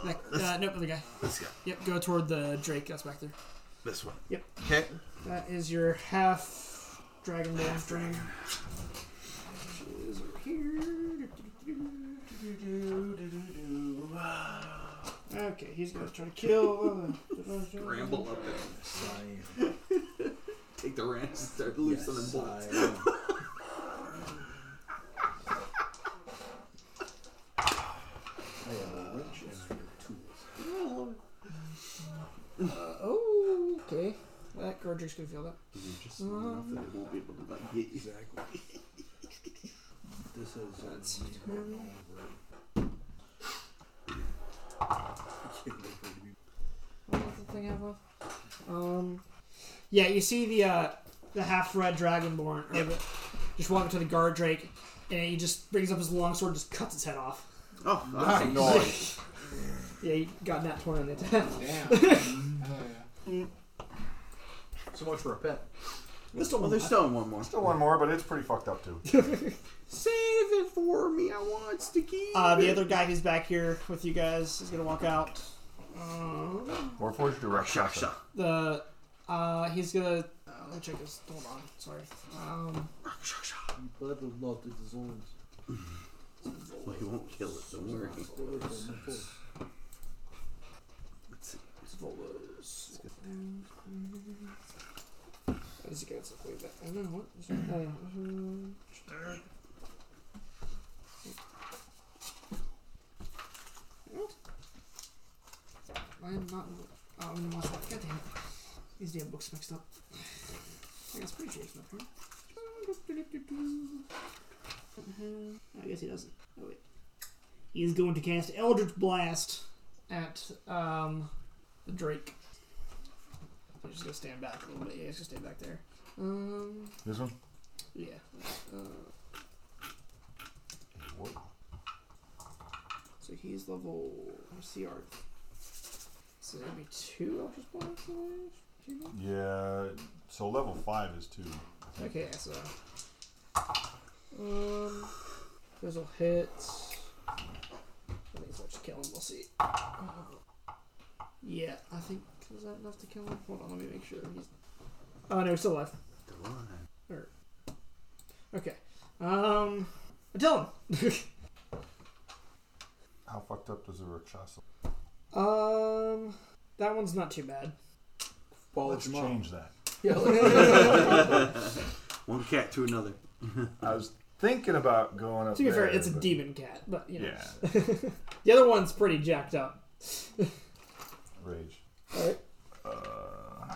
That, uh, nope, other guy.
This guy.
Yep, go toward the Drake. That's back there.
This one.
Yep.
Okay.
That is your half dragon ball dragon. Which is over here. Okay, he's gonna try to kill.
Ramble up there. Take the ranch and start loosening bolts.
Uh,
oh, okay. That Gardrick's gonna feel that.
Just enough that it won't be able to like, get you.
Exactly. This is. uh, That's
What was the thing I was? Um, yeah, you see the uh, the half red dragonborn or the- just walking to the guard drake, and he just brings up his long sword, and just cuts its head off.
Oh,
Ah,
Nice.
noise.
Yeah, he got that twenty on the attack.
Damn. Hell
So much for a pet.
This one-
well, there's still one more.
Still one more, but it's pretty fucked up too.
Save it for me. I want to keep.
Uh, the
it.
other guy who's back here with you guys is gonna walk out. Um,
Warforged direct
Sha, sha.
the uh, he's gonna. Uh, let me check his. Hold on, sorry. Um,
But I love the designs.
Well, he won't kill it. Don't worry. Let's see.
What is it against? Way back. I don't know what. is it? Uh, mhm. What? I am not. Oh, I'm lost. God damn it. These damn books mixed up. I guess pretty sure it's not right. I guess he doesn't. Oh wait. He's going to cast Eldritch Blast at um the Drake. I'm just gonna stand back a little bit. Yeah, just stay back there. Um,
This one?
yeah. Uh, so he's level. What's the arc? So that'd be two Ultra Blasts. I think?
Yeah. So level five is two.
Okay, so. Um, Fizzle hits. I think it's just kill him, we'll see. Yeah, I think. Is that enough to kill him? Hold on, let me make sure. He's... Oh, no, he's still alive. Still alive. Okay. Um, I tell him.
How fucked up does a Rakshasa?
um, that one's not too bad.
Follow
Let's
him up.
change that.
Yeah, like,
One cat to another.
I was thinking about going up
To be fair,
there,
it's a
but-
demon cat, but you know.
Yeah.
The other one's pretty jacked up.
Rage.
Alright.
Uh,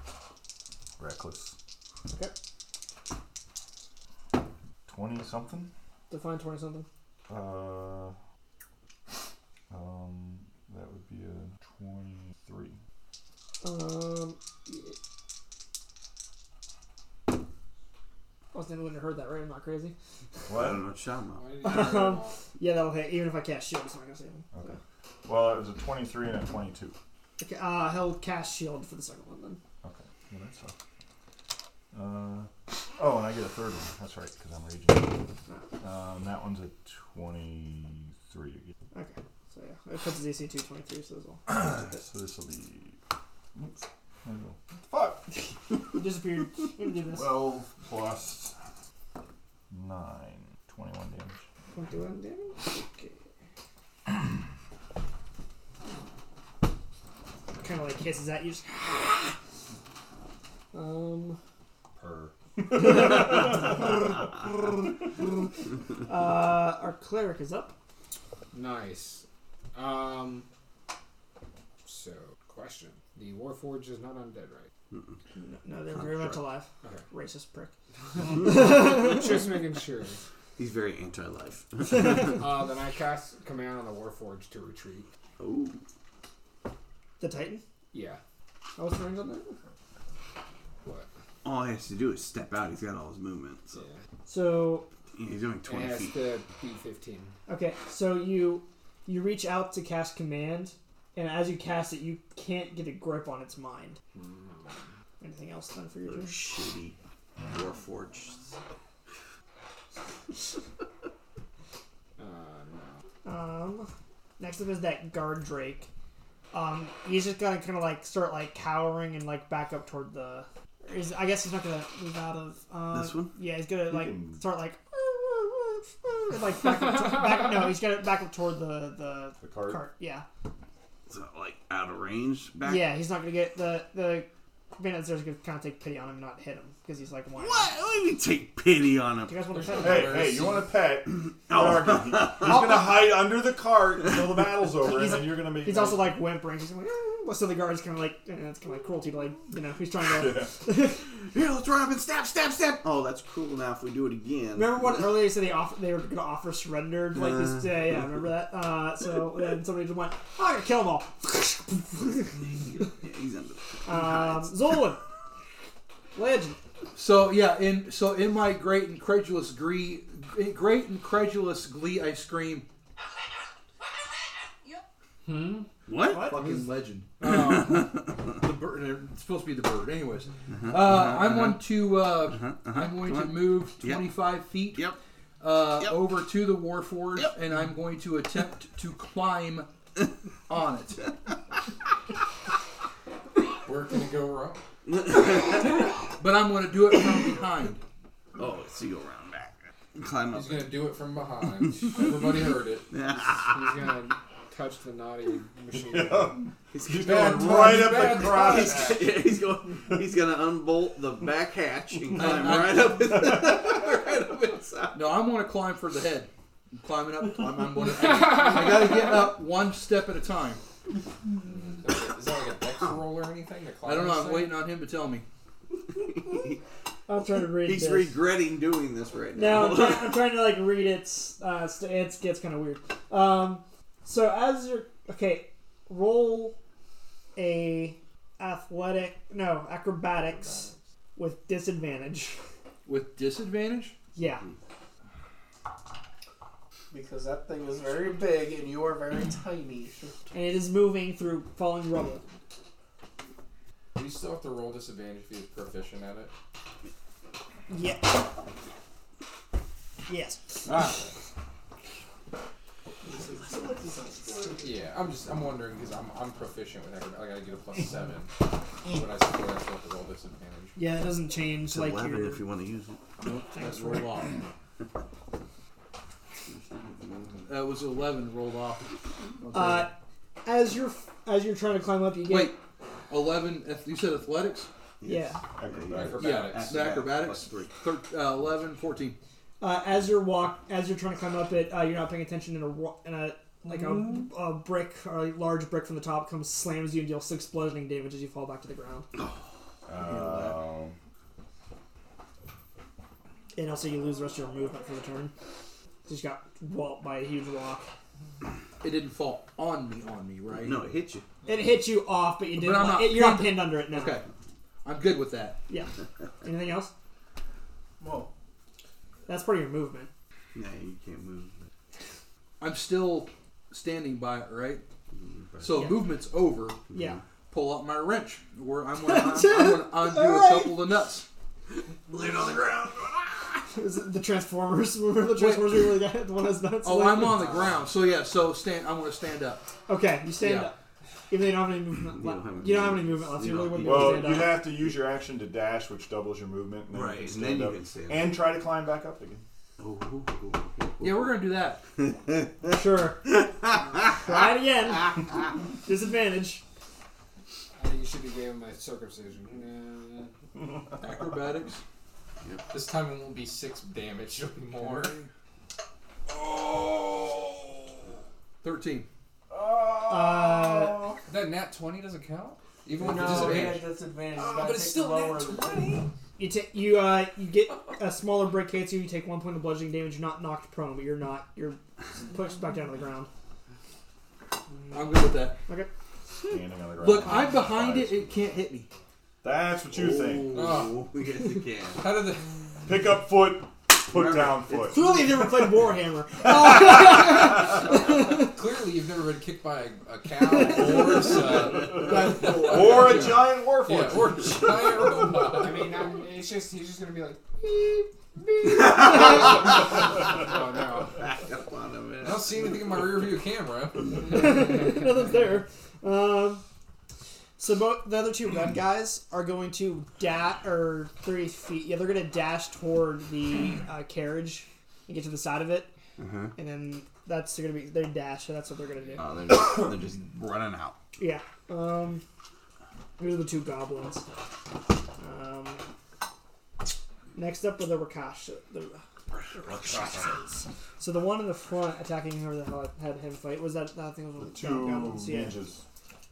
reckless.
Okay.
Twenty something.
Define 20 something.
Uh, um, that would be a twenty-three.
Um. yeah. I was the only one who heard that, right? I'm not crazy.
I
What?
don't know what you're talking about.
Why did you do
Um,
that?
Yeah, that'll hit. Even if I cast shield, it's not gonna save him.
Okay. Well, it was a twenty-three and a twenty-two.
Okay. Uh, he'll cast shield for the second one then.
Okay. Well, that's all. Uh, oh, and I get a third one. That's right, because I'm raging. Um, that one's a twenty-three. again.
Okay. So yeah, it puts his AC to 23, so that's all.
So this will be. Oops. There we go. Fuck.
He disappeared. Let me do this.
Twelve plus nine. Twenty-one damage.
21 damage. Okay. kind of like hisses at you. Just um.
Per.
Uh, our cleric is up.
Nice. Um. So, question: The Warforge is not undead, right?
No, no they're very much alive.
Okay.
Racist prick.
Just making sure.
He's very anti-life.
Uh, then I cast command on the Warforge to retreat.
oh,
The Titan.
Yeah.
Oh, what's the range on that?
What?
all he has to do is step out. He's got all his movement. So
Yeah.
So
yeah, he's only
It
twenty
has
feet.
to be 15.
okay, so you you reach out to cast command, and as you cast it, you can't get a grip on its mind. Anything else done for your turn?
Shitty warforged.
Uh, no.
Um, next up is that guard Drake. Um, he's just gonna kind of like start like cowering and like back up toward the. Is I guess he's not gonna move out of uh,
This one?
Yeah, he's gonna like
can-
start like. and, like back up, to, back up. No, he's gonna back up toward the the
The card.
cart. Yeah.
So like out of range. Back.
Yeah, he's not gonna get the the man that's there's gonna kind of take pity on him, and not hit him because he's like one.
What? Let me take pity on
Do
him.
you guys want to pet him?
Hey, hey, you want a pet?
Oh,
He's gonna hide under the cart until the battle's over,
He's-
and then you're gonna make.
He's also like whimpering. He's like, "Ah." so the guard's kind of like, and it's kind of like cruelty, but like you know, he's trying to.
here, let's run up and stab, stab, stab. Oh, that's cruel. Now if we do it again.
Remember when earlier they said they offer they were gonna offer surrender like this day? Yeah, remember that? Uh, so then somebody just went, "I'm gonna kill them all."
Yeah, he's under. The-
Um, Zolan, legend.
so yeah, in so in my great incredulous glee, great incredulous glee, I scream
what?
fucking legend. Mm. Uh, the bird, it's supposed to be the bird, anyways.
Uh-huh,
Uh, I'm going to uh, I'm going to move 25 feet
Yep.
uh,
Yep.
over to the Warforge,
Yep.
and I'm going to attempt to climb on it.
Where can it go wrong?
But I'm going to do it from behind.
Oh, so you go around back. Climb up.
He's gonna do it from behind. Everybody heard it.
He's gonna touch the naughty machine.
He's
Bad
going right
touch,
up
bad
the crotch.
touch.
Yeah, he's going. He's gonna unbolt the back hatch and climb
I-
right up. His, right up inside.
No, I'm going to climb for the head. I'm climbing up. I'm, I'm going to. I got to get up one step at a time.
Is that like a dex roll or anything? to climb
I don't know.
this
I'm
thing?
waiting on him to tell me.
I'll try to read
He's
this.
regretting doing this right
No,
now.
I'm, try- I'm trying to like read its. Uh, st- it gets kind of weird. Um, so as you're okay, roll a athletic no acrobatics with disadvantage.
With disadvantage?
Yeah,
Because that thing is very big and you are very tiny.
and it is moving through falling rubble.
You still have to roll disadvantage if he's proficient at it.
Yeah. Yes.
Ah.
Yeah, I'm just I'm wondering because I'm I'm proficient with everything. I gotta get a
Mm-hmm.
plus seven, but I still I still have to roll disadvantage.
Yeah, it doesn't change
It's
like
11
your.
if you want to use it.
Nope. That's rolled off. That was 11 rolled off. I'll tell
uh, as you're as you're trying to climb up, you
you.
get
Wait. 11. ath- You said athletics?
yeah.
Acrobatics.
Acrobatics.
The acrobatics?
Plus
Thir- uh, 11, 14.
Uh, as you're walk, as you're trying to climb up it, uh, you're not paying attention, and a ro- and a like
Mm.
a, a brick or a large brick from the top comes slams you and deals six bludgeoning damage as you fall back to the ground.
Um,
And also you lose the rest of your movement for the turn. Just got walloped by a huge rock.
It didn't fall on me, on me, right?
no, it hit you.
It hit you off, but you didn't.
I'm
like-
not
it- you're not
fucking-
pinned under it now.
Okay. I'm good with that.
Yeah. Anything else?
Whoa.
That's part of your movement.
Yeah, you can't move.
I'm still standing by it, right? So
Yeah.
movement's over.
Yeah.
Pull out my wrench, where I'm going to undo a couple of nuts.
Lay it on the ground.
Is it the Transformers? Remember the Transformers? where you got the one that's nuts.
Oh, I'm on the ground. So yeah, so stand. I'm going to stand up.
Okay, you stand
Yeah.
up. Even though you don't have any movement
don't have
left,
any
you don't have any movement left. so You
You
really wouldn't
don't-
be able
well,
to stand
you
up.
have to use your action to dash, which doubles your movement. And
Right,
then you
and
can
then
stand
you
up.
can stand up.
And try to climb back up again.
Oh,
Yeah, we're going to do that.
Sure. Try it again. Disadvantage.
I think you should be giving my circumcision.
Acrobatics.
This time it won't be six damage. It'll be more.
Oh.
Thirteen.
Oh.
Uh,
That nat twenty doesn't count. Even with the
No, he
disadvantage.
had disadvantage.
Ah,
You gotta
but it's
take
still
the lower
nat
of the-
twenty.
you take you uh you get a smaller brick hits you. You take one point of bludgeoning damage. You're not knocked prone, but you're not. You're pushed back down to the ground.
I'm good with that.
Standing on the ground.
Look, I'm behind it. It can't hit me.
That's what you think.
Oh.
yes, you can.
How did the
Pick up foot, put down foot.
Clearly, you've never played Warhammer.
clearly you've never been kicked by a, a cow, a horse, uh,
Or a giant war
yeah,
force.
or a giant
Uh,
robot.
I mean, I'm, it's just he's just gonna be like. Beep, beep. oh no!
Come on a minute.
I don't see anything in my rearview camera.
Nothing's there. Um, so both the other two red guys are going to dash or thirty feet. Yeah, they're going to dash toward the uh, carriage and get to the side of it, and then that's going to be their dash. So that's what they're going to do.
Oh, they're, just, they're just running out.
Yeah. Um, these are the two goblins. Um, next up are the Rakash. The Rakashas. So the one in the front attacking whoever the hell had him fight was that. I think it was one of the
Two
hobgoblins. Yeah, it
ninjas.
was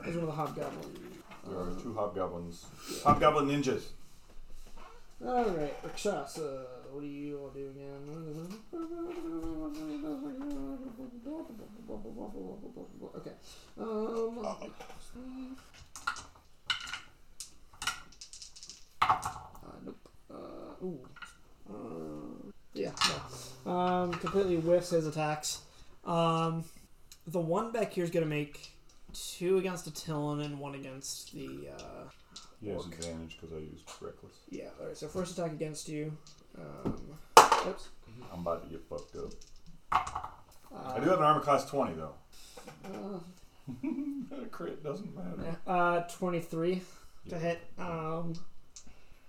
one of the hobgoblins.
There are two hobgoblins. Hobgoblin ninjas.
All right, Rakshasa. What do you all do again? Okay. Um, Uh, nope. Uh, ooh. Uh, yeah. No. Um, completely whiffs his attacks. Um, the one back here is going to make two against Attilan and one against the. Uh,
He has
Orc.
advantage because I used reckless.
yeah, alright, so first attack against you. Um, oops.
I'm about to get fucked up.
Uh,
I do have an armor class 20, though.
uh,
A crit doesn't matter.
Uh, 23 to
Yeah.
hit. Um,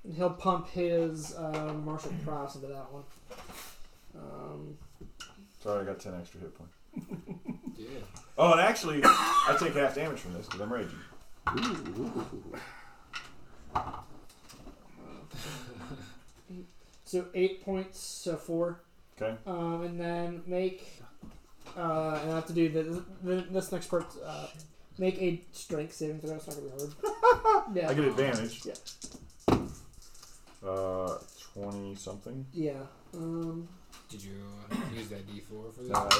and he'll pump his uh, martial prowess into that one. Um,
Sorry, I got ten extra hit points.
Yeah.
Oh, and actually, I take half damage from this because I'm raging.
so eight points, uh, four.
Okay.
Um, and then make. Uh, and I have to do the, the this next part. Uh, make a strength saving throw. It's not gonna be hard. yeah.
I get advantage.
Yeah.
Uh, twenty something.
Yeah. Um,
Did you uh, use that D4 for this?
Not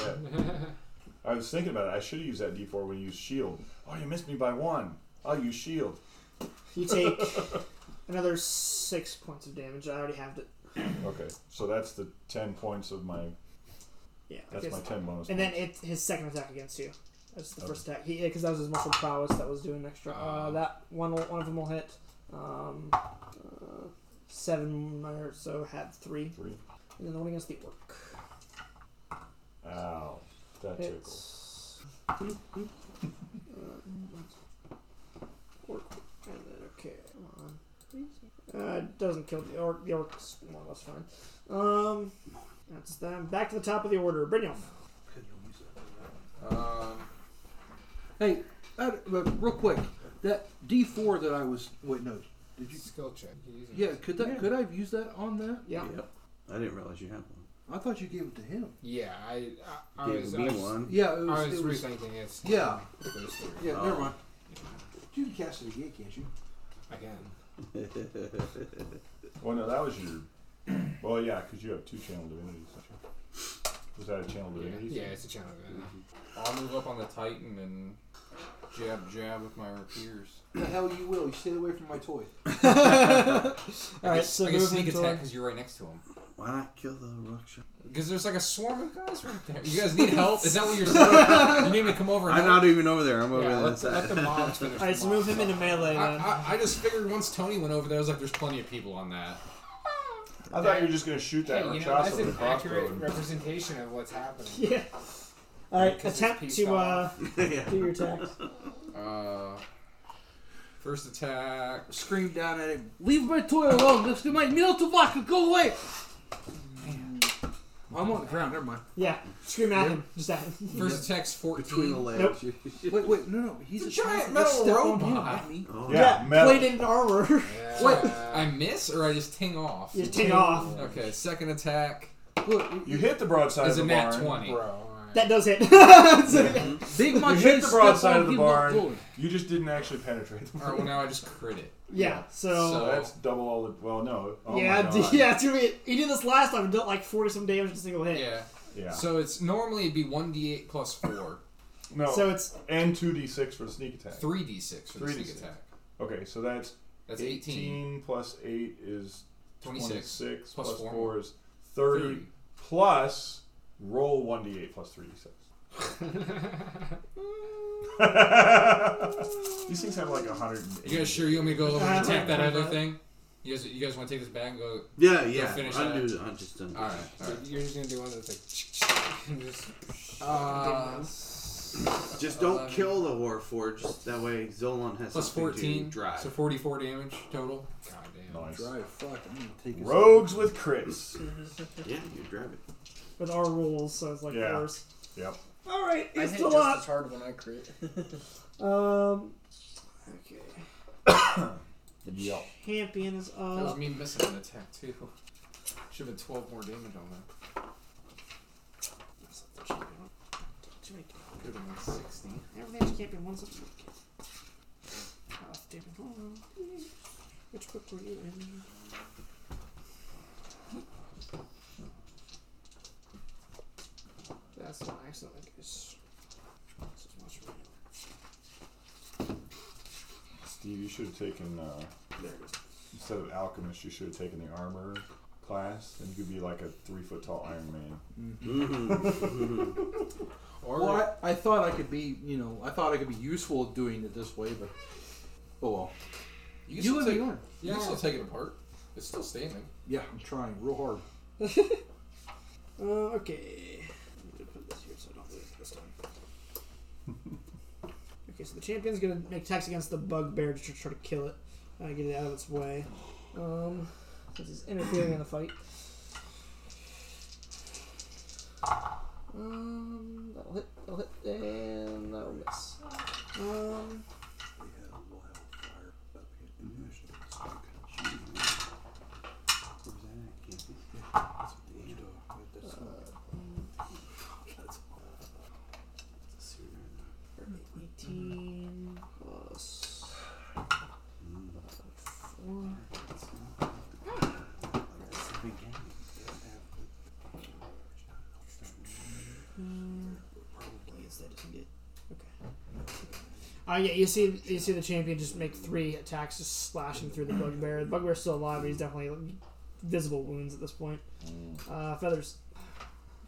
I was thinking about it. I should have used that D4 when you used shield. Oh, you missed me by one. I'll use shield.
you take another six points of damage. I already have it.
Okay, so that's the ten points of my.
Yeah. I
That's
guess.
my ten bonus.
And then
points.
it's his second attack against you. That's the
Okay.
first attack. He because that was his muscle prowess that was doing extra. Uh,
Ah.
that one will- one of them will hit. Um, uh, seven or so had three,
three.
and then the one against the orc.
Ow, that tickles.
It's Uh, orc, and then okay, come on. Uh, doesn't kill the orc. The orc's more or less fine. Um, that's them. Back to the top of the order. Brynjolf.
Um,
Hey, uh, but real quick, that D four that I was wait no, did you?
Skill check. You can use it.
Yeah, could that could I have used that on that?
Yeah.
Yep. I didn't realize you had one.
I thought you gave it to him.
Yeah, I, I, I
Gave
was, I
me
was,
one.
Yeah, it
I
was.
was,
it was
rethinking it's
Yeah.
Those three.
yeah,
Oh.
never mind. You can cast it again, can't you?
I can.
Well, no, that was your. Well, yeah, because you have two channel divinities. don't you? Was that a channel
Yeah,
divinity?
yeah it's a channel. Yeah.
I'll move up on the Titan and jab jab with my rapiers.
The hell you will. You stay away from my toy.
All
I
right,
can,
so
I can
moving
sneak attack
toward,
because you're right next to him.
Why not kill the rock shark?
Because there's like a swarm of guys right there. You guys need help? Is that what you're saying? you need me to come over? And
I'm
help?
not even over there. I'm over
yeah
there.
let,
That's
the, let the mobs finish.
all right, so
the
move
mobs.
him into melee.
I,
Then.
I, I just figured once Tony went over there, I was like, there's plenty of people on that.
I thought you were just gonna shoot that
Hey, you know,
Rakshasa
that's
with a
an
crossbow
accurate
and-
representation of what's happening.
Yeah. All right,
Because it's
attempt
pieced
to uh,
off.
do your attacks.
Uh, first attack.
Scream down at him. Leave my toy alone. This is my meal to vodka. Go away. I'm on the ground. Never mind.
Yeah, scream at him. Just at him.
First attack's 14.
between
Mm-hmm.
the legs.
Wait, wait, no, no. He's
It's
a
a giant metal
Let's step on him,
robot.
not me.
Oh,
Yeah, metal.
plated in armor.
Yeah.
What? I miss or I just ting off?
you take off.
Okay, second attack
Look,
You hit the broadside
is
of
a
the
nat
barn.
20.
Bro, alright.
That does hit. So, yeah.
big
You
Machete
hit the
stepped
broadside
on
of the
him, not
barn.
rolling.
You just didn't actually penetrate. The
Alright, well, now I just crit it.
Yeah, So.
So that's double all the. Well, no. Oh my
yeah, d-
God.
yeah. It's gonna be. He did this last time and dealt like forty some damage in a single hit.
Yeah.
Yeah.
So it's normally it'd be 1d8 plus 4.
no.
So it's
and two d6 for the sneak attack.
3d6 for the sneak
3d6.
attack.
Okay, so that's
That's 18.
plus eight is
26.
26
Plus
plus
four.
four is 30,
30.
plus roll 1d8 plus 3d6. These things have like 108.
You guys sure you want me to go over and attack that other
Uh-huh.
thing? You guys, you guys want to take this back and go?
Yeah, yeah.
finish
I
that.
do. I just done.
All right, all
So
right.
you're just gonna do one that's like. and just,
Uh,
Just don't
11.
kill the warforged. That way Zolan has
plus
something to
fourteen,
drive.
so forty-four damage total.
God damn.
Nice.
Drive, fuck. I'm gonna take his-
Rogues with crits.
yeah, you drive it.
with our rules, so it's like
Yeah.
ours.
Yep.
All right,
I
it's
hit
still
just
up.
as hard when I crit.
Um. Okay.
Yep.
Champion is uh,
That was
up.
me missing an attack too. Should have been twelve more damage on that. Could have been sixteen.
Every damage champion wants a trick. Half damage. one. Which book were you in? That's not accident. Like it's. This is much more-
Steve, you should have taken, uh,
There it is.
instead of alchemist, you should have taken the armor class, and you could be like a three foot tall Iron Man.
Or
Well, I, I thought I could be, you know, I thought I could be useful doing it this way, but oh well.
you
You,
can still
live
take,
and learn.
You can still take it apart. It's still standing.
Yeah, I'm trying real hard.
Uh, okay. I'm gonna put this here so I don't lose it this time. okay, so the champion's gonna make attacks against the bugbear to try to kill it, uh, get it out of its way. Um, since it's interfering in the fight. Um, that'll hit, that'll hit, and that'll miss. Um, eighteen plus uh, four. Uh, yeah, you see, you see the champion just make three attacks, just slashing through the bugbear. The bugbear's still alive, but he's definitely like, visible wounds at this point. Uh, feathers.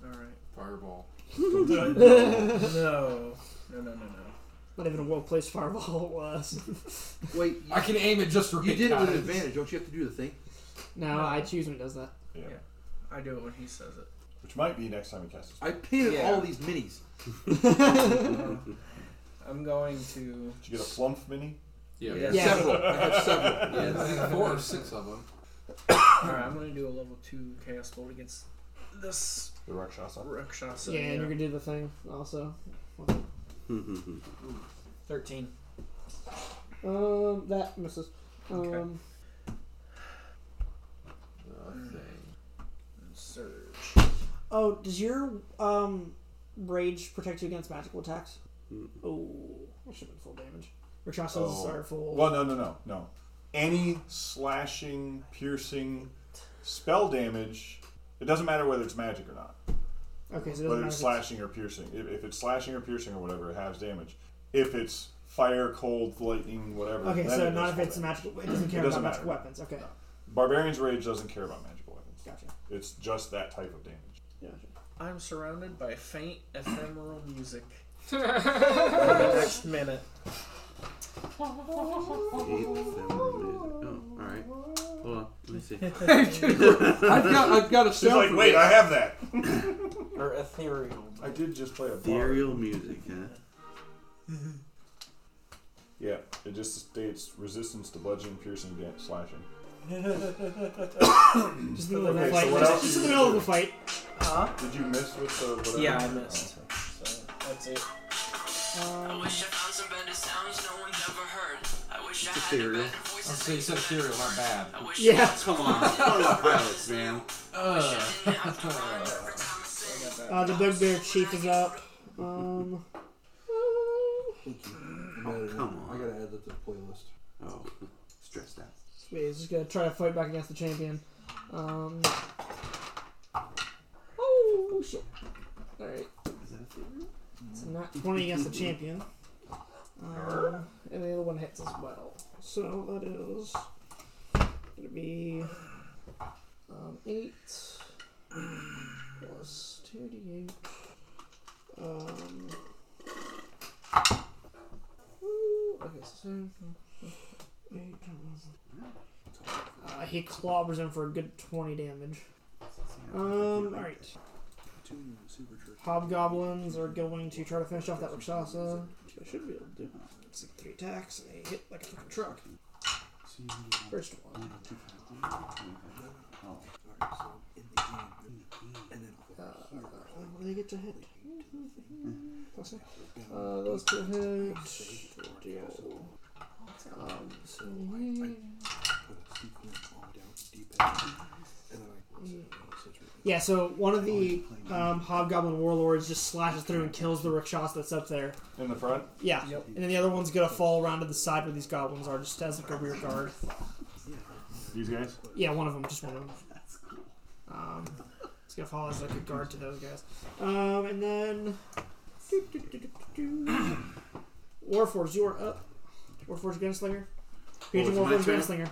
All right.
Fireball.
No. No, no, no, no.
Not even a well placed fireball it was.
Wait,
I can aim it just for
you
big
did it with
guys.
advantage. Don't you have to do the thing?
no, I choose when it does that.
I do it when he says it.
Which might be next time he casts. a spell.
I painted
Yeah.
all these minis.
I'm going to.
Did you get a flump mini?
Yeah.
Yeah.
Yeah.
Several. I have several.
Yeah, I think four or six of them.
All right, I'm going to do a level two chaos bolt against this
The Rakshasa.
rakshasa.
yeah, and you're gonna do the thing also.
thirteen.
Um, that misses. Um,
Okay. Surge.
Oh, does your um rage protect you against magical attacks? Oh, that should have been full damage. Rakshasas
Oh.
are full.
Well, no, no, no, no. Any slashing, piercing, spell damage. It doesn't matter whether it's magic or not.
Okay, so it doesn't
Whether it's
matter.
slashing or piercing. If, if it's slashing or piercing or whatever, it has damage. If it's fire, cold, lightning, whatever.
Okay,
then
so
it
not
does
if
full
it's
damage.
magical. It doesn't care
doesn't
about
matter.
magical weapons. Okay,
Barbarian's Rage doesn't care about magical weapons.
gotcha.
It's just that type of damage.
gotcha.
I'm surrounded by faint ephemeral music. for the next minute.
Oh, alright. Hold on. Let me see.
I've got, I've got a
She's
sound.
like,
for
wait,
this.
I have that.
Or ethereal.
I did just play a bar.
Ethereal music, huh?
Yeah, it just states resistance to bludgeoning, piercing, da- slashing.
Just in the middle of
Okay,
the
so
fight.
what
just,
else
just
do
in the
you
middle of
do?
the fight.
Huh?
Did you miss with the? Whatever?
Yeah, I missed. So that's it.
Um,
wish I found some better sounds no one's ever heard. I wish I had
Ethereal.
better voice.
Oh, so you said cereal, not bad.
I wish
yeah.
Come on. Come on, pilots, man.
Uh,
Uh, the bugbear chief is up. Um,
Thank you. I'm adding it.
come on.
I gotta add that to the playlist.
Oh, stressed out.
wait, he's just gonna try to fight back against the champion. Um, oh shit! All right,
Is that ethereal?
it's not twenty against the champion. Um, and the other one hits as well. So that is gonna be um, eight plus two d eight. Um, ooh, okay, so eight. Uh, he clobbers him for a good twenty damage. Um, all right. Hobgoblins are going to try to finish off that Rakshasa. Which I should be able to do. It's like three attacks, and they hit like a fucking truck. First one. Uh, what do they get to hit? Plus one. Uh, those two hit. Deal. Um, so we- Yeah, so one of the um, hobgoblin warlords just slashes through and kills the Rakshasa that's up there.
In the front.
Yeah,
Yep.
and then the other one's gonna fall around to the side where these goblins are, just as like a rear guard.
These guys.
Yeah, one of them, just one of them. That's cool. Um, it's gonna fall as like a guard to those guys. Um, and then. Warforged, you are up. Warforged Gunslinger. Aging
Oh, it's my
Warforged
turn?
Gunslinger.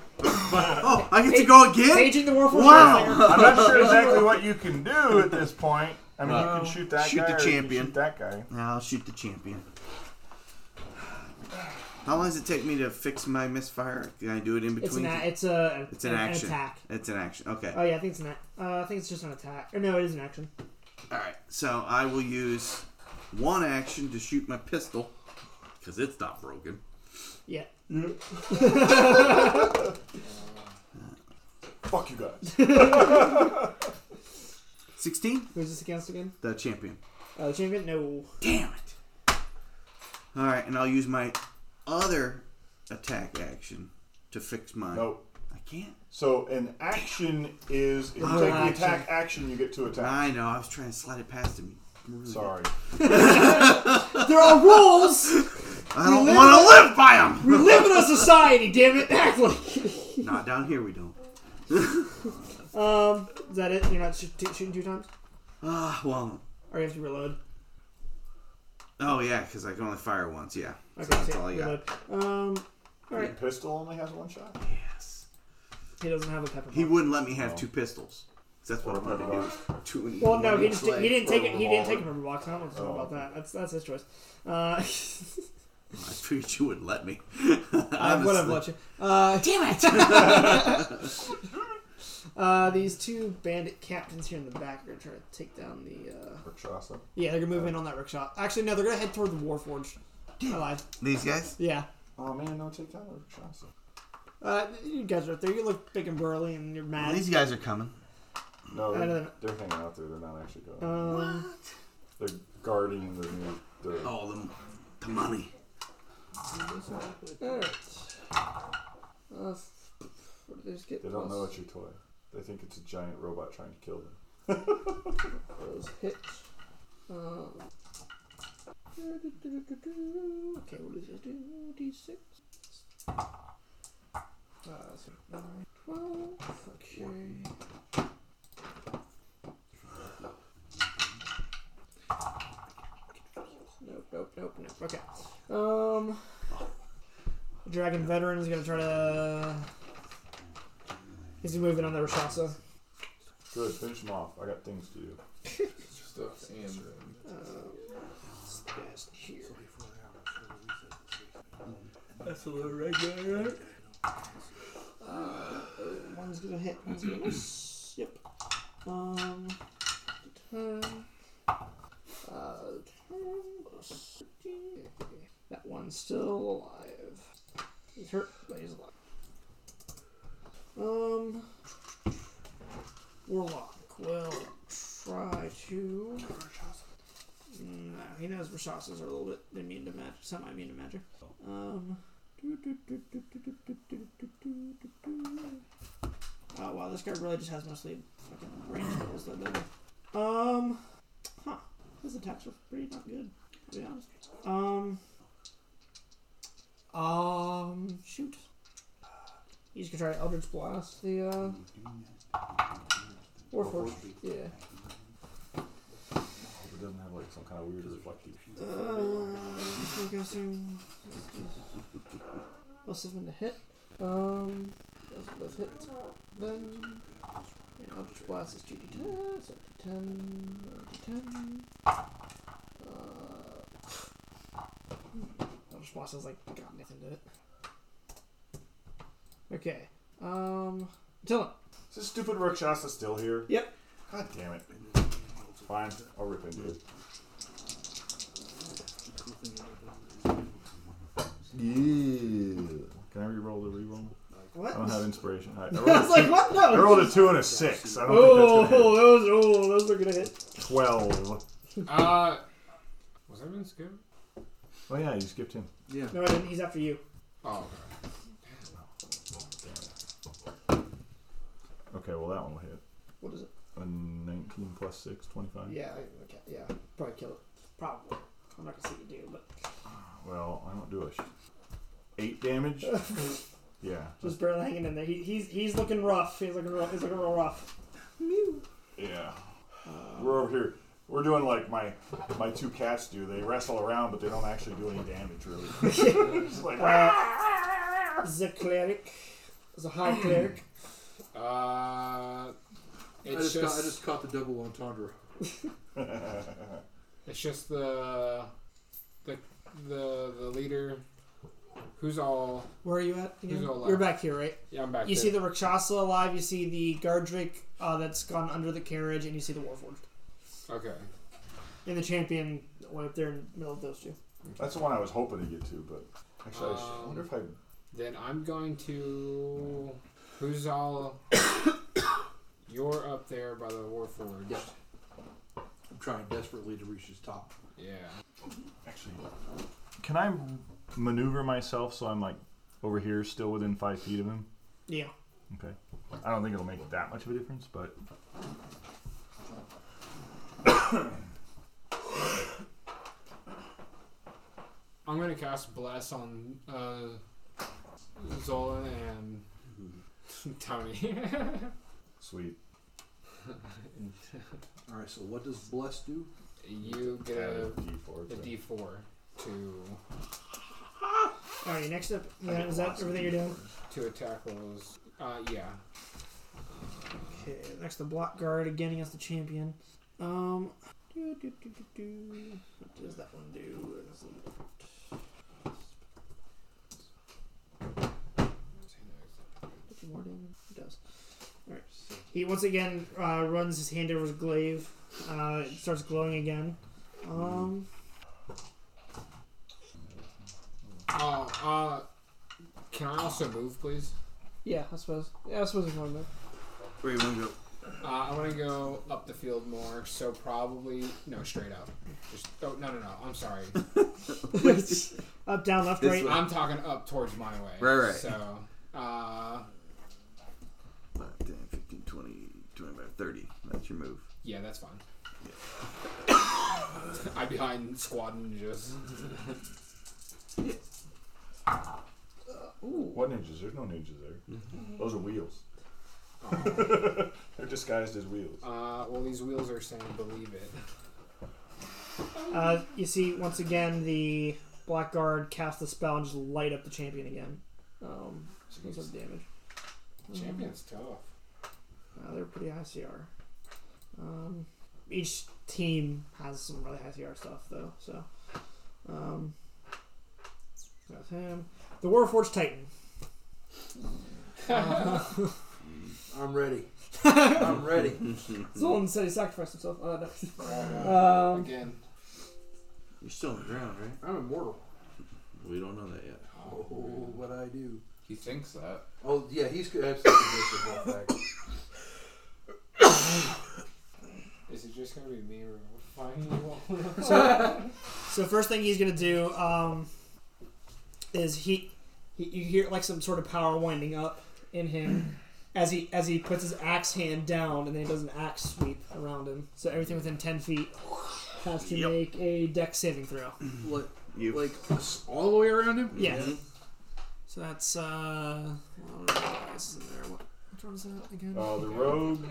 Uh,
Oh, I get to go again?
Aging the Warforged Gunslinger.
I'm not sure exactly what you can do at this point. I mean, you can shoot that
Shoot
guy.
the
or you can
champion.
Shoot that guy.
I'll shoot the champion. How long does it take me to fix my misfire? Can I do it in
It's an,
between?
a- it's a,
It's an action.
attack.
It's an action. Okay.
Oh yeah, I think it's an. a- Uh, I think it's just an attack. Or no, it is an action.
All right. So I will use one action to shoot my pistol because it's not broken.
Yeah.
Fuck you guys.
Sixteen.
Who's this against again?
The champion.
Uh, achievement? No.
Damn it. All right, and I'll use my other attack action to fix my.
No.
I can't.
So an action is if you
Oh,
take the
action.
attack action, you get two attacks.
I know. I was trying to slide it past him. Really
Sorry.
There are rules!
I don't want to live by
We
them.
live in a society, damn it! Act like
Not down here. We don't.
Um, is that it? You're not sh- t- shooting two times?
Ah, well.
Or you have to reload?
Oh yeah, because I can only fire once. Yeah.
Okay,
so that's
so
all I got.
reload. Um,
Your pistol only has one shot.
Yes.
he doesn't have a pepper.
He
bomb.
wouldn't let me have
Oh.
two pistols. 'Cause That's what
Or
I wanted
whatever.
to do. Two in
Well,
each
no, he
leg.
just did, he didn't take it. He didn't take a
Revolver.
pepper box. I don't want to talk
Oh.
about that. That's that's his choice. Uh,
I figured you wouldn't let me.
I would have
Honestly.
let you. Uh, Damn it! uh, these two bandit captains here in the back are gonna try to take down the. Uh,
Rakshasa.
yeah, they're gonna move in on that rickshaw. Actually, no, they're gonna head toward the warforge. I lied.
These guys?
Yeah.
Oh man, no, take down the Rakshasa.
Uh, you guys are up there. You look big and burly, and you're mad.
These guys are coming.
No,
I
they're,
don't-
they're hanging out there. They're not actually going.
Um,
They're guarding the new. The,
All the, the money.
Alright. Uh, f- what did I just get?
they don't know
Plus
it's your toy. They think it's a giant robot trying to kill them.
Those hits. Um, okay, what does this do? Ah, D6. Uh, so 9, 12. Okay. Nope, nope, nope, nope. Okay. Um. Dragon veteran is gonna try to. He's moving on the Rashasa.
Good, finish them off. I got things to do.
Stuff and
This guy's here.
That's a little regular, right?
Uh, One's gonna hit. One's gonna miss. Yep. Um. ten. Uh, ten plus thirteen. That one's still alive. He's hurt, but he's alive. Um. Warlock will try to. No, he knows Rashasas are a little bit immune to magic, semi immune to magic. Um. Oh wow, this guy really just has mostly fucking range rolls though, doesn't he? Um, huh. His attacks are pretty not good, to be honest. Um, um, shoot. He's gonna try to Eldritch Blast the uh, Warforged. Yeah.
Hope it doesn't have like some kind of weird reflective.
Uh, I'm guessing. Must have been a hit. Um, those are both hits. Then. Yeah, Eldritch Blast is 2d10, so 10, 10. Uh, Eldritch Blast is like, got nothing to it. Okay. Um, Dylan.
Is this stupid Rakshasa still here?
Yep.
God damn it. Fine, I'll rip into it. Yeah. Can I re-roll the re-roll? I don't
What?
have inspiration. All right, I,
I
rolled
was
a,
like, what?
I
No.
rolled a two and a six. I don't
Oh,
think that's gonna hit.
those, oh, those are gonna hit.
Twelve.
Uh, was everyone skipped?
Oh yeah, you skipped him.
No, I didn't. He's after you.
Oh,
Okay, well that one will hit.
What is it?
A 19 plus 6, 25.
Yeah, I- okay, yeah. Probably kill it. Probably. I'm not gonna see you do, but
Well, I don't do a sh- eight damage. yeah.
just barely hanging in there. He, he's he's looking rough. He's looking rough. He's looking real rough. Mew.
Yeah. We're over here. We're doing like my my two cats do. They wrestle around, but they don't actually do any damage, really. It's like,
The cleric, the high cleric.
okay. Uh,
I
it's
just,
just,
caught, I just caught the double entendre.
it's just the, the, the, the leader, who's all.
Where are you at? again?
Who's all alive?
You're back here, right?
Yeah, I'm back.
You
there.
see the Rakshasa alive. You see the Gardrick uh, that's gone under the carriage, and you see the Warforged
Okay.
and the champion went up there in the middle of those two.
that's the one I was hoping to get to, but actually, I sh- I wonder if I.
Then I'm going to. Who's all? You're up there by the Warforged.
Yep. trying desperately to reach his top.
Yeah.
Actually, can I maneuver myself so I'm like over here, still within five feet of him?
Yeah.
Okay. I don't think it'll make that much of a difference, but
I'm gonna cast bless on uh, Zolan and Tony.
sweet.
All right, so what does bless do?
you get a,
Add D4
a
to-
D4 to
All right. Next up, yeah, is that everything you're doing?
to attack rolls. Uh, yeah.
Okay. Next, the block guard again against the champion. Um. Do, do, do, do, do. What does that one do? More damage. It does. All right. He once again uh, runs his hand over his glaive. Uh, it starts glowing again. Um.
Oh, uh, can I also move, please?
Yeah, I suppose. Yeah, I suppose it's one move.
Where you want to go?
Uh, I want to go up the field more, so probably no, straight up. Just oh no no no. I'm sorry.
Up, down, left,
This
right.
way.
I'm talking up towards my way.
Right, right.
So, uh,
5, 10, 15, 20, 25, 30. That's your move.
yeah, that's fine. I'm behind squad ninjas.
What ninjas? There's no ninjas there. Those are wheels. They're disguised as wheels.
Uh, well, these wheels are saying believe it.
Uh, you see, once again, the Blackguard casts the spell and just light up the champion again. Um, so those are the damage.
Champion's tough.
Uh, they're pretty high CR. Um, each team has some really high CR stuff, though, so. Um, that's him. The Warforged Titan. Uh,
I'm ready. I'm ready.
Zolan said he sacrificed himself. Uh, Um,
Again,
You're still on the ground, right?
I'm immortal.
We don't know that yet.
Oh, what I do?
He thinks that.
Oh yeah, he's good. Absolutely back.
is it just gonna be me or finding you all?
So first thing he's gonna do um, is he, he you hear like some sort of power winding up in him as he as he puts his axe hand down and then he does an axe sweep around him. So everything within ten feet has to
Yep.
make a deck saving throw.
like,
You.
like all the way around him.
Yeah. So that's uh, I don't know what else is in there. What, which one is that again?
Uh, the rogue.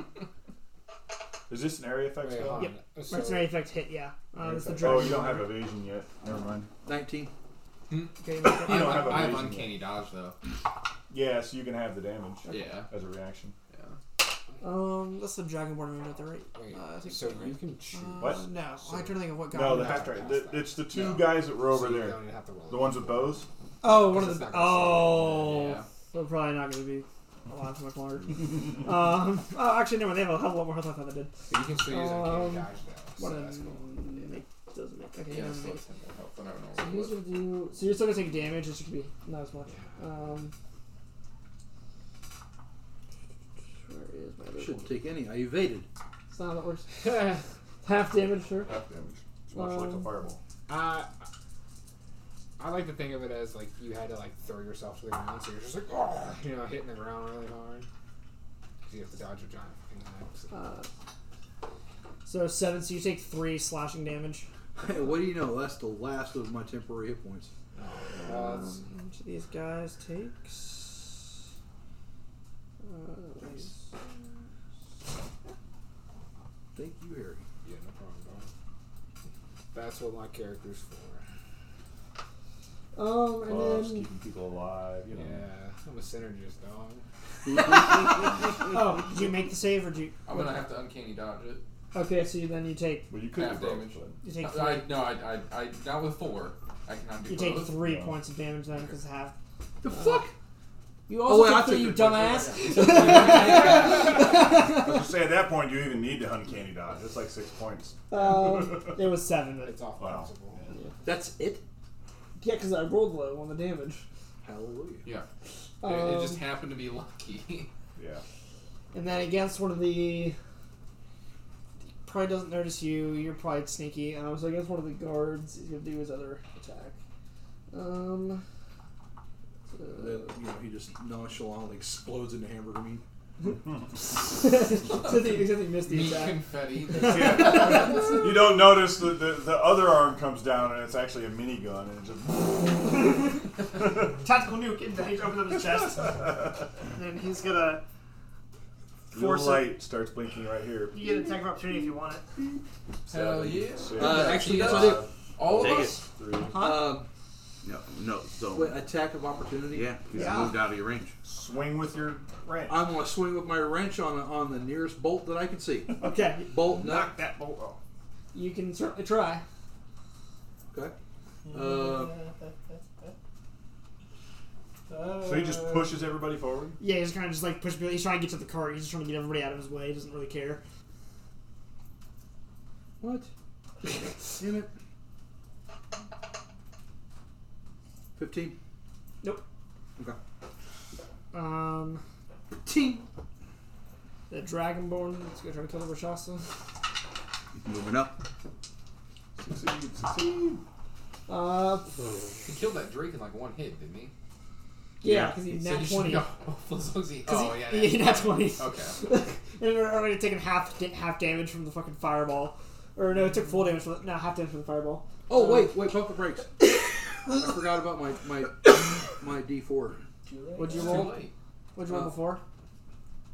Is this an area effect
Wait,
spell?
hold on. Uh, So,
Mercenary effect hit, yeah. Uh, that's the
Oh,
dragon.
you don't have evasion yet. Never mind.
Nineteen.
Okay, make it-
I
don't
have,
have a
I have
reason
uncanny dodge though.
Yeah, so you can have the damage
Yeah.
as a reaction.
um, that's the dragonborn move at the right.
wait,
Uh, I think
so
so, right?
you can choose.
What?
No, I'm trying to think of what guy.
No, the
it
half
was.
track. The, it's the two
No.
guys that were over
so you
there.
Don't have to roll.
The ones with bows.
Oh, one of
It's
the.
not gonna
Oh,
Yeah.
they're probably not going to be alive much longer. um, oh, actually, no, they have a hell of a lot more health than I did.
But you can still use
Um,
uncanny dodge though.
One
So
of
that's cool.
them make, doesn't make. Okay,
Yeah,
yeah,
it's
so
still temple health, and I don't know
so
what it
he's
was.
gonna do. So you're still gonna take damage. It's just gonna be not as much. Um, where is my? other
Shouldn't
one?
take any. I evaded.
It's not how that works. Half damage, sure.
Half damage. It's much like a
Um,
fireball.
Uh, I like to think of it as like you had to like throw yourself to the ground, so you're just like, oh, you know, hitting the ground really hard. 'Cause you have to dodge a giant fucking axe.
Uh, so seven. So you take three slashing damage.
what do you know? That's the last of my temporary hit points.
Uh,
Um,
it's-
each of these guys takes. Uh,
Thank you, Harry.
yeah, no problem. Bro. That's what my character's for.
Um, and
Buffs,
then
keeping people alive. You know.
Yeah, I'm a synergist, dog.
oh, did you make the save or did you?
I'm gonna have to uncanny dodge it.
Okay, so you, then you take
Well, you could
Half
have damage.
damage.
you take
I,
three,
I- no, I, I, I, not with four. I cannot do
you take
both.
three
Yeah.
points of damage then because half.
The fuck?
You
Oh,
also
wait, I
took three, you
took three points.
dumbass.
I was gonna say at that point, you even need to uncanny dodge. It's like six points.
Um, it was seven. But,
It's off
Wow.
possible.
That's it.
yeah, because I rolled low on the damage.
Hallelujah.
Yeah. It, it
Um,
just happened to be lucky.
Yeah.
and then against one of the probably doesn't notice you. You're probably sneaky. Um, so I guess one of the guards is going to do his other attack. Um.
And then, Uh, you know, he just nonchalantly explodes into hamburger meat.
Except that except that you missed the
Meat
attack.
confetti.
you don't notice that the, the other arm comes down and it's actually a minigun and it just.
Tactical nuke, and then he opens up his chest. and then he's gonna
Your
force it.
light starts blinking right here.
You get an attack of opportunity if you want it.
Hell yeah.
Six,
Uh, actually, yes, I
five,
do.
All
Take
of
it.
us.
three.
Um,
No, no. So
wait, attack of opportunity.
yeah, because
Yeah.
moved out of your range.
Swing with your wrench.
I'm gonna swing with my wrench on on the nearest bolt that I can see.
Okay,
Bolt nut.
Knock that bolt off.
you can certainly try.
Okay. Uh,
So he just pushes everybody forward.
Yeah, he's kind of just like push. He's trying to get to the cart. He's just trying to get everybody out of his way. He doesn't really care.
what? Damn it. Fifteen.
Nope.
Okay.
Um,
Team.
the Dragonborn is gonna try to kill the Rashasta.
Moving up.
Succeed, succeed.
Uh,
He killed that Drake in like one hit, didn't he?
yeah, because he's
So
nat
you should
twenty.
know. As long as he-
'Cause
Oh,
he-
yeah.
yeah,
yeah.
nat twenty.
Okay.
and they're already taking half da- half damage from the fucking fireball, or no, it took full damage. From the, no, half damage from the fireball.
Oh wait, wait, pump the brakes. I forgot about my my my D four.
What'd you
It's
roll?
too late.
What'd you roll
Uh,
before?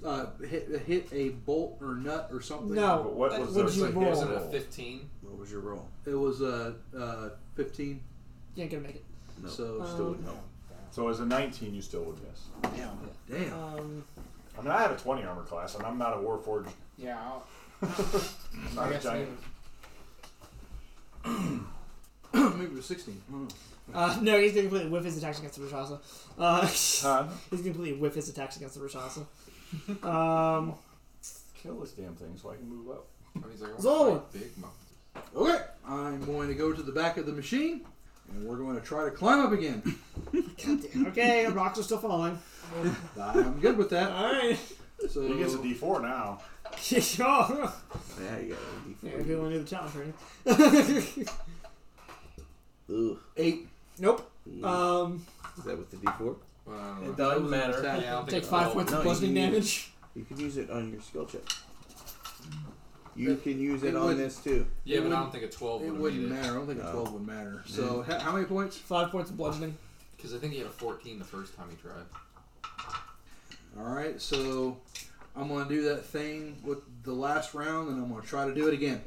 Uh, hit hit a bolt or nut or something.
No.
But what
uh,
was
what'd
the-
you
Like,
roll?
was it a 15?
What was your roll?
It was uh, uh fifteen.
You ain't gonna make it.
No.
So
Um,
still
no.
So as a 19, you still would miss.
damn.
Um,
I mean, I had a 20 armor class, and I'm not a warforged.
Yeah, I'll,
I'm
I
not a
guess
giant.
Maybe it was sixteen. I don't know.
uh, no, he's gonna completely whiff his attacks against the Rashasa. Uh,
Huh?
He's gonna completely whiff his attacks against the Rashasa. Um,
Kill this damn thing so I can move up.
I mean, he's like,
Zola.
oh, my big mouth.
Okay, I'm going to go to the back of the machine, and we're going to try to climb up again.
okay, the rocks are still falling.
I'm good with that.
All right.
So
He gets a D4 now.
yeah,
Yeah, you got
Oh, if
a
you want to do the challenge rating.
D4. Ugh.
eight.
nope.
Mm.
Um,
Is that with the D4?
Well, I don't know.
It doesn't matter.
Attack.
Yeah, I don't
take
think it-
five
oh,
points
no,
of
you
bludgeoning
can
damage.
You can use it on your skill check. You can use
it
it on
would-
this too.
Yeah,
It
but I don't
wouldn't-
think a 12
It
would
wouldn't
have made
matter. I don't think
Oh.
a
No.
twelve would matter. So ha- how many points?
Five points of bludgeoning.
Because I think he had a 14 the first time he tried.
All right. So I'm going to do that thing with the last round, and I'm going to try to do it again.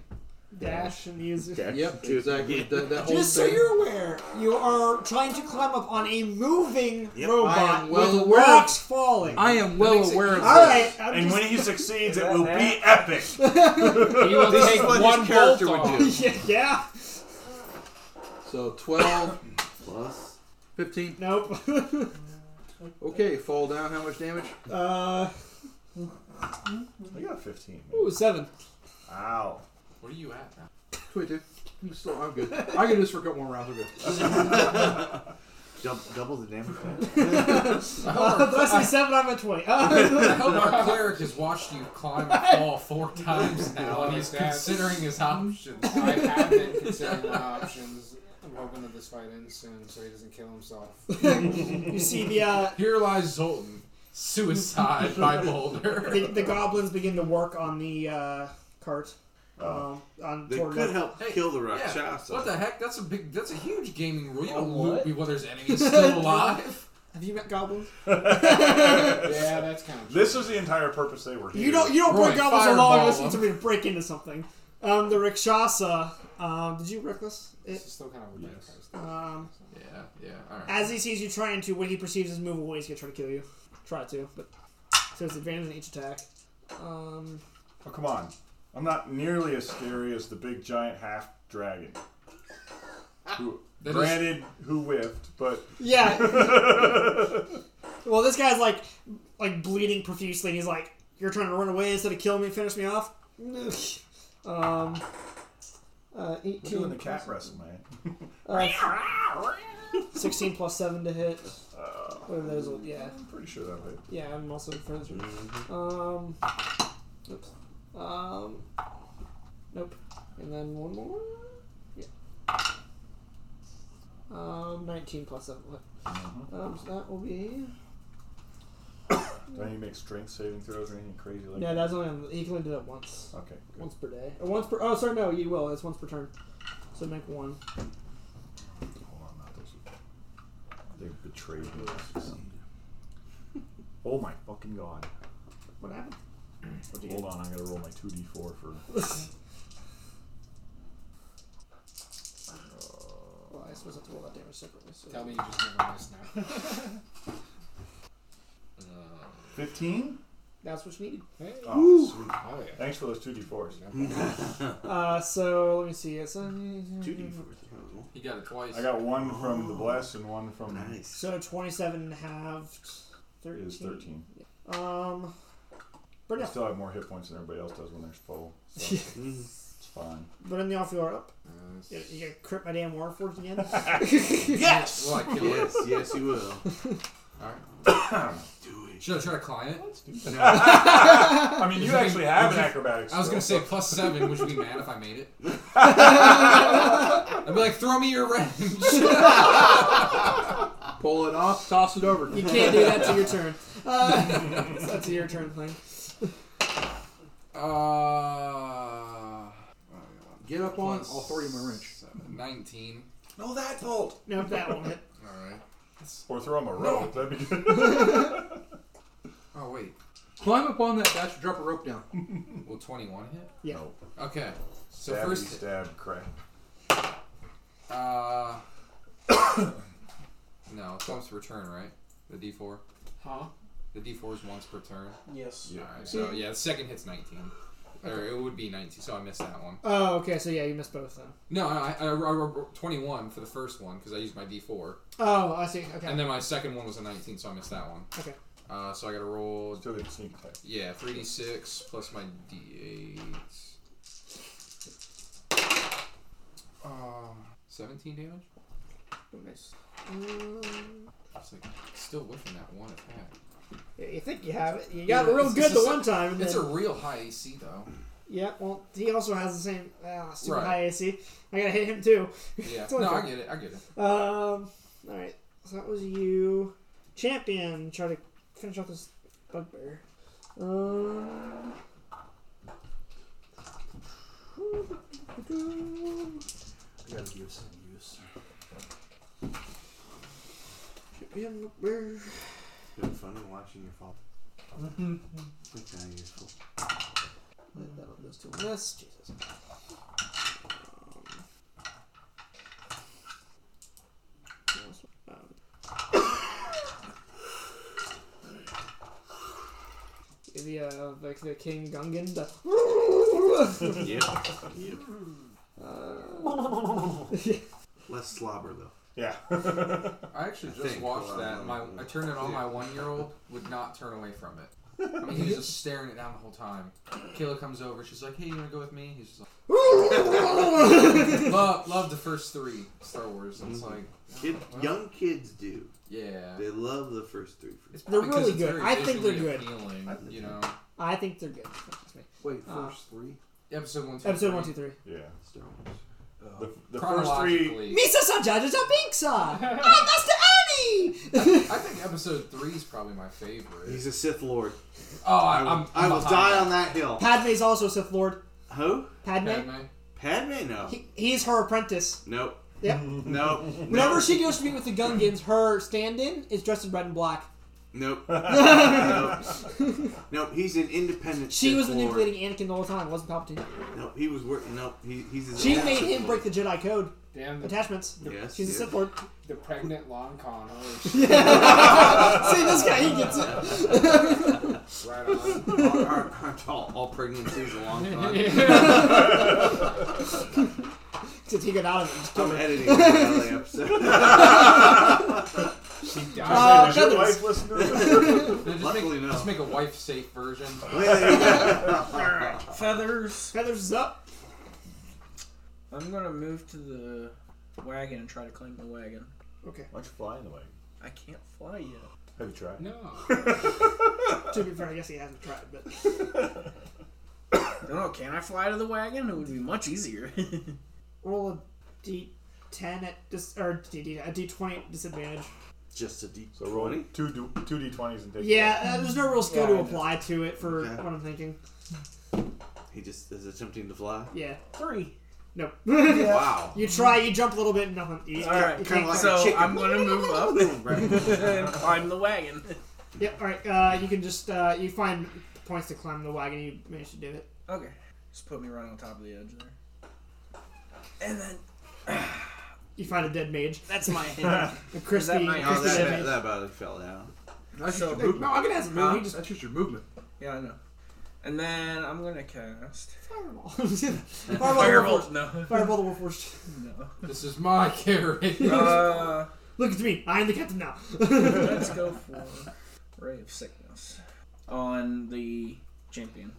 Dash and use it.
Yep, exactly. That, that whole
Just so
thing.
you're aware, you are trying to climb up on a moving
I
robot
am well
with
aware.
rocks falling.
I am well aware of
All
this.
right. I'm
And
just,
when he succeceeds, it will be epic.
he will
This is
take
what his
one
character
bolt
would
off.
do.
yeah, yeah.
So 12,
Plus.
15.
Nope.
Okay, fall down. How much damage?
uh,
I got a 15.
ooh, seven.
Ow.
What are you at now?
22. I'm still, I'm good. I can do this for a couple more rounds. We're good.
Double, double the damage.
Uh, did I say seven? I'm at twenty. Uh,
I hope our cleric has watched you climb and fall four times now, and he's
Like that.
considering his options.
I have been considering my options. I'm hoping that this fight ends soon so he doesn't kill himself.
you see the uh,
Here lies Zoltan, suicide by
the,
Boulder.
the goblins begin to work on the uh, cart. Um, on
Oh. They
toward
could
Lo-
help
Hey,
kill the
Yeah.
Rakshasa.
What the heck? That's a big. That's a huge gaming rule. You don't
what?
loot while there's enemies still alive.
Have you met goblins?
yeah, that's kind of
This was the entire purpose they were here.
You don't. You don't
Roy,
bring goblins
fireball
along unless you
them.
want somebody to break into something. Um, the rikshasa. Um, did you reckless?
This
It,
is still kind of a bad case.
um,
Yeah. Yeah. All right.
as he sees you trying to, what he perceives as move away, he's gonna try to kill you. Try to, but so it's advantage on each attack. Um,
Oh, come on. I'm not nearly as scary as the big giant half dragon. Who,
That is-
granted, who whiffed, but
yeah. well, this guy's like, like bleeding profusely. He's like, "You're trying to run away instead of kill me, finish me off." um, uh,
we're
18
doing the cat wrestle, man.
Uh, 16 plus 7 to hit. What are those? uh, Yeah.
I'm pretty sure that hit.
Yeah, I'm also further. Um. Oops. Um. Nope. And then one more. Yeah. Um, 19 plus 7. What?
Mm-hmm.
Um, so that will be.
Do you make strength saving throws or anything crazy like
Yeah,
that?
that's only. on- You can only do that once.
Okay. good.
Once per day. Or once per. Oh, sorry, no, you will. It's once per turn. So make one.
Hold on, not those. They betrayed me. Oh my fucking god.
What happened?
Hold on, I'm gonna roll my 2d4 for.
Well, I suppose I have to roll that damage separately. So.
Tell me you just never miss now.
15?
That's what you need.
Hey.
Oh, sweet.
Oh yeah.
Thanks for those 2d4s.
Uh, so let me see. It's uh,
Two D for
He got it twice.
I got one from the bless and one from
nice.
so 27 and a half. 13.
is 13.
Um, but
I
yeah,
still have more hit points than everybody else does when they're full. So it's fine.
but in the off you are up.
Uh,
You, you gonna crit my damn warforged again?
yes. Well, I killed it.
Yes, yes, you will.
All right. Should I try to climb it?
I mean, you
it-
actually have
is
an
it-
acrobatics.
I was
skill.
gonna say plus seven, which would be mad if I made it. I'd be like, throw me your wrench.
Pull it off, toss it over.
You can't do that to your turn. Uh, so that's a your turn thing.
Uh, oh, yeah, well,
Get up on it,
plus
I'll throw you my wrench.
seven, Nineteen.
No, that bolt.
Nope, that won't hit.
All right.
Or throw him a rope. That'd be good.
Oh wait.
Climb up on that thatch, drop a rope down.
Will twenty-one hit?
Yeah.
No.
Okay. So
Stabby
first,
stab crap.
uh, no, it's once per turn, right? The D four.
Huh?
The D four is once per turn.
Yes.
Yeah.
All right. So yeah, the second hit's nineteen, or it would be nineteen. So I missed that one.
Oh, okay. So yeah, you missed both then.
No, I, I, I, rolled twenty-one for the first one because I used my D four,
Oh, I see. Okay.
and then my second one was a nineteen, so I missed that one.
Okay.
Uh, so I got to roll
Still get sneak attack.
Yeah, 3d6 plus my d8. Um, 17 damage?
Nice. Um,
It's like, still whiffing that one attack.
yeah, you think you have it? You got
Yeah,
it real
it's-
good
it's
the
a-
one time. And
It's a
then,
real high AC, though.
yeah. Well, he also has the same uh, super
Right.
high AC. I gotta hit him too.
Yeah.
It's only
no, I
fair.
get it. I get it.
Um. All right. So that was you, champion. Try to finish off this bugbear. Um.
I gotta give some use.
Champion bugbear.
Been fun watching your fall. Like that useful.
But that'll just do one. Yes, Jesus. Um, um, the uh, like the King Gungan. The
Yep. Yep. Less slobber though.
Yeah.
I actually just
think,
watched
well,
that. My, I turned it on. My one-year-old would not turn away from it. I mean, he was just staring it down the whole time. Kayla comes over. She's like, "Hey, you wanna go with me?" He's just like, "Love, love the first three Star Wars." And it's like,
Kid, young kids do.
yeah.
They love the first three. For
It's
They're
probably 'cause
really
it's
good.
very
I think they're
visually
good.
appealing,
I think
you
they're
know,
I think they're good. That's me.
Wait,
Uh,
first three?
episode one, two,
Episode
three.
one, two, three.
Yeah.
Star Wars.
The, the first three.
Chronologically,
Misa san jajaja pinksa. I'm Master Annie.
I think episode three is probably my favorite.
He's a Sith Lord.
oh, I, I'm, I'm
I will
behind
die
that.
on that hill.
Padme's also a Sith Lord.
Who?
Padme.
Padme.
Padme? No.
He, he's her apprentice.
Nope.
Yep.
Nope.
Whenever she goes to meet with the Gungans, her stand-in is dressed in red and black.
Nope. nope. Nope. He's an independent.
She
Sith
was
Lord.
manipulating Anakin the whole time. It wasn't Palpatine.
Nope. He was working. Nope. He, he's. his
She
own
made
Sith
him
Lord.
break the Jedi code.
Damn the,
Attachments.
Yes.
She's a
yes.
Sith Lord.
the pregnant long con. Holy shit.
See, this guy, he gets it.
Right on.
Aren't- aren't- aren't all, all pregnancies a long time?
Since he got out of it. Just
I'm editing the finale episode.
She
Uh,
died.
Does your
feathers.
wife listen to this?
No, just,
Luckily,
make,
no.
just make a wife-safe version.
Feathers.
Heather's is up.
I'm gonna move to the wagon and try to claim the wagon.
Okay.
Why don't you fly in the way?
I can't fly yet.
Have you tried?
No.
To be fair, I guess he hasn't tried, but
don't know. Oh, Can I fly to the wagon? It would be much easier.
Roll a d10 at dis- or d a d20 at disadvantage.
Just a D.
So roll two du- two d20s and take.
Yeah, uh, there's no real skill
Yeah,
to
I know.
apply to it for
Okay.
what I'm thinking.
He just is attempting to fly.
Yeah, three. Nope.
Wow.
you try, you jump a little bit, nothing. You,
All right,
you can't-
like a
so
chicken.
I'm gonna move up
Right.
and climb the wagon.
Yep. All right. Uh, you can just uh, you find points to climb the wagon. You manage to do it.
Okay, just put me right on top of the edge there. And then
You find a dead mage,
that's my head.
a crispy,
my-
crispy dead
oh,
that, that,
mage.
that about fell down.
That's
So-
just your movement.
No, I'm gonna ask him.
Huh?
He just
That's just your movement.
yeah, I know. And then I'm gonna cast
Fireball. Fireball.
Firebolt.
Warforged.
No,
Fireball the Warforged.
no.
This is my carry.
Uh,
Look at me. I am the captain now.
let's go for Ray of Sickness on the champion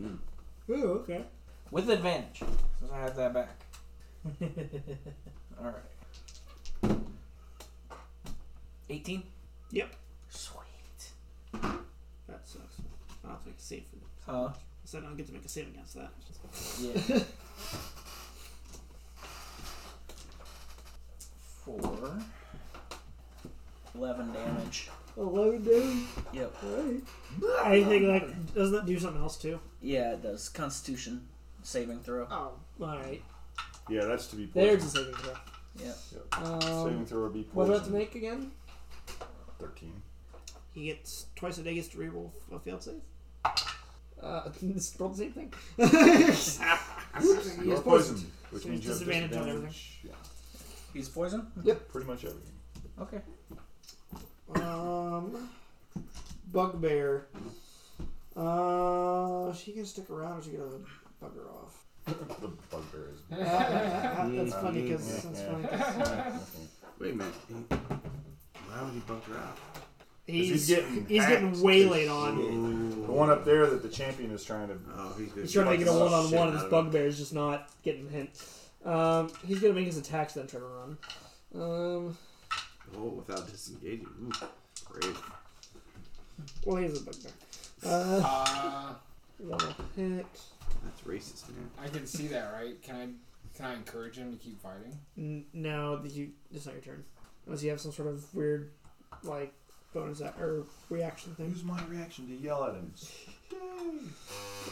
Ooh, okay.
with advantage. Since I have that back. All right. Eighteen.
Yep.
Sweet.
That sucks. I'll have to make a save for that.
Huh?
So I don't get to make a save against that.
Yeah. Four. Eleven damage.
Eleven damage.
Yep.
Right. I think that doesn't that do something else too?
Yeah, it does. Constitution saving throw.
Oh, all right.
Yeah, that's to be
There's
poisoned.
a saving throw.
Yep.
Saving
Um,
throw would be
what
poisoned.
do I have to make again?
Thirteen.
He gets twice a day gets to reroll a failed save. Uh, it's roll the same thing.
You are
He's poisoned.
poisoned, which
So
means you
there's
have
disadvantage on
disadvantage. Yeah,
He's poison.
pretty much everything.
Okay.
Um, bugbear. Uh, she can stick around or she gonna bugger off.
The bugbear is.
Uh, that's
Uh,
funny because that's funny. 'cause
Wait a minute. He, why would he bunk her out?
he's
He's getting
he's
hacked.
getting waylaid on.
The one up there that the champion is trying to.
Oh, he's gonna
He's trying to make it a
Shit
one on one, and
out
this
of
bugbear is just not getting the hint. Um, he's gonna make his attacks then try to run. Um,
him. Oh, without disengaging. Ooh, great.
well, he is a bugbear. Uh,
Uh,
that'll hit.
That's racist, man.
I can see that, right? Can I? Can I encourage him to keep fighting?
N- no, that you, it's not your turn. Unless you have some sort of weird, like, bonus a- or reaction thing.
Use my reaction to yell at him.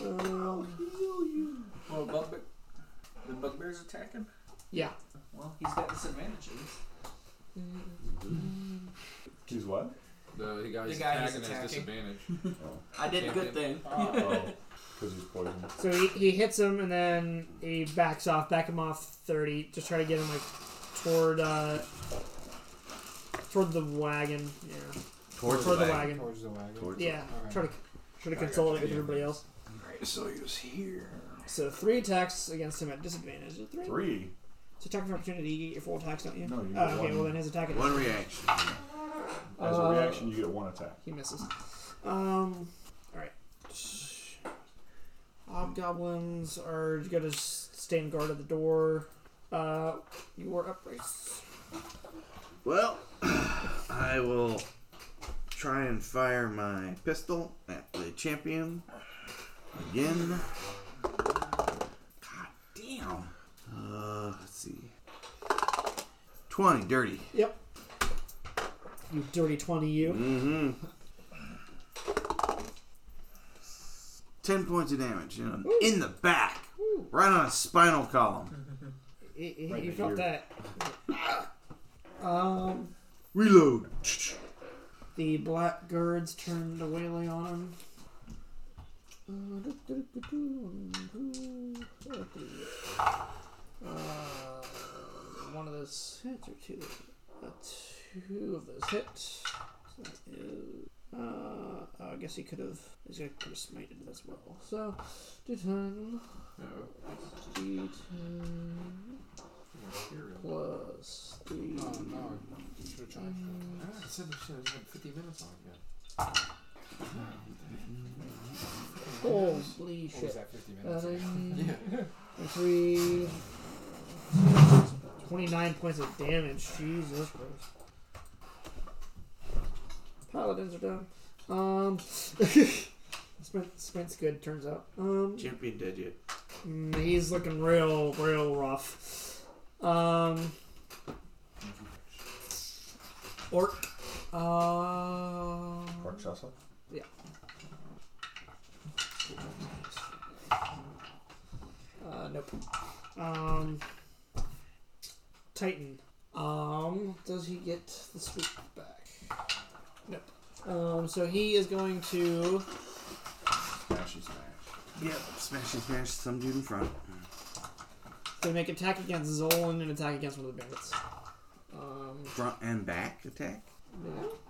Um,
Well, bugbear. The bugbear's attacking.
yeah.
Well, he's got disadvantages.
He's what?
The, the guy's
The guy who's
attacking has
attacking.
disadvantage.
I did a good thing.
Oh, because he's poisoned.
So he, he hits him and then he backs off, back him off thirty. Just try to get him like toward uh toward the wagon. Yeah,
Towards
toward the
leg.
wagon.
Towards the wagon.
Towards
Yeah,
Alright.
try to try to consolidate with everybody else.
Alright, so he was here.
So three attacks against him at disadvantage. Is it Three.
Three.
So attack of opportunity, you get your full attacks, don't you?
No,
oh,
you get
okay.
one.
Well, then his attack.
the-
At
One reaction.
As a
Uh,
reaction, you get one attack.
He misses. Um. All right. Hobgoblins are going to stand guard at the door. Uh, you are up, Race.
Well, I will try and fire my pistol at the champion again. God damn. Uh, let's see. 20, dirty.
Yep. You dirty twenty, you.
Mm-hmm. 10 points of damage. You know, in the back. Right on a spinal column.
He- he-
Right
you
to
felt that. um,
Reload.
the blackguards turned to waylay on him. Uh, do- do- do- do- do- do- do- do. Uh, one of those hits or two. Uh, two of those hits. So that is- Uh, I guess he could have. He's gonna could have smited as well. So, D10,
Oh,
D10
Oh,
plus three.
Oh no! Should have tried.
Ah, I said this shit was like 50 minutes on again.
Holy
What was
shit!
that? Fifty minutes.
Um,
Yeah.
three, 29 points of damage. Jesus Christ. Paladins are done. Um, Sprint, sprint's good. Turns out. Um,
Champion dead yet?
Mm, He's looking real, real rough. Um, orc. Uh,
Pork Shussle?
uh, nope. Um, Titan. Um, does he get the sweep back? Nope. Um, so he is going to.
Smashy smash.
Yep, smash and smash some dude in front.
They make attack against Zolan and attack against one of the bandits. Um,
Front and back attack.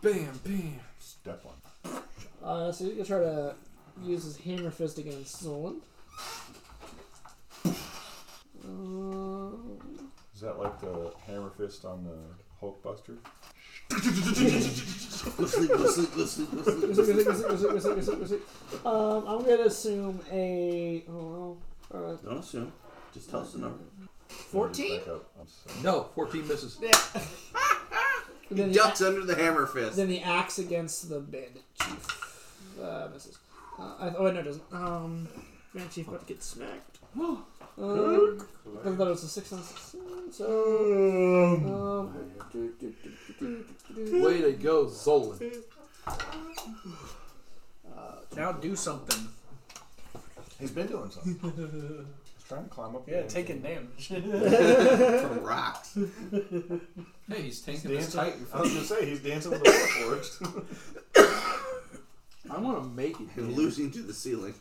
Bam, bam.
Step one.
Uh, so he's gonna try to use his hammer fist against Zolan. Uh,
Is that like the hammer fist on the Hulkbuster?
Go sleep, go sleep, go sleep, go sleep.
um, I'm gonna assume a oh, well, uh,
Don't assume. Just tell us the number.
fourteen.
Back up. I'm sorry.
No, 14 misses.
And then, the,
Ducks under the hammer fist.
then the axe against the bandit chief uh, misses. Uh, I, oh wait, no, it doesn't. Um, bandit chief about to get smacked. Um, I thought it was a six on six. So, um,
Way to go, Zolan.
Now do something.
He's been doing something. He's trying to climb up. the
Yeah,
engine.
taking damage.
From rocks.
Hey, he's tanking
He's
this Titan.
dancing. I was gonna say he's dancing with the Warforged.
I want to make it.
And
man.
losing to the ceiling.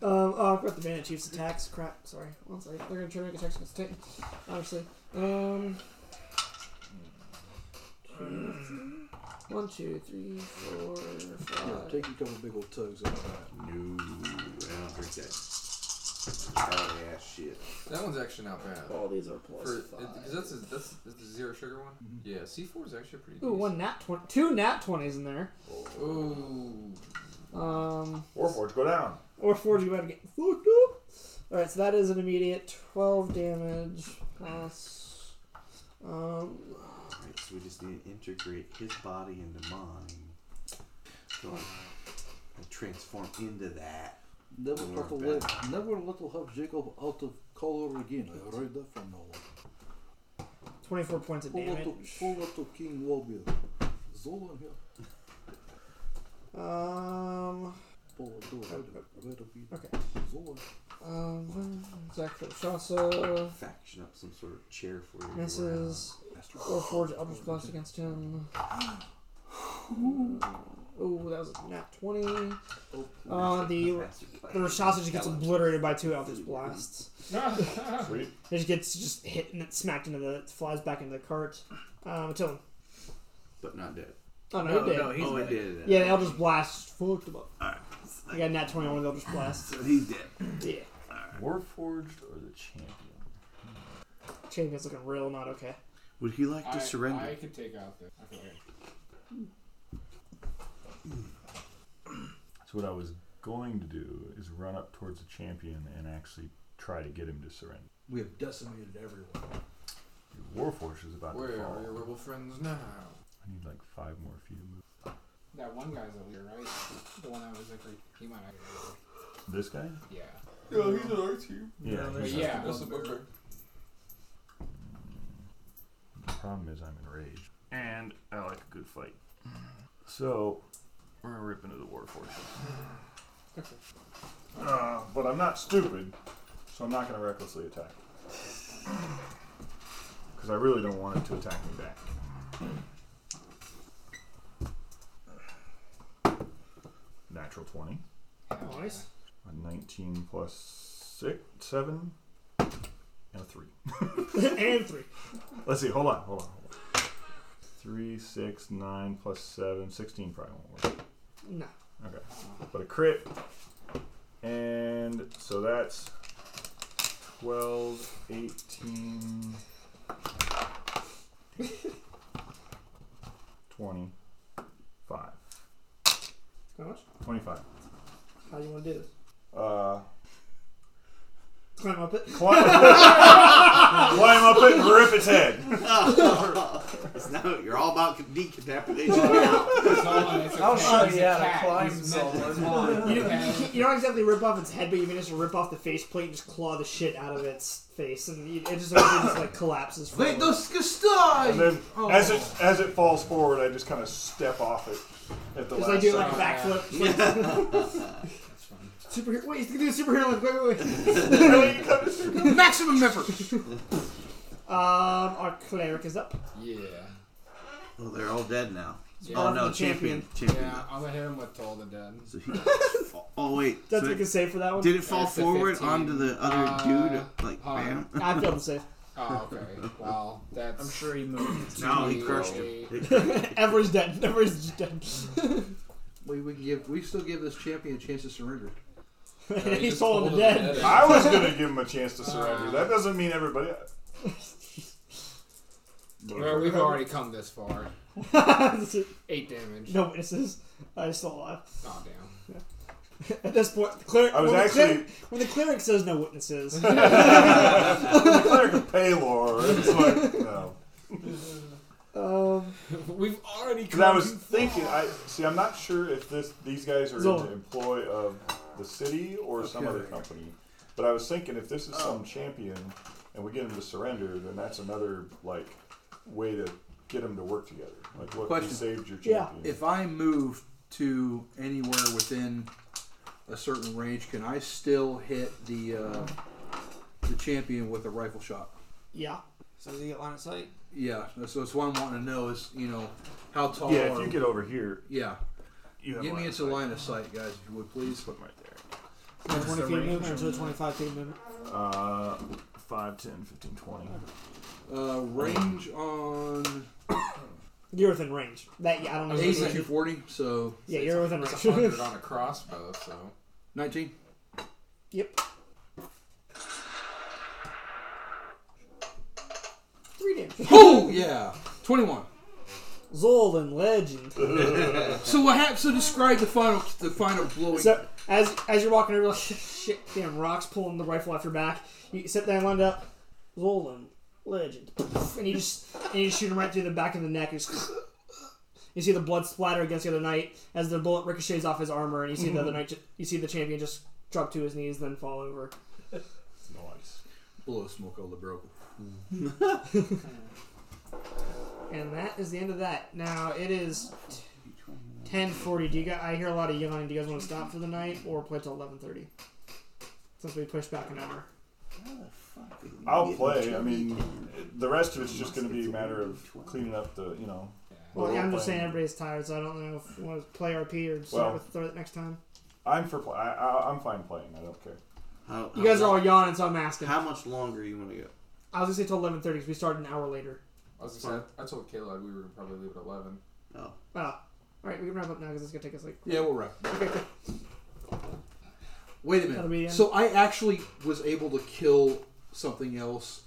Um, oh, I've got the Bandit Chief's attacks. Crap, sorry. One second. They're going to try to make attacks against Titan, obviously. Um, one, two, three, four,
Yeah,
five.
take a couple big old tugs out of that.
No, I don't drink that. Oh yeah, shit.
That one's actually not bad.
All these are plus
For,
five.
cause that's, a, that's, that's the zero sugar one?
Mm-hmm.
Yeah, C4 is actually pretty
Ooh, one nat twenty, two nat twenties in there.
decent. Ooh.
Um,
Warforged, go down.
or four, you better get fucked up. All right, so that is an immediate twelve damage plus. Um,
Alright, so we just need to integrate his body into mine. So I transform into that.
Never
We're
let the
back.
let, never let the have Jacob out of color again. I heard that from no one.
twenty-four points of
Pull up to,
damage.
pull up to King Wobble. Zolan here.
Um.
Pull up to Red- Red of Eden.
Okay.
Zolan.
Um, Zach for the Shasa.
Faction up some sort of chair for you.
Misses.
Master.
Or forge upper splash against him. Oh, that was a nat 20. Uh, the, the Rashasa just gets obliterated by two Alpha's blasts.
Sweet.
It just gets just hit and it smacked into the. It flies back into the cart. Um, until him.
But not dead.
Oh, no,
No,
it did.
no, he's
oh, I
dead.
did.
Yeah, the Eldrit's Blast fucked him up.
Alright.
I got a nat 21 with Eldrit's Blast.
So he's dead.
Yeah.
Warforged or the champion?
Champion's looking real not okay.
Would he like
I,
to surrender?
I could take out the. I feel like
So what I was going to do is run up towards the champion and actually try to get him to surrender.
We have decimated everyone.
Your Warforged is about to
Where
fall.
are your rebel friends now?
I need like five more few moves.
that one guy's over here, right? The one that was like, he might not.
This guy?
Yeah.
Yo, he's an R2.
Yeah.
But
he's not-
yeah,
That's a booger.
The problem is I'm enraged. And I like a good fight. So we're gonna rip into the Warforged. uh, but I'm not stupid, so I'm not gonna recklessly attack. Because I really don't want it to attack me back. Natural twenty.
Nice.
A 19 plus 6, 7, and a 3.
and three.
Let's see, hold on, hold on, hold on. 3, 6, 9, plus 7, 16 probably won't work.
No.
Okay. But a crit. And so that's 12, 18, 25.
How much?
25.
How do you want to do this?
Uh,
Climb up it.
climb, climb up it and rip its head.
It's
It's now you're all about decapitation.
It's all- it's
I'll
okay.
show
He's
you
a
how to
cat.
Oh, climb
He's meant to
someone.
climb.
You, you,
Okay.
can't- you don't exactly rip off its head, but you can just rip off the face plate and just claw the shit out of its face, and you, it just, everything just like collapses. forward.
And then
Oh.
as it as it falls forward, I just kind of step off it at the
Just
last
like do like a
second.
backflip. Just like- Superhero. Wait, he's gonna do a superhero lift. Wait, wait, wait.
Maximum effort.
um, our cleric is up.
Yeah.
Well, they're all dead now.
Yeah.
Oh no,
The
champion.
champion.
Champion.
Yeah, I'm gonna hit him with Toll the Dead.
So he, oh wait.
That's
so
what you can say for that one.
did it fall
That's the
forward
15.
onto the
Uh,
other dude? Like
hold on.
bam.
I feel the same.
Oh, okay. Well, that's.
I'm sure he moved.
No, he crushed
him.
Everyone's dead. Everyone's just dead.
We, we can give we still give this champion a chance to surrender.
he told him dead.
I was gonna give him a chance to surrender. That doesn't mean everybody.
Well, we've already come this far. Eight damage.
no witnesses. I'm still alive.
Oh damn.
At this point, the cleric.
I was
when, the
actually
cleric when the cleric says no witnesses,
the cleric of Paylor. It's like no.
um,
We've already come.
Because I was thinking, I see. I'm not sure if this these guys are
Zol.
into employ of the city or some other company, but I was thinking if this is
Oh.
some champion and we get him to surrender, then that's another like way to get them to work together. Like, look,
Question.
you saved your
Yeah.
champion.
If I move to anywhere within a certain range, can I still hit the uh, the champion with a rifle shot?
yeah.
So does he get line of sight?
Yeah, that's, that's what I'm wanting to know is you know how tall.
yeah, if
are-
you get over here,
yeah.
you have
Get
line
me
of
into
sight.
line of sight, guys, if you would please.
Put 'em right there.
Twenty feet movement to a twenty-five feet movement.
Uh, 5, 10, 15, 20.
Uh, range on
You're within range. That yeah, I don't know.
AC
what you-
240, so
Yeah, you're within
It's
range.
100 on a crossbow, so.
19.
yep. Three damage.
Oh yeah, 21.
Zol and Legend.
So what happened? So describe the final the final blowing.
So as as you're walking over, like shit, damn rocks pulling the rifle off your back. You sit there and lined up, Zolan, legend, and you just and you just shoot him right through the back of the neck. You, just, you see the blood splatter against the other knight as the bullet ricochets off his armor, and you see the other knight. ju- You see the champion just drop to his knees, then fall over.
Nice.
blow smoke all the broken.
And that is the end of that. Now it is. 10:40. Do you guys? I hear a lot of yawning. Do you guys want to stop for the night or play till 11:30? Since we pushed back an hour.
I'll play. I mean, the rest of it's just going to be a matter of cleaning up the, you know.
Well, yeah, I'm just
playing.
saying everybody's tired, so I don't know if we want to play RP or
Well-
start with throw it next time.
I'm for play. I, I, I'm fine playing. I don't care.
How,
You guys are all yawning, so I'm asking.
How much longer you want to go?
I was gonna say till 11:30 because we started an hour later.
I was gonna say, I told Caleb we were gonna probably leave at 11.
Oh, all right, we can wrap up now because it's gonna take us like.
Yeah, we'll wrap.
Okay, cool.
Wait a
That'll be the
minute.
end.
So I actually was able to kill something else.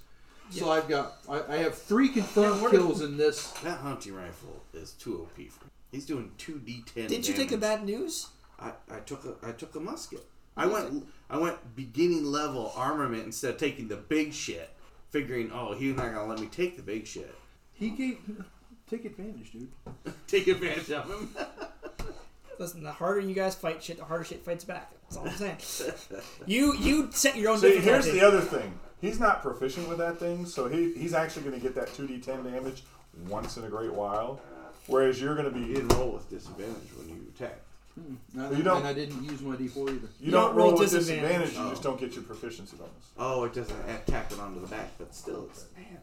So I've got I, I have three confirmed kills in this.
That hunting rifle is too OP for him. He's doing two D10.
Didn't you take the
damage.
bad news?
I, I took a I took a musket. I went I went beginning level armament instead of taking the big shit, figuring oh he's not gonna let me take the big shit.
He gave take advantage, dude.
Take advantage of him.
Listen, the harder you guys fight shit, the harder shit fights back. That's all I'm saying. you you set your own.
See, here's
difficulty.
the other thing. He's not proficient with that thing, so he, he's actually going to get that 2d10 damage once in a great while. Whereas you're going to be.
You
You
didn't roll with disadvantage when you attacked.
And,
You don't-
and I didn't use my D4 either.
don't, roll, with
disadvantage.
disadvantage, you
Oh.
just don't get your proficiency bonus.
Oh, it doesn't attack it onto the back, but still it's man.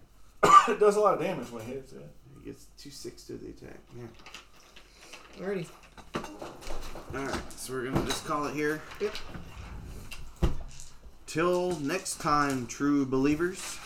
It does a lot of damage when it hits it.
He gets two six to the attack. Yeah.
Alrighty.
All right, so we're gonna just call it here. Till next time, true believers.